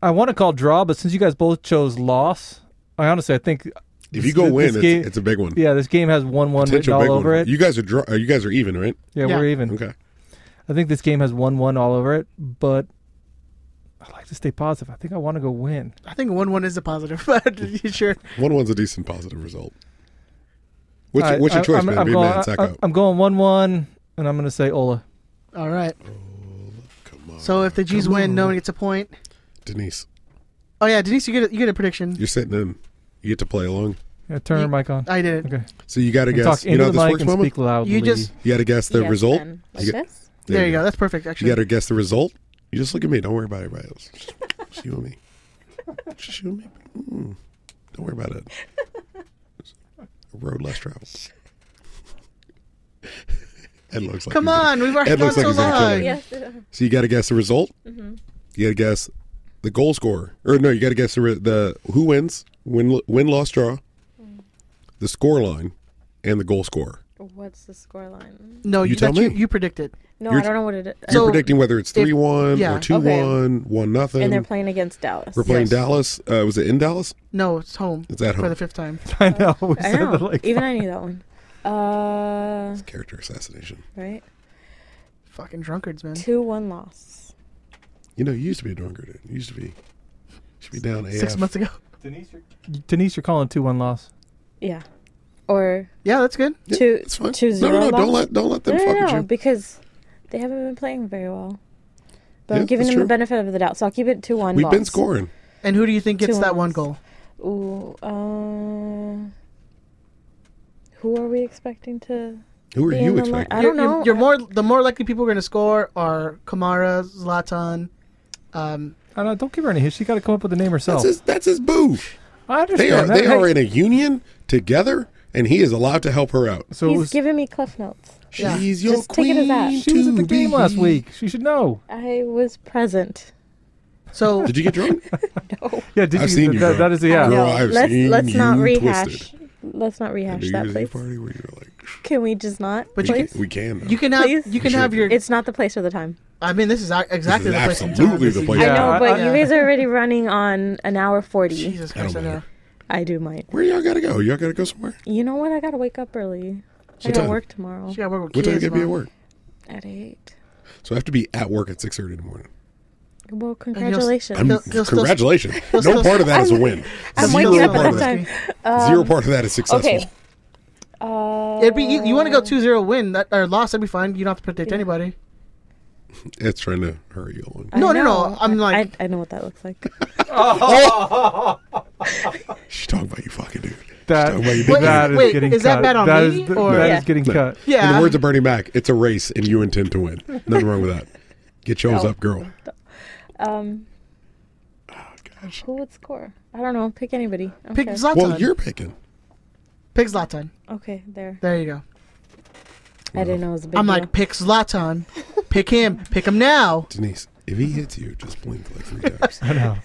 I want to call draw, but since you guys both chose loss, I honestly I think
If
this-
you go
this
win, it's,
game-
it's a big one.
yeah, this game has one one written
Potential big
all
one.
over it.
You guys are draw, uh, you guys are even, right?
yeah,
Yeah.
we're even.
Okay.
I think this game has one one all over it, but I like to stay positive. I think I want to go win.
I think one one is a positive, but you sure?
One one's a decent positive result. What's,
All
your
right,
what's your
I-
choice,
I'm,
man?
I'm
Be a
going, uh,
man, sack
I,
up.
am going one one, and I'm going to say Ola.
All right.
Come on,
So if the G's
Come
win, no
on.
one gets a point.
Denise,
Oh yeah, Denise, you get a, you get a prediction.
you're sitting in. You get to play along.
Yeah, turn
You-
your mic on.
I did. it.
Okay.
So you got to
And talk
guess. You
into
know how
the
this
mic
works,
and
Mama?
speak loudly.
just-
You got to guess the
Yes,
result.
then.
You
Like
got-
this?
There, you go. That's perfect.
You
Actually,
got to guess the result. You just look at me. Don't worry about everybody else. Just, just you and me. Just you and me. Mm. Don't worry about it. A road less traveled. Ed looks like
Come
he's gonna-
on, we've already
Ed
gone
looks like
so
he's gonna kill
long.
me. So you got to guess the result.
Mm-hmm.
You got to guess the goal scorer, or no, you got to guess the, re- the who
Mm.
wins, win, win, loss, draw, the score line, and the goal scorer.
What's the scoreline?
No,
You
you,
tell
that you,
me.
you predicted.
No, I
You're-
don't know what it is.
You're predicting whether it's
if-
three one
yeah.
or two
Okay.
one, one nothing.
And they're playing against Dallas.
We're playing Dallas. Uh, was it in Dallas?
No, it's home.
It's at
for
home.
the fifth time.
I know. we
I
said
know.
it like
Even I knew that one. Uh,
Character assassination.
right?
Fucking drunkards, man.
2 1 loss.
You know, you used to be a drunkard. You used to be. Should be down AF.
Six months ago.
Denise, you're calling two one loss.
Yeah. Or.
Yeah, that's good.
Two, two zero.
no, don't
loss.
let- don't let them
no,
fuck
no,
with
no,
you.
Because they haven't been playing very well. But
Yeah,
I'm giving
that's
them
true.
the benefit of the doubt, so I'll keep it 2 1.
We've been scoring.
And who do you think gets
Two
that
ones.
one goal?
Ooh, uh, who are we expecting to?
Who
be in the line? I don't
You're- you're-
know.
You're more the more likely people are going to score are Kamara, Zlatan. Um,
I don't, don't give her any hits. She got to come up with a name herself.
That's his. That's his boo.
I understand.
They are.
that.
They
Hey,
are in a union together, and he is allowed to help her out.
So
He's giving me cliff notes.
She's
your Just take it as that.
She was at the game last week. She should know.
I was present.
So
did you get drunk?
Yeah, did
I've
you?
seen you
that-
drunk.
that is yeah.
Girl, I've
let's
seen
let's not
you
rehash.
twisted.
Let's not rehash
New
that,
Year's
please.
Eve party where you're like,
Can we just not,
But you
please?
can- we can. Though.
you can have you can have your.
It's not the place or the time.
I mean, this is ac- exactly
is
the place. and
absolutely
time.
the place.
I
Yeah,
know,
I-
but
I-
you guys are already running on an hour forty.
Jesus
I don't
Christ, I know.
matter.
I do mine.
Where y'all gotta go? Y'all gotta go somewhere.
You know what? I gotta wake up early. I
What
gotta
time?
work tomorrow
She got work with
What time
kids,
you gotta be
man.
at work?
at eight.
So I have to be at work at six thirty in the morning.
Well,
he'll-
congratulations.
I'm,
he'll still-
congratulations.
he'll
no
still-
part of that is a win.
I'm
Zero
waking up
part
at
of
that time.
that-
Um,
Zero part of that is successful.
Okay. Uh,
It'd be you, you want to go 2-0 win that or loss. That'd be fine. You don't have to predict anybody.
It's trying to hurry you along.
I
No, no,
know.
no. I'm like
I know what that looks like.
She's talking about you fucking dude.
That,
She's talking about you, big
that
dude.
is
wait,
getting
is that
cut.
bad on
That
me,
is-
or-
that
Yeah.
is getting
No.
cut.
In
Yeah.
the words of Bernie Mac, it's a race and you intend to win. Nothing wrong with that. Get yours
No.
up, girl.
Um, Who would score? I don't know. Pick anybody. I'm
pick
sure.
Zlatan.
Well, you're picking.
pick Zlatan.
Okay, there.
There you go.
I didn't know it was a big
I'm
deal.
like pick Zlatan. pick him. Pick him now.
Denise, if he hits you, just blink like three times.
I know.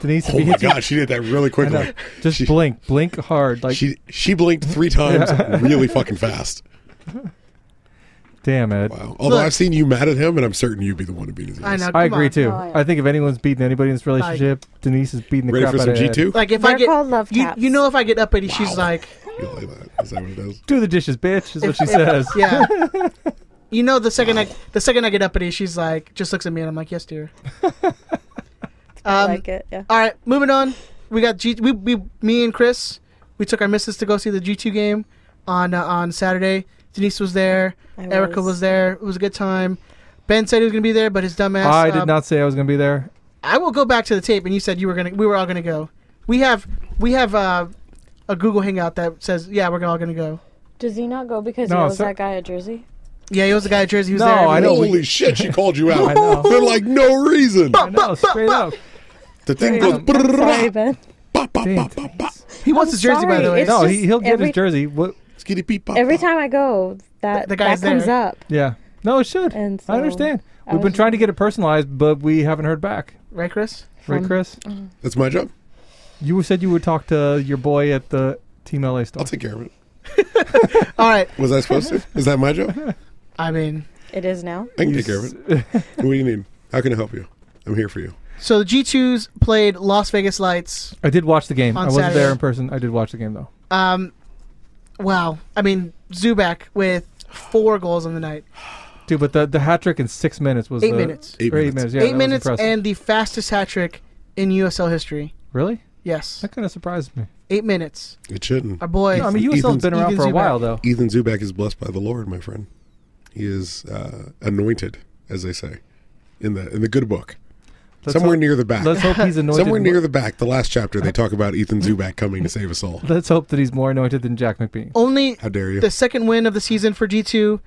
Denise, if
oh
he
my
hits you-
God, she did that really
I know.
quickly.
just blink, blink hard. Like
She she blinked three times
Yeah.
really fucking fast.
damn it.
Wow. Although
Look.
I've seen you mad at him, and I'm certain you'd be the one to beat his ass.
I know.
I
Uh, come
agree
on.
too.
Oh, yeah.
I think if anyone's beating anybody in this relationship, Denise is beating the
Ready
crap
for
out
some
of
G
Ed.
two?
Like if I
They're
get
called love
you,
taps.
you know if I get uppity, she's
Wow.
like
You like that? Is that what it does?
Do the dishes, bitch. Is what she says.
yeah. You know the second I the second I get uppity, she's like just looks at me and I'm like yes dear.
I
Um,
like it. Yeah.
All right, moving on. We got G. We, we me and Chris. We took our missus to go see the G two game on uh, on Saturday. Denise was there.
I
Erica was there. It was a good time. Ben said he was gonna be there, but his dumbass.
I did
um,
not say I was going to be there.
I will go back to the tape, and you said you were gonna. We were all gonna go. We have we have uh, a Google Hangout that says yeah, we're all gonna go.
Does he not go because
No,
he was
so-
that guy at Jersey?
Yeah, he was the guy at Jersey. He was
No,
there.
I know.
Holy shit, she called you
I
out
know.
for like no reason.
I know, straight up.
The thing goes.
I'm sorry, Ben.
Ba, ba,
Damn,
ba, ba, ba.
He wants
I'm
his jersey, by
sorry,
the way.
it's
No,
just
he, he'll get
every-
his jersey. What?
Skitty beep, ba,
Every
ba.
time I go, that
The
that
guy's
comes
there.
up.
Yeah. No, it should.
And so
I understand.
I
We've been
was-
trying to get it personalized, but we haven't heard back.
Right, Chris?
Right,
From- Oh.
Chris?
That's my job.
You said you would talk to your boy at the Team LA store.
I'll take care of it.
All right.
Was I supposed to? Is that my job? I
I mean,
It is now.
can take care of it. What do you need? How can I help you? I'm here for you.
so the G twos played Las Vegas Lights.
I did watch the game.
On
I wasn't
Saturday.
there in person. I did watch the game, though.
Um, wow. I mean, Zubac with four goals on the night,
Dude, but the, the hat trick in six minutes was
Eight
uh,
minutes.
Eight
or
minutes.
Yeah, that
eight
was
minutes,
impressive.
and the fastest hat trick in USL history.
really
Yes,
that kind of surprised me.
eight minutes.
It shouldn't.
Our boy.
No, I mean
Ethan's-
USL's been around
Ethan
for a
Zubac.
while though.
Ethan Zubak is blessed by the Lord, my friend. He is uh, anointed, as they say, in the in the good book.
Let's
Somewhere
hope-
near the back.
Let's hope he's anointed.
Somewhere
more-
near the back, the last chapter, they talk about Ethan Zubak coming to save us all.
Let's hope that he's more anointed than Jack McBean.
Only
How dare you?
the second win of the season for G two,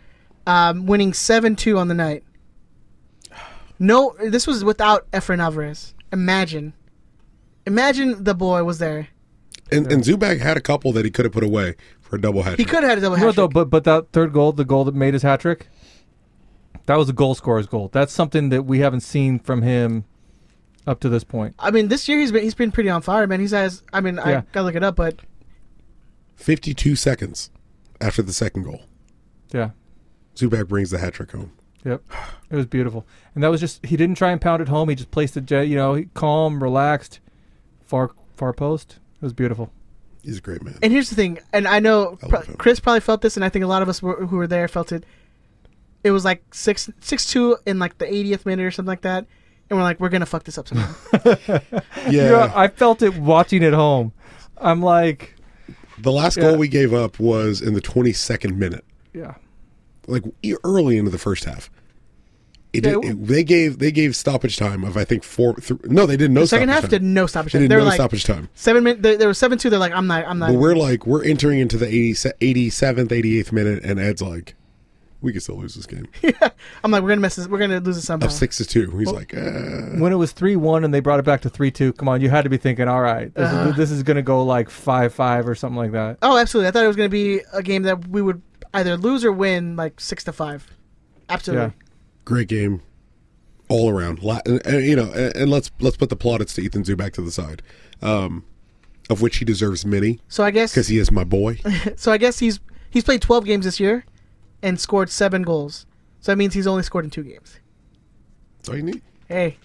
um, winning seven two on the night. No, this was without Efren Alvarez. Imagine, imagine the boy was there.
And, and Zubak had a couple that he could have put away for a double hat
He
trick.
could have had a double
You know
hat
what though?
trick.
But but that third goal, the goal that made his hat trick, that was a goal scorer's goal. That's something that we haven't seen from him up to this point.
I mean, this year he's been he's been pretty on fire, man. He says, I mean, I
Yeah.
gotta look it up, but
52 seconds. after the second goal.
Yeah.
Zubac brings the hat trick home.
Yep. It was beautiful. And that was just he didn't try and pound it home. He just placed it, you know, calm, relaxed, far far post. It was beautiful.
He's a great man.
And here's the thing, and I know pro- Chris probably felt this, and I think a lot of us were, who were there felt it. It was like six six two in like the 80th minute or something like that, and we're like, we're gonna fuck this up somehow.
Yeah. I felt it watching it home. I'm like,
The last
Yeah.
goal we gave up was in the 22nd minute,
yeah.
like e- early into the first half. It,
Yeah,
did- it- they gave they gave stoppage time of I think four. Th- no, they didn't. No
the second
stoppage
half
time.
did no stoppage
They
time.
did
They were
no
like
stoppage time.
seven minutes. There was seven two. They're like, I'm not. I'm not.
But we're like we're entering into the 80, 87th, 88th minute, and Ed's like, we could still lose this game
I'm like, we're gonna mess this. We're gonna lose it somehow.
up six to two. He's like, eh.
When it was three one and they brought it back to three two, come on, you had to be thinking, all right, this,
Uh-huh.
is, this is gonna go like five five or something like that.
Oh, absolutely. I thought it was gonna be a game that we would either lose or win, like six to five. Absolutely.
great game all around. La- and, and, you know, and, and let's let's put the plaudits to Ethan Zubak to the side, um, of which he deserves many.
So I guess-
because he is my boy.
so I guess he's he's played 12 games this year and scored seven goals. So that means he's only scored in two games.
That's all you need.
Hey,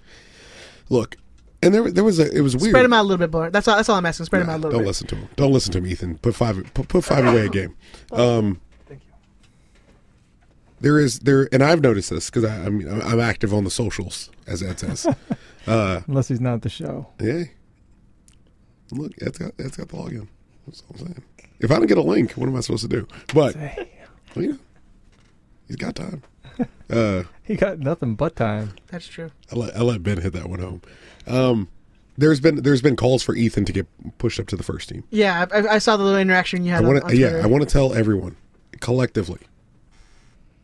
Look, and there there was a it was weird.
spread him out a little bit more. That's all. That's all I'm asking. Spread him out a little
Don't
bit.
listen to him. Don't listen to him, Ethan. Put five put, put five away a game. Um, There is there, and I've noticed this because I'm I'm active on the socials, as Ed says. uh,
Unless he's not at the show.
yeah. Look, Ed's got Ed's got the login. That's all I'm saying. If I don't get a link, what am I supposed to do? But well, you know, he's got time. Uh,
he got nothing but time.
That's true.
I let, I let Ben hit that one home. Um, there's been there's been calls for Ethan to get pushed up to the first team.
Yeah, I, I- I saw the little interaction you
I
had. on-
want
on
to yeah,
Twitter.
I want to tell everyone collectively.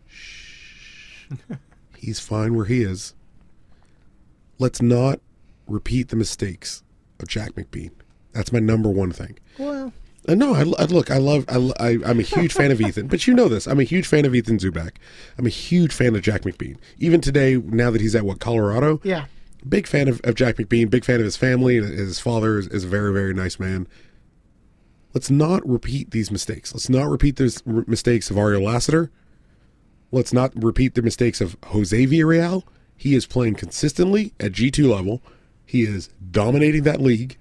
Shh. He's fine where he is. Let's not repeat the mistakes of Jack McBean. That's my number one thing.
Well,
Uh, no, I, I look. I love. I, lo- I, am a huge fan of Ethan, but you know this. I'm a huge fan of Ethan Zubak. I'm a huge fan of Jack McBean. Even today, now that he's at what Colorado,
yeah,
big fan of, of Jack McBean. Big fan of his family. and His father is, is a very, very nice man. Let's not repeat these mistakes. Let's not repeat those r- mistakes of Ario Lassiter. Let's not repeat the mistakes of Jose Villarreal. He is playing consistently at G2 level. He is dominating that league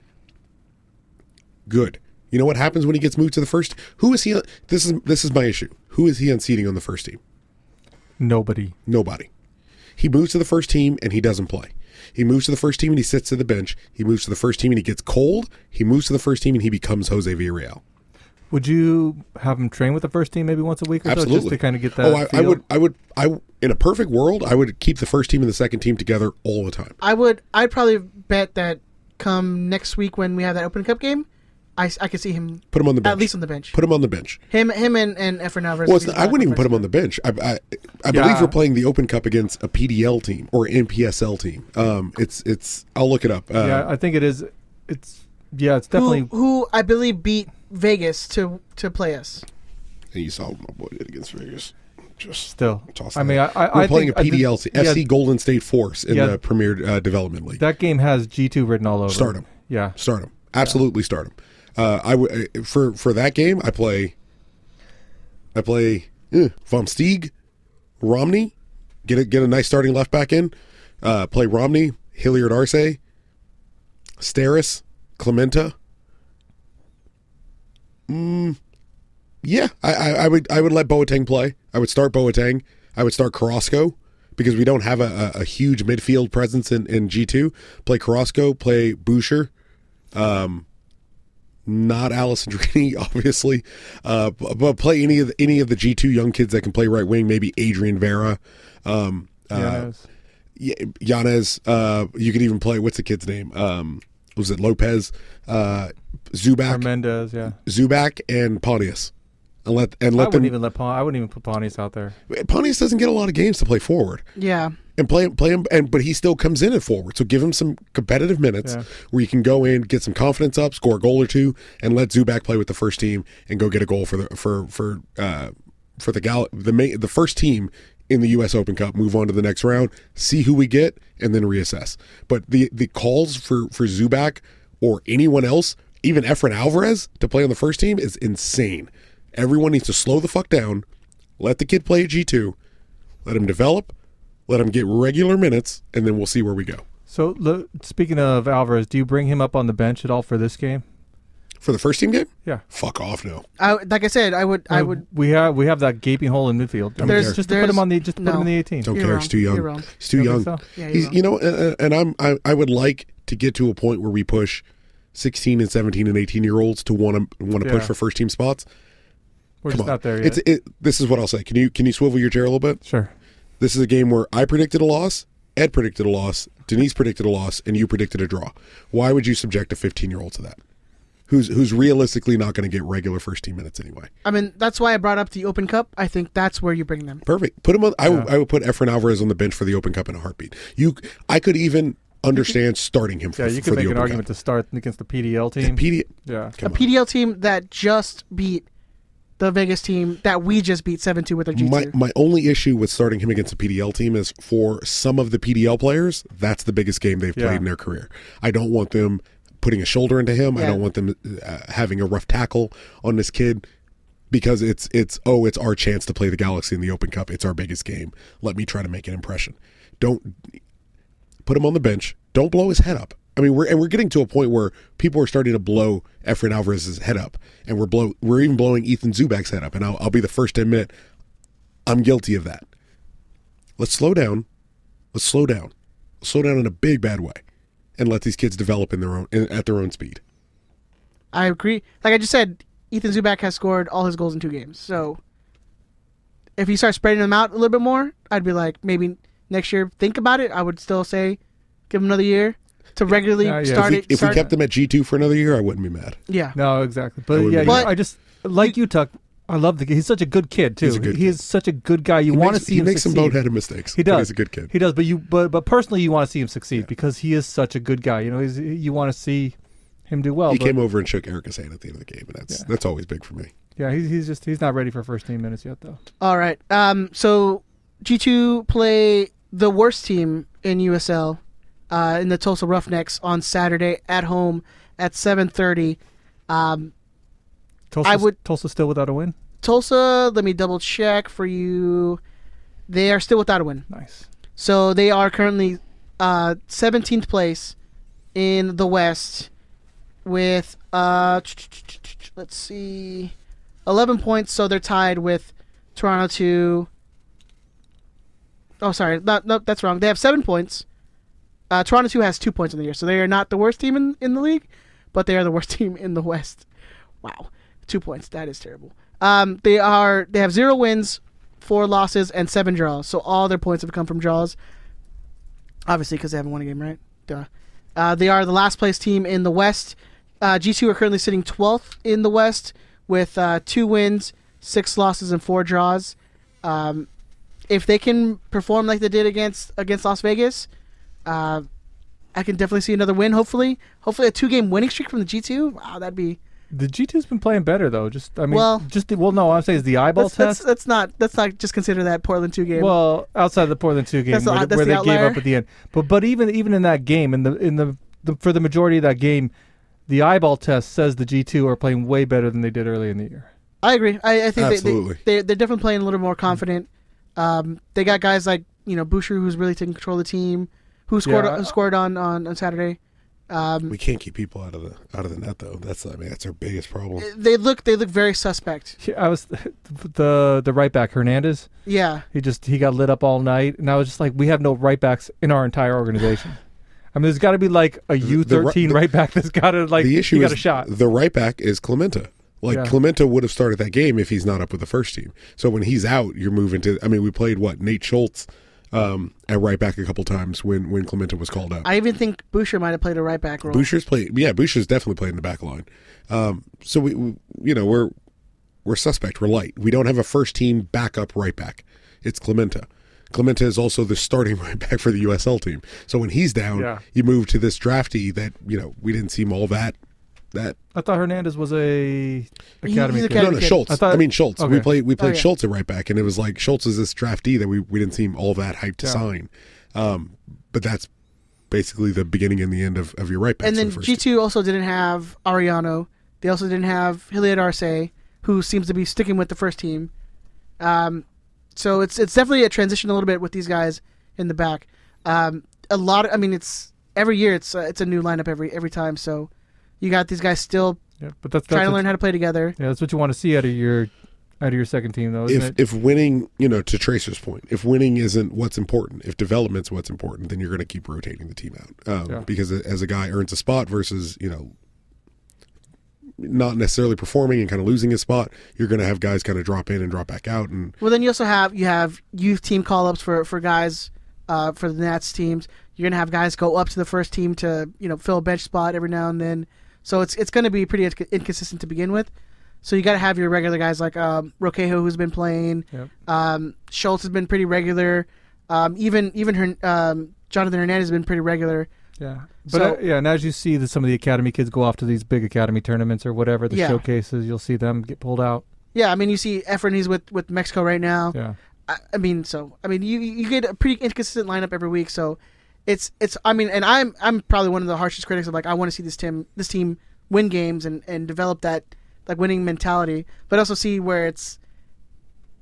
good. You know what happens when he gets moved to the first? Who is he? This is this is my issue. Who is he unseating on the first team?
Nobody.
Nobody. He moves to the first team and he doesn't play. He moves to the first team and he sits to the bench. He moves to the first team and he gets cold. He moves to the first team and he becomes Jose Villarreal.
Would you have him train with the first team maybe once a week or
Absolutely,
so just to kind of get that?
Oh, I, I
feel?
would, I would, I in a perfect world, I would keep the first team and the second team together all the time.
I would. I'd probably bet that come next week when we have that Open Cup game, I, s- I could see him.
Put him on the bench.
At least on the bench.
Put him on the bench.
Him him and and Efrenov versus
Well, it's
these
not, I wouldn't even
guys.
put him on the bench. I, I, I believe
Yeah.
we're playing the Open Cup against a PDL team or an NPSL team. Um, it's it's. I'll look it up. Uh,
yeah, I think it is. It's yeah, it's definitely.
who, who I believe beat Vegas to to play us.
and you saw what my boy did against Vegas. Just
Still,
toss.
I
that.
mean, I- I-
we're
I
playing
think-
a
I think-
PDL team,
yeah.
FC Golden State Force in
Yeah.
the Premier uh, Development League.
That game has G two written all over.
Start him.
Yeah.
Start him. Absolutely start him. Uh, I w- uh, for for that game, I play. I play eh, Vomstieg, Romney, get a, get a nice starting left back in. Uh, play Romney, Hilliard Arce, Steris, Clementa. Mm, yeah, I, I, I would I would let Boateng play. I would start Boateng. I would start Carrasco because we don't have a, a, a huge midfield presence in, in G two. Play Carrasco. Play Boucher. Um, not Allison Drini, obviously, uh, but, but play any of the, any of the G two young kids that can play right wing. Maybe Adrian Vera. Um, uh,
Yanez.
Y- Yanez. Uh, you could even play what's the kid's name? Um, was it Lopez? Uh, Zubac.
Mendez, yeah.
Zubac and Pontius, and let and
I
let
wouldn't
them.
even let Pon- I wouldn't even put Pontius out there.
Pontius doesn't get a lot of games to play forward
Yeah.
and play play him, and but he still comes in at forward. So give him some competitive minutes
Yeah.
where you can go in, get some confidence up, score a goal or two, and let Zubac play with the first team and go get a goal for the for for uh, for the gal the ma- the first team in the U.S. Open Cup. Move on to the next round, see who we get, and then reassess. But the the calls for for Zubac or anyone else, even Efren Alvarez, to play on the first team is insane. Everyone needs to slow the fuck down. Let the kid play at G2. Let him develop. Let him get regular minutes, and then we'll see where we go.
So, lo- speaking of Alvarez, do you bring him up on the bench at all for this game?
For the first team game?
Yeah.
Fuck off, no.
I, like I said, I would.
Oh.
I would.
We have we have that gaping hole in midfield.
Don't
There's-
care.
just to put him on the just to put him in the 18.
Don't care. He's too young. He's too
Don't
young.
think so?
Yeah, you're
He's, you know, and, and I'm I, I would like to get to a point where we push 16 and 17 and 18 year olds to want to want to push
Yeah.
for first team spots.
We're
Come
just
on.
not there yet.
It's it, this is what I'll say. Can you can you swivel your chair a little bit?
Sure.
This is a game where I predicted a loss, Ed predicted a loss, Denise predicted a loss, and you predicted a draw. Why would you subject a 15 year old to that? Who's who's realistically not going to get regular first team minutes anyway?
I mean, that's why I brought up the Open Cup. I think that's where you bring them.
Perfect. Put him on. I would I would put Efren Alvarez on the bench for the Open Cup in a heartbeat. You, I could even understand starting him. For,
Yeah, you
for
could make
the
an
Open
argument to start against the PDL team.
PD
yeah.
a PDL team that just beat the Vegas team that we just beat seven two with our G
Cup.
two.
My my only issue with starting him against a PDL team is for some of the PDL players, that's the biggest game they've
Yeah.
played in their career. I don't want them putting a shoulder into him. I
Yeah.
don't want them uh, having a rough tackle on this kid because it's it's oh it's our chance to play the Galaxy in the Open Cup. It's our biggest game. Let me try to make an impression. Don't put him on the bench. Don't blow his head up. I mean, we're and we're getting to a point where people are starting to blow Efren Alvarez's head up, and we're blow we're even blowing Ethan Zubak's head up. And I'll, I'll be the first to admit, I'm guilty of that. Let's slow down. Let's slow down. Slow down in a big bad way, and let these kids develop in their own in, at their own speed.
I agree. Like I just said, Ethan Zubak has scored all his goals in two games. So if you start spreading them out a little bit more, I'd be like, maybe next year, think about it. I would still say, give him another year to regularly start
if we,
it.
if
start-
we kept them at G two for another year, I wouldn't be mad.
yeah.
No, exactly.
I
But
wouldn't
yeah,
be
you-
mad.
I just like you, Tuck. I love the kid. He's such a good kid too.
He's a good
he is such a good guy. You
He
want
makes-
to see
he
him
makes some
succeed.
boneheaded mistakes,
He
but
does.
he's a good kid.
He does. But you, but but personally, you want to see him succeed because he is such a good guy. You know, he's, you want to see him do well.
he
but-
came over and shook Erica's hand at the end of the game, and that's that's always big for me.
Yeah, he's, he's just he's not ready for first team minutes yet though.
All right. Um, so G2 play the worst team in USL uh, in the Tulsa Roughnecks on Saturday at home at 7.30. Um,
Tulsa,
I would-
Tulsa still without a win.
Tulsa, let me double check for you. They are still without a win.
Nice.
So they are currently uh, 17th place in the West with, uh, let's see, 11 points. So they're tied with Toronto 2. Oh, sorry. No, no, that's wrong. They have seven points. Uh, Toronto 2 has two points in the year. So they are not the worst team in, in the league, but they are the worst team in the West. Wow. Two points. That is terrible. Um, they are they have zero wins, four losses, and seven draws. So all their points have come from draws. Obviously, because they haven't won a game, right? Duh. Uh, they are the last place team in the West. Uh, G2 are currently sitting 12th in the West with uh, two wins, six losses, and four draws. Um, if they can perform like they did against against Las Vegas, uh, I can definitely see another win. Hopefully, hopefully a two game winning streak from the G2. Wow, that'd be
The G two's been playing better though. Just I mean,
Well-
just the, well, no, what I'm saying is the eyeball
let's, let's,
test.
let's not let's not just consider that Portland two game.
Well, outside the Portland two game
That's the-
where,
that's
where
the
they gave
outlier.
up at the end, but but even even in that game, in the in the, the for the majority of that game, the eyeball test says the G two are playing way better than they did early in the year.
I agree. I, I think they-
Absolutely.
They, they, they're definitely playing a little more confident. Um, they got guys like you know Boucher, who's really taking control of the team, who scored
Yeah.
who scored on on, on Saturday. Um,
We can't keep people out of the out of the net though. That's I mean that's our biggest problem.
they look they look very suspect.
I was the the right back Hernandez.
Yeah.
he just he got lit up all night, and I was just like, we have no right backs in our entire organization. I mean, there's got to be like a U
the ri-
thirteen
the-
right back that's got to like
the issue
he got
is
a shot.
the right back is Clementa. Like
Yeah.
Clementa would have started that game if he's not up with the first team. So when he's out, you're moving to. I mean, we played what Nate Schultz um, at right back a couple times when when Clementa was called up.
I even think Boucher might have played a right back role.
Boucher's played. Yeah, Boucher's definitely played in the back line. Um, so we, we, you know, we're we're suspect. We're light. We don't have a first team backup right back. It's Clementa. Clementa is also the starting right back for the USL team. So when he's down,
Yeah.
you move to this drafty that you know we didn't seem all that that
I thought Hernandez was a academy. kid.
no, no, Schultz. I, mean Schultz. We
Okay. Oh,
played we played
yeah.
Schultz at right back, and it was like Schultz is this draftee that we, we didn't seem all that hyped to
Yeah.
sign. Um, but that's basically the beginning and the end of, of your right back.
and then G two also didn't have Ariano. They also didn't have Hilliard Arce. who seems to be sticking with the first team. Um, so it's it's definitely a transition a little bit with these guys in the back. Um, a lot. Of, I mean, it's every year. It's uh, it's a new lineup every every time. So you got these guys still
Yeah, but that's-
trying
that's
to learn
what's-
how to play together.
Yeah, that's what you want to see out of your out of your second team, though. Isn't
if
it?
if winning, you know, to Tracer's point, if winning isn't what's important, if development's what's important, then you're going to keep rotating the team out um,
Yeah.
because a- as a guy earns a spot versus you know not necessarily performing and kind of losing his spot, you're going to have guys kind of drop in and drop back out, and
Well, then you also have you have youth team call ups for for guys uh, for the Nats teams. You're gonna have guys go up to the first team to you know fill a bench spot every now and then. So it's it's gonna be pretty inc- inconsistent to begin with. So you got to have your regular guys like um, Roquejo, who's been playing.
Yep.
Um, Schultz has been pretty regular. Um, even even her, um, Jonathan Hernandez has been pretty regular.
Yeah, but
So-
uh, yeah, and as you see that some of the academy kids go off to these big academy tournaments or whatever the
Yeah.
showcases, you'll see them get pulled out.
Yeah, I mean, you see Efren, he's with, with Mexico right now.
Yeah.
I, I mean, so I mean, you you get a pretty inconsistent lineup every week. So it's it's I mean, and I'm I'm probably one of the harshest critics of like I want to see this team this team win games and and develop that like winning mentality, but also see where it's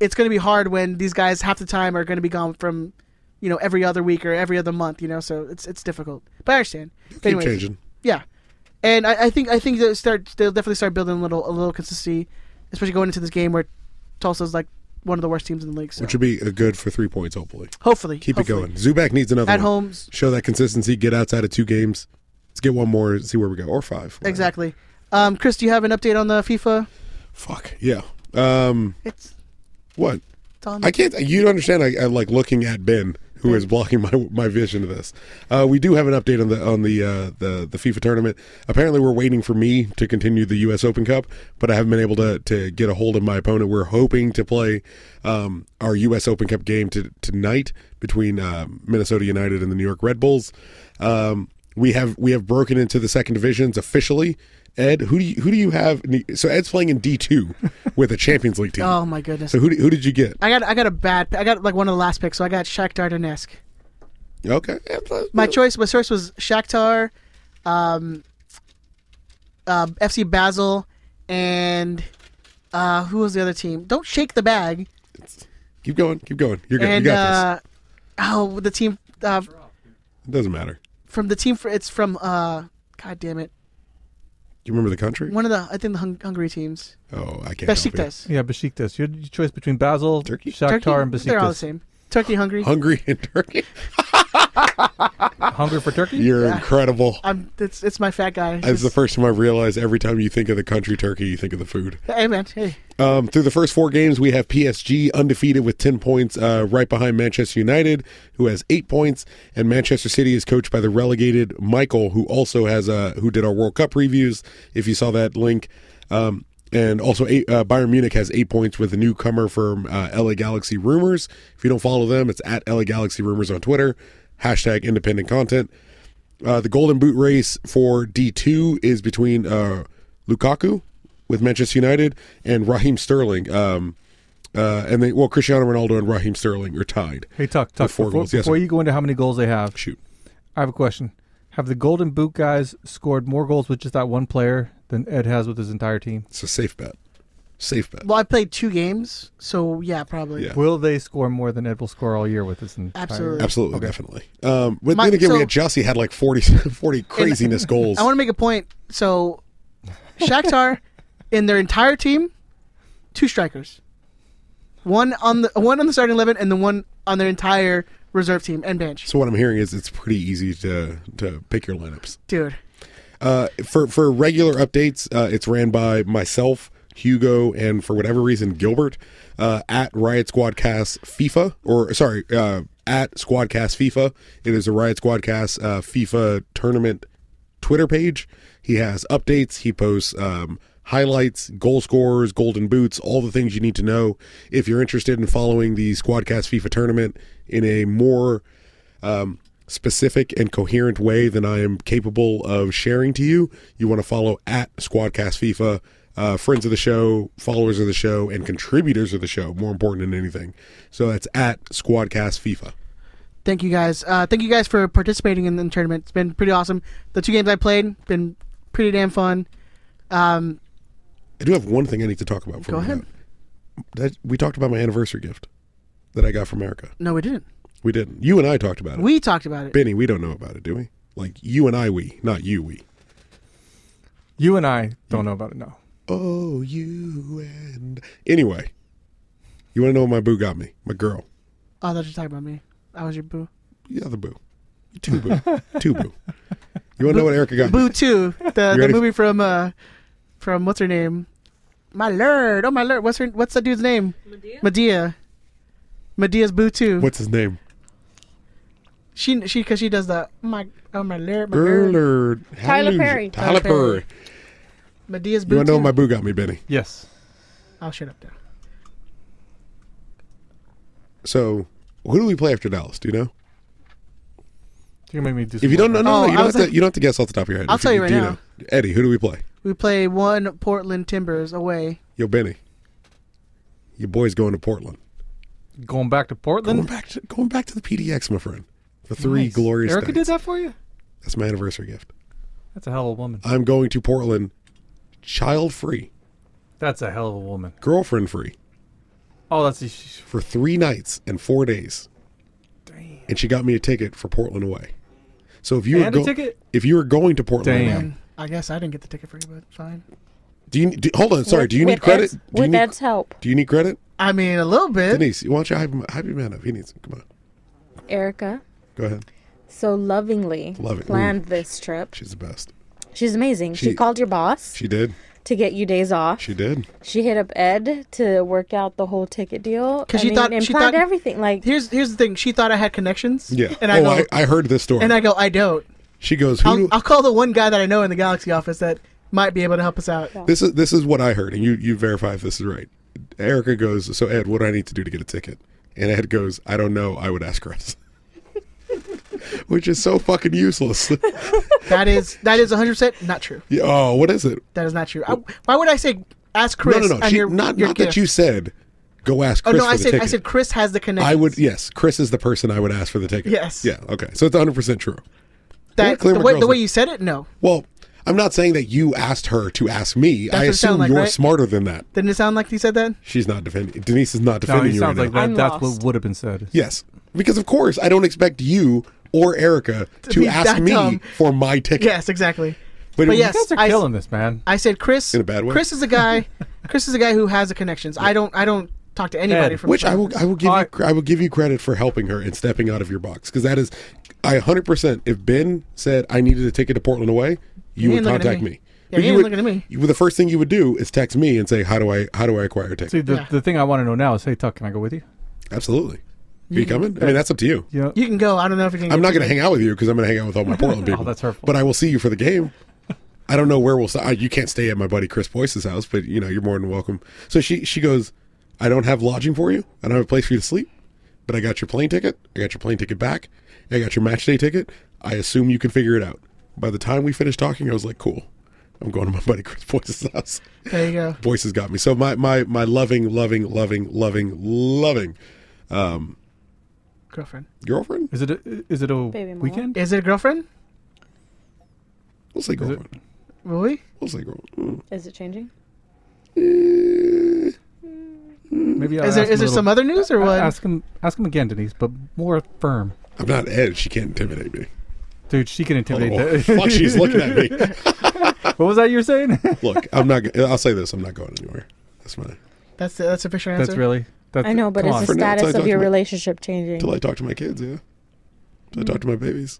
it's going to be hard when these guys half the time are going to be gone from you know every other week or every other month. You know, so it's it's difficult. But I understand. Keep
changing.
Yeah, and I, I think I think they'll start they'll definitely start building a little a little consistency, especially going into this game where Tulsa's like one of the worst teams in the league. So.
which would be a good for three points, hopefully.
Hopefully,
keep
hopefully.
it going. Zubac needs another
At
one.
home.
Show that consistency. Get outside of two games. Let's get one more. See where we go, or five.
Exactly. Um, Chris, do you have an update on the FIFA?
Fuck yeah. Um,
it's
what
it's on-
I can't. You don't understand. I, I like looking at Ben, who is blocking my my vision of this. Uh, we do have an update on the on the uh, the the FIFA tournament. Apparently, we're waiting for me to continue the U.S. Open Cup, but I haven't been able to to get a hold of my opponent. We're hoping to play um, our U.S. Open Cup game to, tonight between uh, Minnesota United and the New York Red Bulls. Um, we have we have broken into the second divisions officially. Ed, who do you, who do you have? So Ed's playing in D two with a Champions League team.
Oh, my goodness.
So who, did- who did you get?
I got I got a bad I got like one of the last picks, so I got Shakhtar Donetsk.
Okay.
My choice my choice was Shakhtar, um, uh, FC Basel, and uh, who was the other team? Don't shake the bag.
Keep going. Keep going. You're good.
and
you got
uh, oh, the team uh,
this. It doesn't matter.
from the team for it's from uh, God damn it,
Do you remember the country?
one of the I think the hung- Hungary teams.
Oh, I
can't help you. Besiktas.
Yeah, Besiktas. You had your choice between Basel, Shakhtar,
Turkey,
and Besiktas.
they're all the same. Turkey, Hungary,
Hungry and Turkey.
Hungry for Turkey?
You're incredible.
I'm it's it's my fat guy.
That's the first time I've realized every time you think of the country Turkey, you think of the food.
Hey man, hey.
Um, through the first four games, we have PSG undefeated with 10 points, uh, right behind Manchester United, who has eight points. And Manchester City is coached by the relegated Michael, who also has, uh, who did our World Cup reviews, if you saw that link. Um, and also, eight, uh, Bayern Munich has eight points with a newcomer from uh, LA Galaxy Rumors. If you don't follow them, it's at LA Galaxy Rumors on Twitter, hashtag independent content. Uh, the Golden Boot race for D2 is between uh, Lukaku with Manchester United and Raheem Sterling. Um, uh, and they, well, Cristiano Ronaldo and Raheem Sterling are tied.
Hey, Tuck,
with
Tuck,
four
before,
goals. Yes,
before
sir.
you go into how many goals they have,
shoot.
I have a question. Have the Golden Boot guys scored more goals with just that one player than Ed has with his entire team?
It's a safe bet. Safe bet.
Well, I played two games, so yeah, probably.
Will they score more than Ed will score all year with his entire
Absolutely.
Absolutely, definitely. Um, but
My-
then again,
so-
we had Jussie had like 40, 40 craziness goals.
I want to make a point. So, Shakhtar, in their entire team, two strikers, one on the one on the starting eleven, and the one on their entire reserve team and bench.
so what I'm hearing is it's pretty easy to to pick your lineups.
Dude,
Uh, for for regular updates, uh, it's ran by myself, Hugo, and for whatever reason, Gilbert uh, at Riot Squadcast FIFA, or sorry, uh, at Squadcast FIFA. It is a Riot Squadcast uh, FIFA tournament Twitter page. He has updates. He posts um, highlights, goal scorers, golden boots, all the things you need to know if you're interested in following the Squadcast FIFA tournament in a more um, specific and coherent way than I am capable of sharing to you. You want to follow at Squadcast FIFA. Uh, friends of the show, followers of the show, and contributors of the show, more important than anything. So that's at Squadcast FIFA.
thank you guys. Uh, thank you guys for participating in the tournament. It's been pretty awesome. The two games I played been pretty damn fun. Um,
I do have one thing I need to talk about. before
Go
we
ahead.
That we talked about my anniversary gift that I got from Erica.
No, we didn't.
We didn't. You and I talked about it.
We talked about it.
Benny, we don't know about it, do we? Like you and I, we, not you, we.
You and I
Mm.
don't know about it. No.
Oh, you and anyway. You want to know what my boo got me? My girl.
Oh, I thought you were talking about me. I was your boo.
Yeah, the boo. Two boo. Two boo. You want to know what Erica got? me?
Boo Two, the,
You
the
ready?
movie from uh, from what's her name? My lord, oh my lord, what's her? What's that dude's name? Medea. Medea. Medea's Boo Two.
What's his name?
She she because she does the my oh my lord, my
Girl
lord.
or
Tyler Perry.
Tyler
Tyler
Perry.
Medea's
You
Boo
want to know
Two.
what my boo got me, Benny?
Yes.
I'll shut up now.
So, who do we play after Dallas? Do you know?
You're gonna make me do.
If you don't know, no,
Oh,
no,
I
you don't, have
was
to,
like-
you don't have to guess off the top of your head.
I'll
If
tell you right
do
now.
know. Eddie, who do we play?
We play one Portland Timbers away.
Yo, Benny. Your boy's going to Portland.
Going back to Portland.
Going back to going back to the PDX, my friend. For three
Nice.
glorious
Erica
nights.
did that for you.
That's my anniversary gift.
That's a hell of a woman.
I'm going to Portland child free,
That's a hell of a woman.
girlfriend free,
Oh, that's the-
for three nights and four days. Damn. And she got me a ticket for Portland away. So if you
And
were
a
go-
ticket?
if you were going to Portland away,
And I guess I didn't get the ticket for you, but fine.
do you do, hold on, sorry,
With-
do you
with
need credit?
Ed's-
Do you
with
need-
Ed's help.
Do you need credit?
I mean, a little bit.
Denise, why don't you hype him, hype your man up? He needs come on.
Erica
Go ahead.
so lovingly
Loving-
planned this trip.
She's the best.
She's amazing. She,
She-
called your boss
She did.
to get you days off.
She did.
She hit up Ed to work out the whole ticket deal.
Because
I
she
mean,
thought
and
she
planned
thought
everything. Like
here's here's the thing. She thought I had connections.
Yeah.
And I
oh,
go
I, I heard this story.
and I go I don't.
she goes, "Who
I'll,
do-
I'll call the one guy that I know in the Galaxy office that might be able to help us out.
This is this is what I heard, and you you verify if this is right. Erica goes, so Ed, what do I need to do to get a ticket? And Ed goes, I don't know. I would ask Russ, which is so fucking useless.
that is that is 100 percent not true.
Yeah, oh, what is it?
That is not true. I, why would I say ask Chris?
no, no, no.
on
She,
your-
not
your
not
gift?
that you said. Go ask
Oh
Chris
no,
for
I
the
said
ticket.
I said Chris has the connection.
I would yes. Chris is the person I would ask for the ticket.
Yes.
Yeah. Okay. So it's 100 percent true. Yeah,
That
Claire
the way,
McGraw
the
said-
way you said it, no.
Well, I'm not saying that you asked her to ask me.
That's
I
what it
assume
sounded like,
you're
right?
smarter than that.
Didn't it sound like you said that?
She's not defending. Denise is not defending
no, it
you.
sounds
right
like
now.
that, that's what would have been said.
Yes, because of course I don't expect you or Erica to,
be
ask
that
me
dumb.
for my ticket.
Yes, exactly. But,
But it- You
yes,
guys are
I s-
killing
this, man.
I said Chris.
In a bad way?
Chris is a guy. Chris is a guy who has the connections. I don't. I don't talk to anybody from
which I will, I will give you, cre- I will give you credit for helping her and stepping out of your box because that is, I 100. percent If Ben said I needed a ticket to Portland away, you
You
would
ain't looking at
contact
me. Yeah,
me. But
you
you
ain't
would-
looking at me.
you- well, the first thing you would do is text me and say, "How do I, how do I acquire a ticket?"
See, the,
Yeah.
the thing I want to know now is, hey, Tuck, can I go with you?
Absolutely.
You
Be
can-
coming. I mean, that's up to you.
Yeah.
You can go. I don't know if you can.
I'm
get
not going to
tickets.
hang out with you because I'm going to hang out with all my Portland people. Oh, that's hurtful. But I will see you for the game. I don't know where we'll. St- I- you can't stay at my buddy Chris Boyce's house, but you know you're more than welcome. So she she goes, I don't have lodging for you. I don't have a place for you to sleep, but I got your plane ticket. I got your plane ticket back. I got your match day ticket. I assume you can figure it out. By the time we finished talking, I was like, cool. I'm going to my buddy Chris Boyce's house.
There you go.
Voice has got me. So my my my loving loving loving loving loving um
Girlfriend.
girlfriend.
Is it a, is it a weekend?
Is it a girlfriend?
We'll say girlfriend.
Really?
We'll say girlfriend.
Is it changing?
mm.
Maybe I'll
Is there-
Uh, ask him
is there
a
some other news or
a-
what?
Ask him, ask him again, Denise, but more firm.
I'm not Ed. She can't intimidate me.
Dude, she can intimidate.
Oh,
the-
fuck, she's looking at me.
what was that you were saying?
Look, I'm not. go- I'll say this. I'm not going anywhere. That's my.
That's the, that's official answer.
That's really. That's,
I know, but
come
is
on.
the
For now,
status
till I
of your
talk to my-
relationship changing?
Till I talk to my kids, yeah. Till I talk to my babies.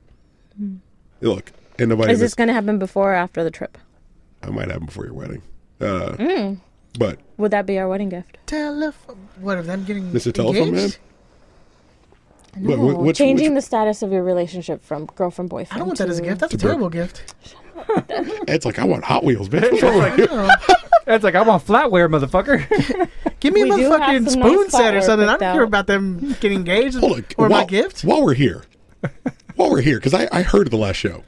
Hmm.
Look, and nobody.
Is this
This,
going to happen before or after the trip?
I might have them before your wedding. Uh,
Mm.
But
Would that be our wedding gift?
Telephone. What of them getting
Mr. Telephone Man.
engaged?
No,
Wh- wh- which-
changing the status of your relationship from girlfriend boyfriend.
I don't want that as a
to-
gift. That's a
to Bert.
terrible gift.
Ed's like, I want Hot Wheels, bitch. What's
Ed's
wrong with you?
That's like I want flatware, motherfucker.
Give me
We
a
do have
motherfucking
some
spoon
nice
set or
artwork
something. I
picked
don't care
out.
about them getting engaged
Hold on,
or my
while,
gift.
While we're here, while we're here, because I, I heard the last show.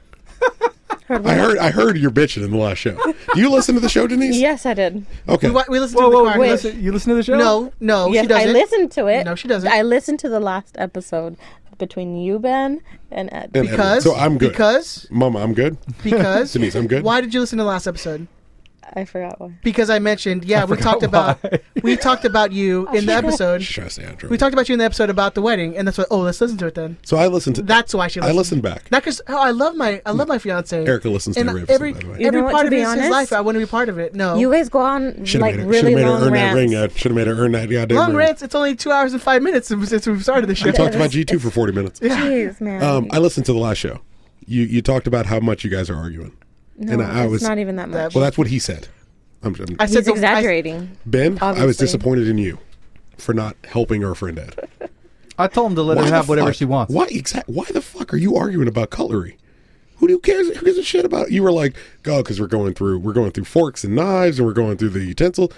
Heard
I heard I heard your bitching in the last show. Do you listen to the show, Denise?
Yes, I did.
Okay.
We, wa- we listen
Whoa,
to
whoa,
the car.
you
Wait.
listen, you listen to the show?
No, no,
yes,
Oh, she doesn't.
I listened to it.
No, she doesn't.
I listened to the last episode between you, Ben, and Ed.
And Ed.
Because-
so I'm good.
because-
Mama, I'm good.
Because
Denise, I'm good.
Why did you listen to the last episode?
I forgot why.
because I mentioned, yeah,
I
we
forgot
talked about we talked about you in the episode.
Trust Andrew.
We talked about you in the episode about the wedding, and that's why. Oh, let's listen to it then.
So I listened to.
That's why she.
I
Listened.
listened back.
Not because oh, I love my I love my fiance.
Erica listens to
and
every episode,
every
by the way.
every
You
know what,
part
to
of
be
his, his
honest?
life. I want to be part of it. No,
You guys go on
Should
like
have made, her-
really
should've made her
long
earn that
rants.
ring. Should have made her earn that goddamn
long
ring.
rants. It's only two hours and five minutes since, since we started the show.
I talked about G two for forty minutes.
Yeah.
Jeez, man.
Um, I listened to the last show. You you talked about how much you guys are arguing,
No,
and I, I
it's
was
not even that much.
Well, that's what he said. I'm, I'm-
I said He's exaggerating.
Ben, I was
Obviously.
disappointed in you for not helping our friend Ed.
I told him to let her
the
have whatever
fuck-
she wants.
Why exactly? Why the fuck are you arguing about cutlery? Who do you cares? Who gives a shit about? You were like, go because we're going through we're going through forks and knives and we're going through the utensil.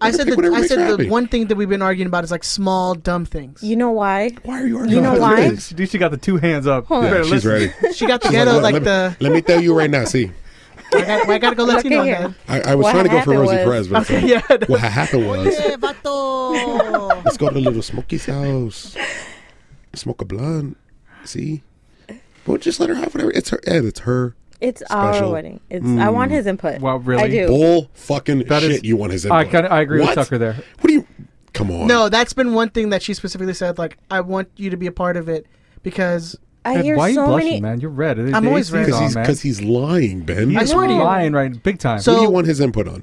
I said
Pick
the,
whatever
I
makes her
said the
happy.
one thing that we've been arguing about is like small dumb things.
You know why?
Why are you
You know why?
At least she got the two hands up.
Hold
Yeah,
Better
she's
listen.
ready.
She got the
She's
ghetto
"Look,
like
let
the.
me, let me tell you right now. See,
I got, I got to go
Look
Latino
at
on
here.
that.
I, I was
What
trying to go for
happened
Rosie
was-
Perez, but it's
Okay,
like, what happened was
Vato.
let's go to little Smokey's house, smoke a blunt. See, but just let her have whatever. It's her Ed. It's her.
It's our
Special. Hmm.
wedding. It's I want his input.
Wow, really?
I do.
Bull fucking
That
shit.
is-
you want his input?
I kind of I agree
What?
with Tucker there.
Come on.
No, that's been one thing that she specifically said. Like, I want you to be a part of it because
I
Ed, why are you blushing, man? You're red. The-
I'm
the
always
AC's
red.
because
on,
he's
man.
because he's lying, Ben.
He's
swear to you.
lying right big time.
what do you
So-
want his input on?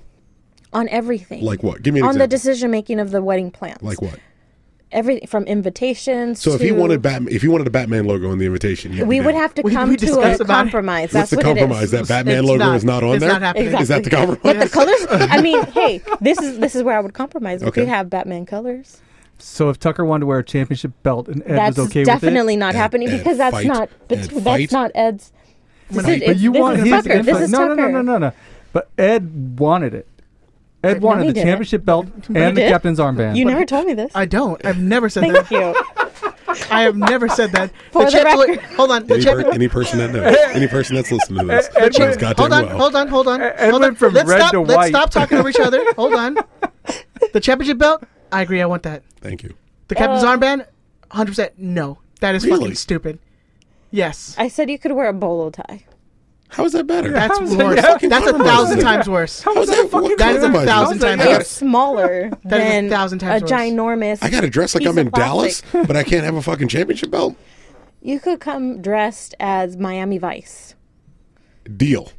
on everything.
Like what? Give me an
on the
example.
decision making of the wedding plans.
like what?
Everything from invitations.
So
to,
if he wanted Batman, if he wanted a Batman logo in the invitation, you'd
we
be
would
down.
have to
We-
come
we
to
discussed
a
about it.
compromise.
What's
That's
the
what
compromise?
it is.
That Batman
It's
logo
not.
is not on
It's
there. Is
not happening.
that the
Exactly.
compromise?
With the colors, I mean, hey, this is this is where I would compromise. We
Okay.
could have Batman colors.
So if Tucker wanted to wear a championship belt and Ed
that's
was okay
definitely
with
not
Ed-
happening
Ed,
because that's
fight.
not
Ed,
bet-
fight.
that's not Ed's. This
it,
is, it's, this is
he's-
Tucker. This
it's-
is
no,
Tucker.
no, no, no, no, no. But Ed wanted it. Ed
No,
wanted
he
the
didn't.
championship belt
he
and the
did.
captain's armband.
You never told me this.
I don't. I've never said that.
Thank you.
I have never said that.
For the
champion-
record.
hold on. The
Any, per-
champion-
any person that knows, any person that's listening to this,
Ed-
knows
Ed went-
goddamn
hold on,
well.
hold on, hold on,
Ed
hold
went
on.
E-, from
let's
red
stop,
to
let's
white.
stop talking over each other. Hold on. The championship belt. I agree. I want that.
Thank you.
The captain's armband. Hundred percent. No, that is
Really?
fucking stupid. Yes,
I said you could wear a bolo tie.
How is that better?
that's
How's that-
worse.
yeah.
That's a
Compromise
thousand
there.
times worse.
How is that? What
That is a
compromise
thousand
that?
times
I gotta-
worse.
It's smaller
That is a
than
thousand times
a
worse.
ginormous.
I got to dress like
piece
I'm in
of plastic.
Dallas, but I can't have a fucking championship belt.
You could come dressed as Miami Vice.
Deal.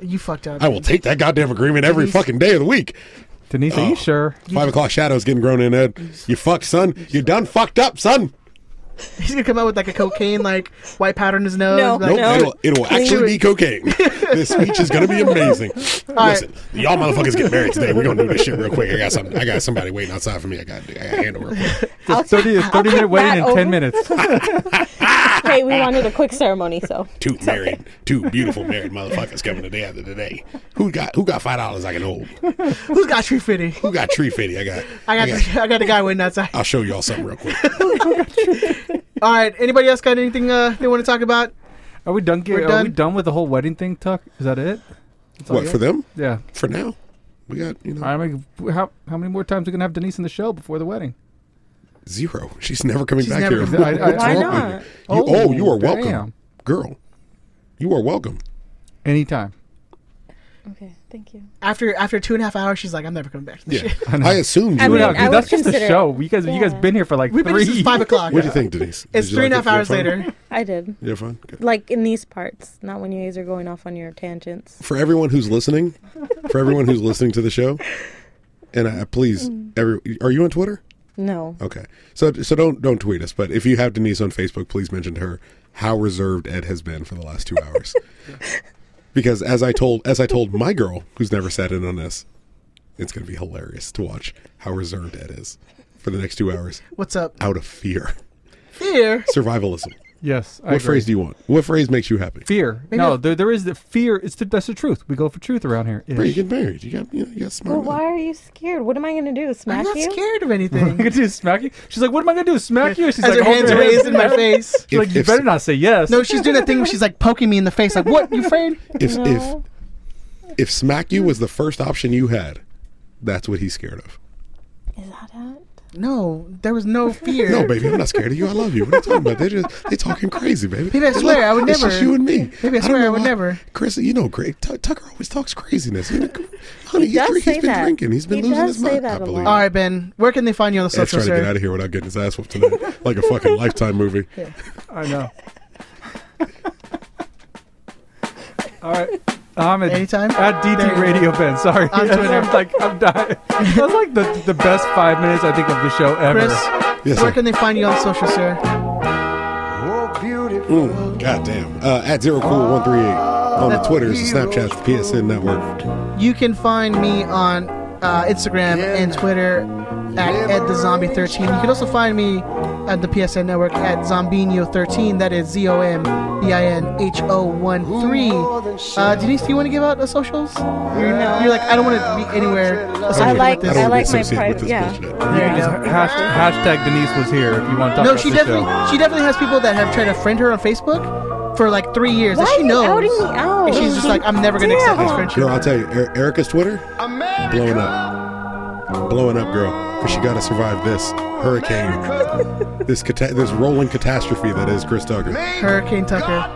You fucked up.
I will take that goddamn agreement every fucking day of the week.
Denise,
Oh.
are you sure?
Five o'clock shadows getting grown in, Ed. You fuck, son. You done fucked up, son.
He's gonna come out with like a cocaine, like white powder in his nose.
No.
like,
Nope,
No.
it'll, it'll actually be cocaine. this speech is going to be amazing.
right.
Listen, y'all motherfuckers get married today. We're going to do this shit real quick. I got some. I got somebody waiting outside for me. I got I got to handle real quick.
I'll-
30,
I'll
30 minute
take
waiting
that
in
over.
10 minutes.
Hey, we wanted a quick ceremony, so
Two married, two beautiful married motherfuckers coming today after today. Who got who got five dollars I can hold?
Who's got tree fitty?
Who got tree fitty? I got.
I got, I got the guy waiting outside.
I'll show y'all something real quick.
All right. Anybody else got anything uh, they want to talk about?
Are we done? Gary?
We're
Are we
done.
done with the whole wedding thing, Tuck? Is that it? That's all
What
you
for
got?
them?
Yeah.
For now, we got you know
I mean, how how many more times are we gonna have Denise in the show before the wedding?
zero. She's never coming
She's
back
never
here.
coming
back.
What's
Why
wrong with
not?
you? You- oh, you are
damn.
welcome, girl. You are welcome.
Anytime.
okay. Thank you.
After after two and a half hours, she's like, I'm never coming back. To this
Yeah,
shit.
I know.
I assumed you.
I
would
Dude,
mean,
have-
dude, that's just a
consider it.
show. You guys, you guys
Yeah.
been here for like
We've been
three.
here since five o'clock.
What do you think, Denise?
It's
Did you
three and a
like
half
it?
hours
You have fun?
later.
I did.
You have fun. Good.
Like in these parts, not when you guys are going off on your tangents.
for everyone who's listening, for everyone who's listening to the show, and I, please, every are you on Twitter?
No.
Okay, so so don't don't tweet us, but if you have Denise on Facebook, please mention to her how reserved Ed has been for the last two hours. because as I told as I told my girl, who's never sat in on this, it's going to be hilarious to watch how reserved Ed is for the next two hours,
What's up?
out of fear,
Here.
survivalism.
Yes. I
What
agree.
phrase do you want? What phrase makes you happy?
Fear.
Maybe
no,
I-
there, there is the fear. It's the, that's the truth. We go for truth around here.
Bro, you
Ish.
get married. You got you, know, you got smart.
Well,
men.
why are you scared? What am I going to do? Smack
I'm not
you?
scared of
I'm
anything.
gonna do smack you. She's like, "What am I gonna do? Smack you?" She's
As
like,
her
"Hold
hands
your
raised in my face.
She's like,
If-
"You
if-
better not say yes."
No, she's doing that thing where she's like poking me in the face, like, "What? You afraid?"
if
No.
if if smack you was the first option you had, that's what he's scared of.
Is that it?
No, there was no fear.
No, baby, I'm not scared of you. I love you. What are you talking about? They just they talking crazy, baby.
Baby, I
They
swear, I would
it's
never.
just you and me.
Baby, I
don't
swear,
know
I would
why-
never.
Chris, you know, Greg, T- Tucker always talks craziness. Honey, he's,
does
drink-
say
he's been
that.
drinking. He's been
He
losing
does
his
say
mind.
that
I
a
believe.
All right, Ben, where can they find you on the
Ed's
social,
trying to get
sir?
out of here without getting his ass whooped tonight, like a fucking Lifetime movie.
I know. All right. I'm at,
Anytime?
At
There you
DT
go.
Radio Ben. Sorry.
On Twitter.
I'm like, I'm dying. That's like the, the best five minutes, I think, of the show ever.
Chris, where can they find you on social, sir?
Mm, goddamn. Uh, at zero cool one three eight on the Twitters, the Snapchats, the PSN network.
You can find me on uh, Instagram and Twitter at edthezombie13. You can also find me at the PSN network at zombinho13. That is Z O M B I N H O 1 3. Uh, Denise, do you want to give out the socials? You're, you're like, I don't want to be anywhere
I
associated
like
with this.
I like my private. Yeah.
There you go.
Hash, hashtag Denise was here if you want to talk
No,
about
she
the
definitely
show.
she definitely has people that have tried to friend her on Facebook for like three years
Why
that she
are you
knows.
outing me Oh. out?
And she's just like, I'm never gonna accept this friendship.
Girl, I'll tell you, er- Erica's Twitter blowing up, blowing up, girl, because she got to survive this hurricane, this cata- this rolling catastrophe that is Chris Tucker. That's
Hurricane Tucker.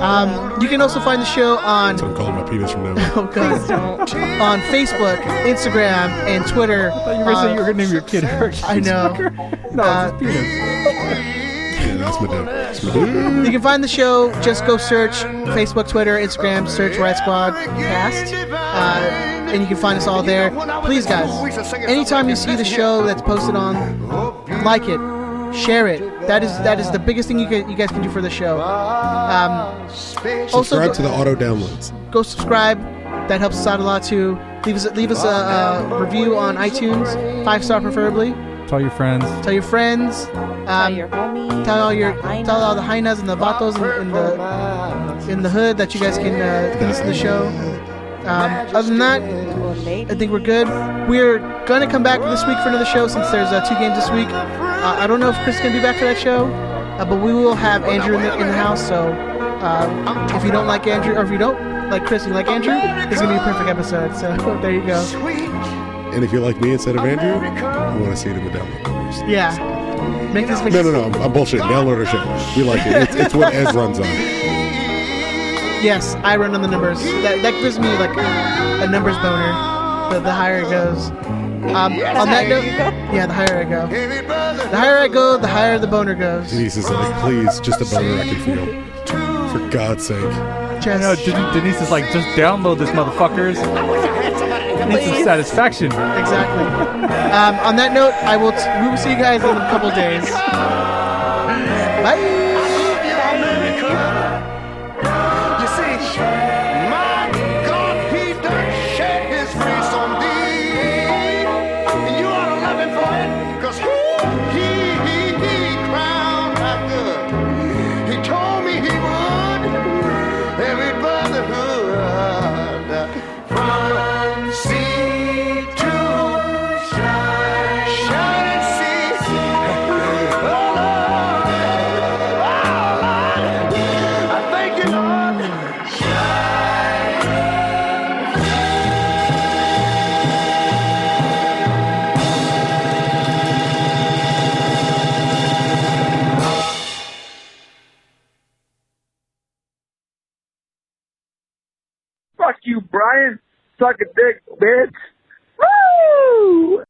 Um, you can also find the show on
what I'm calling my penis from now.
oh god on Facebook, Instagram, and Twitter. I
you were saying you were gonna name your kid Hurricane
I know.
No,
Uh,
it's just penis.
on. Yeah, that's my dude. That's my dude.
You can find the show. Just go search Facebook, Twitter, Instagram. Search Riot Squad Cast, uh, and you can find us all there. Please, guys, anytime you see the show that's posted on, like it, share it. That is that is the biggest thing you can, you guys can do for the show. Um, also,
Subscribe to the auto downloads.
go subscribe. That helps us out a lot too. Leave us leave us a, a review on iTunes, five star preferably.
Tell your friends.
Tell your friends. Um, tell your homies. Tell all your tell all the hyenas and the vatos in, in the in the hood that you guys can uh, can listen to the show. Um, other than that, I think we're good. We're gonna come back this week for another show since there's uh, two games this week. Uh, I don't know if Chris is gonna be back for that show, uh, but we will have Andrew in the, in the house. So uh, if you don't like Andrew, or if you don't like Chris, and you like Andrew, it's gonna be a perfect episode. So there you go.
And if you like me instead of Andrew, I want to see it in the download.
Yeah. Make this make
No, no, no. I'm, I'm bullshitting. Download our show. We like it. It's, it's what Ed runs on.
Yes, I run on the numbers. That, that gives me like a numbers boner. The, the higher it goes. Um,
Yes, the
on that
higher
note,
you
yeah, the higher I go. The higher I go, the higher the boner goes.
Denise is like, please, just a boner I can feel. For God's sake.
I know. Den- Denise is like, just download this, motherfuckers. Need some satisfaction.
Exactly. Um, on that note, I will. T- we will see you guys in a couple days. Bye.
You see, my God, he done shed his grace on thee. And you ought to love him for it, cause he, he, he, he crowned my good. He told me he would. Every brotherhood from sea to shine. Shine and see. Oh, Lord. Oh, Lord. I thank you, Lord.
Fuck you, Brian. Suck a dick, bitch. Woo!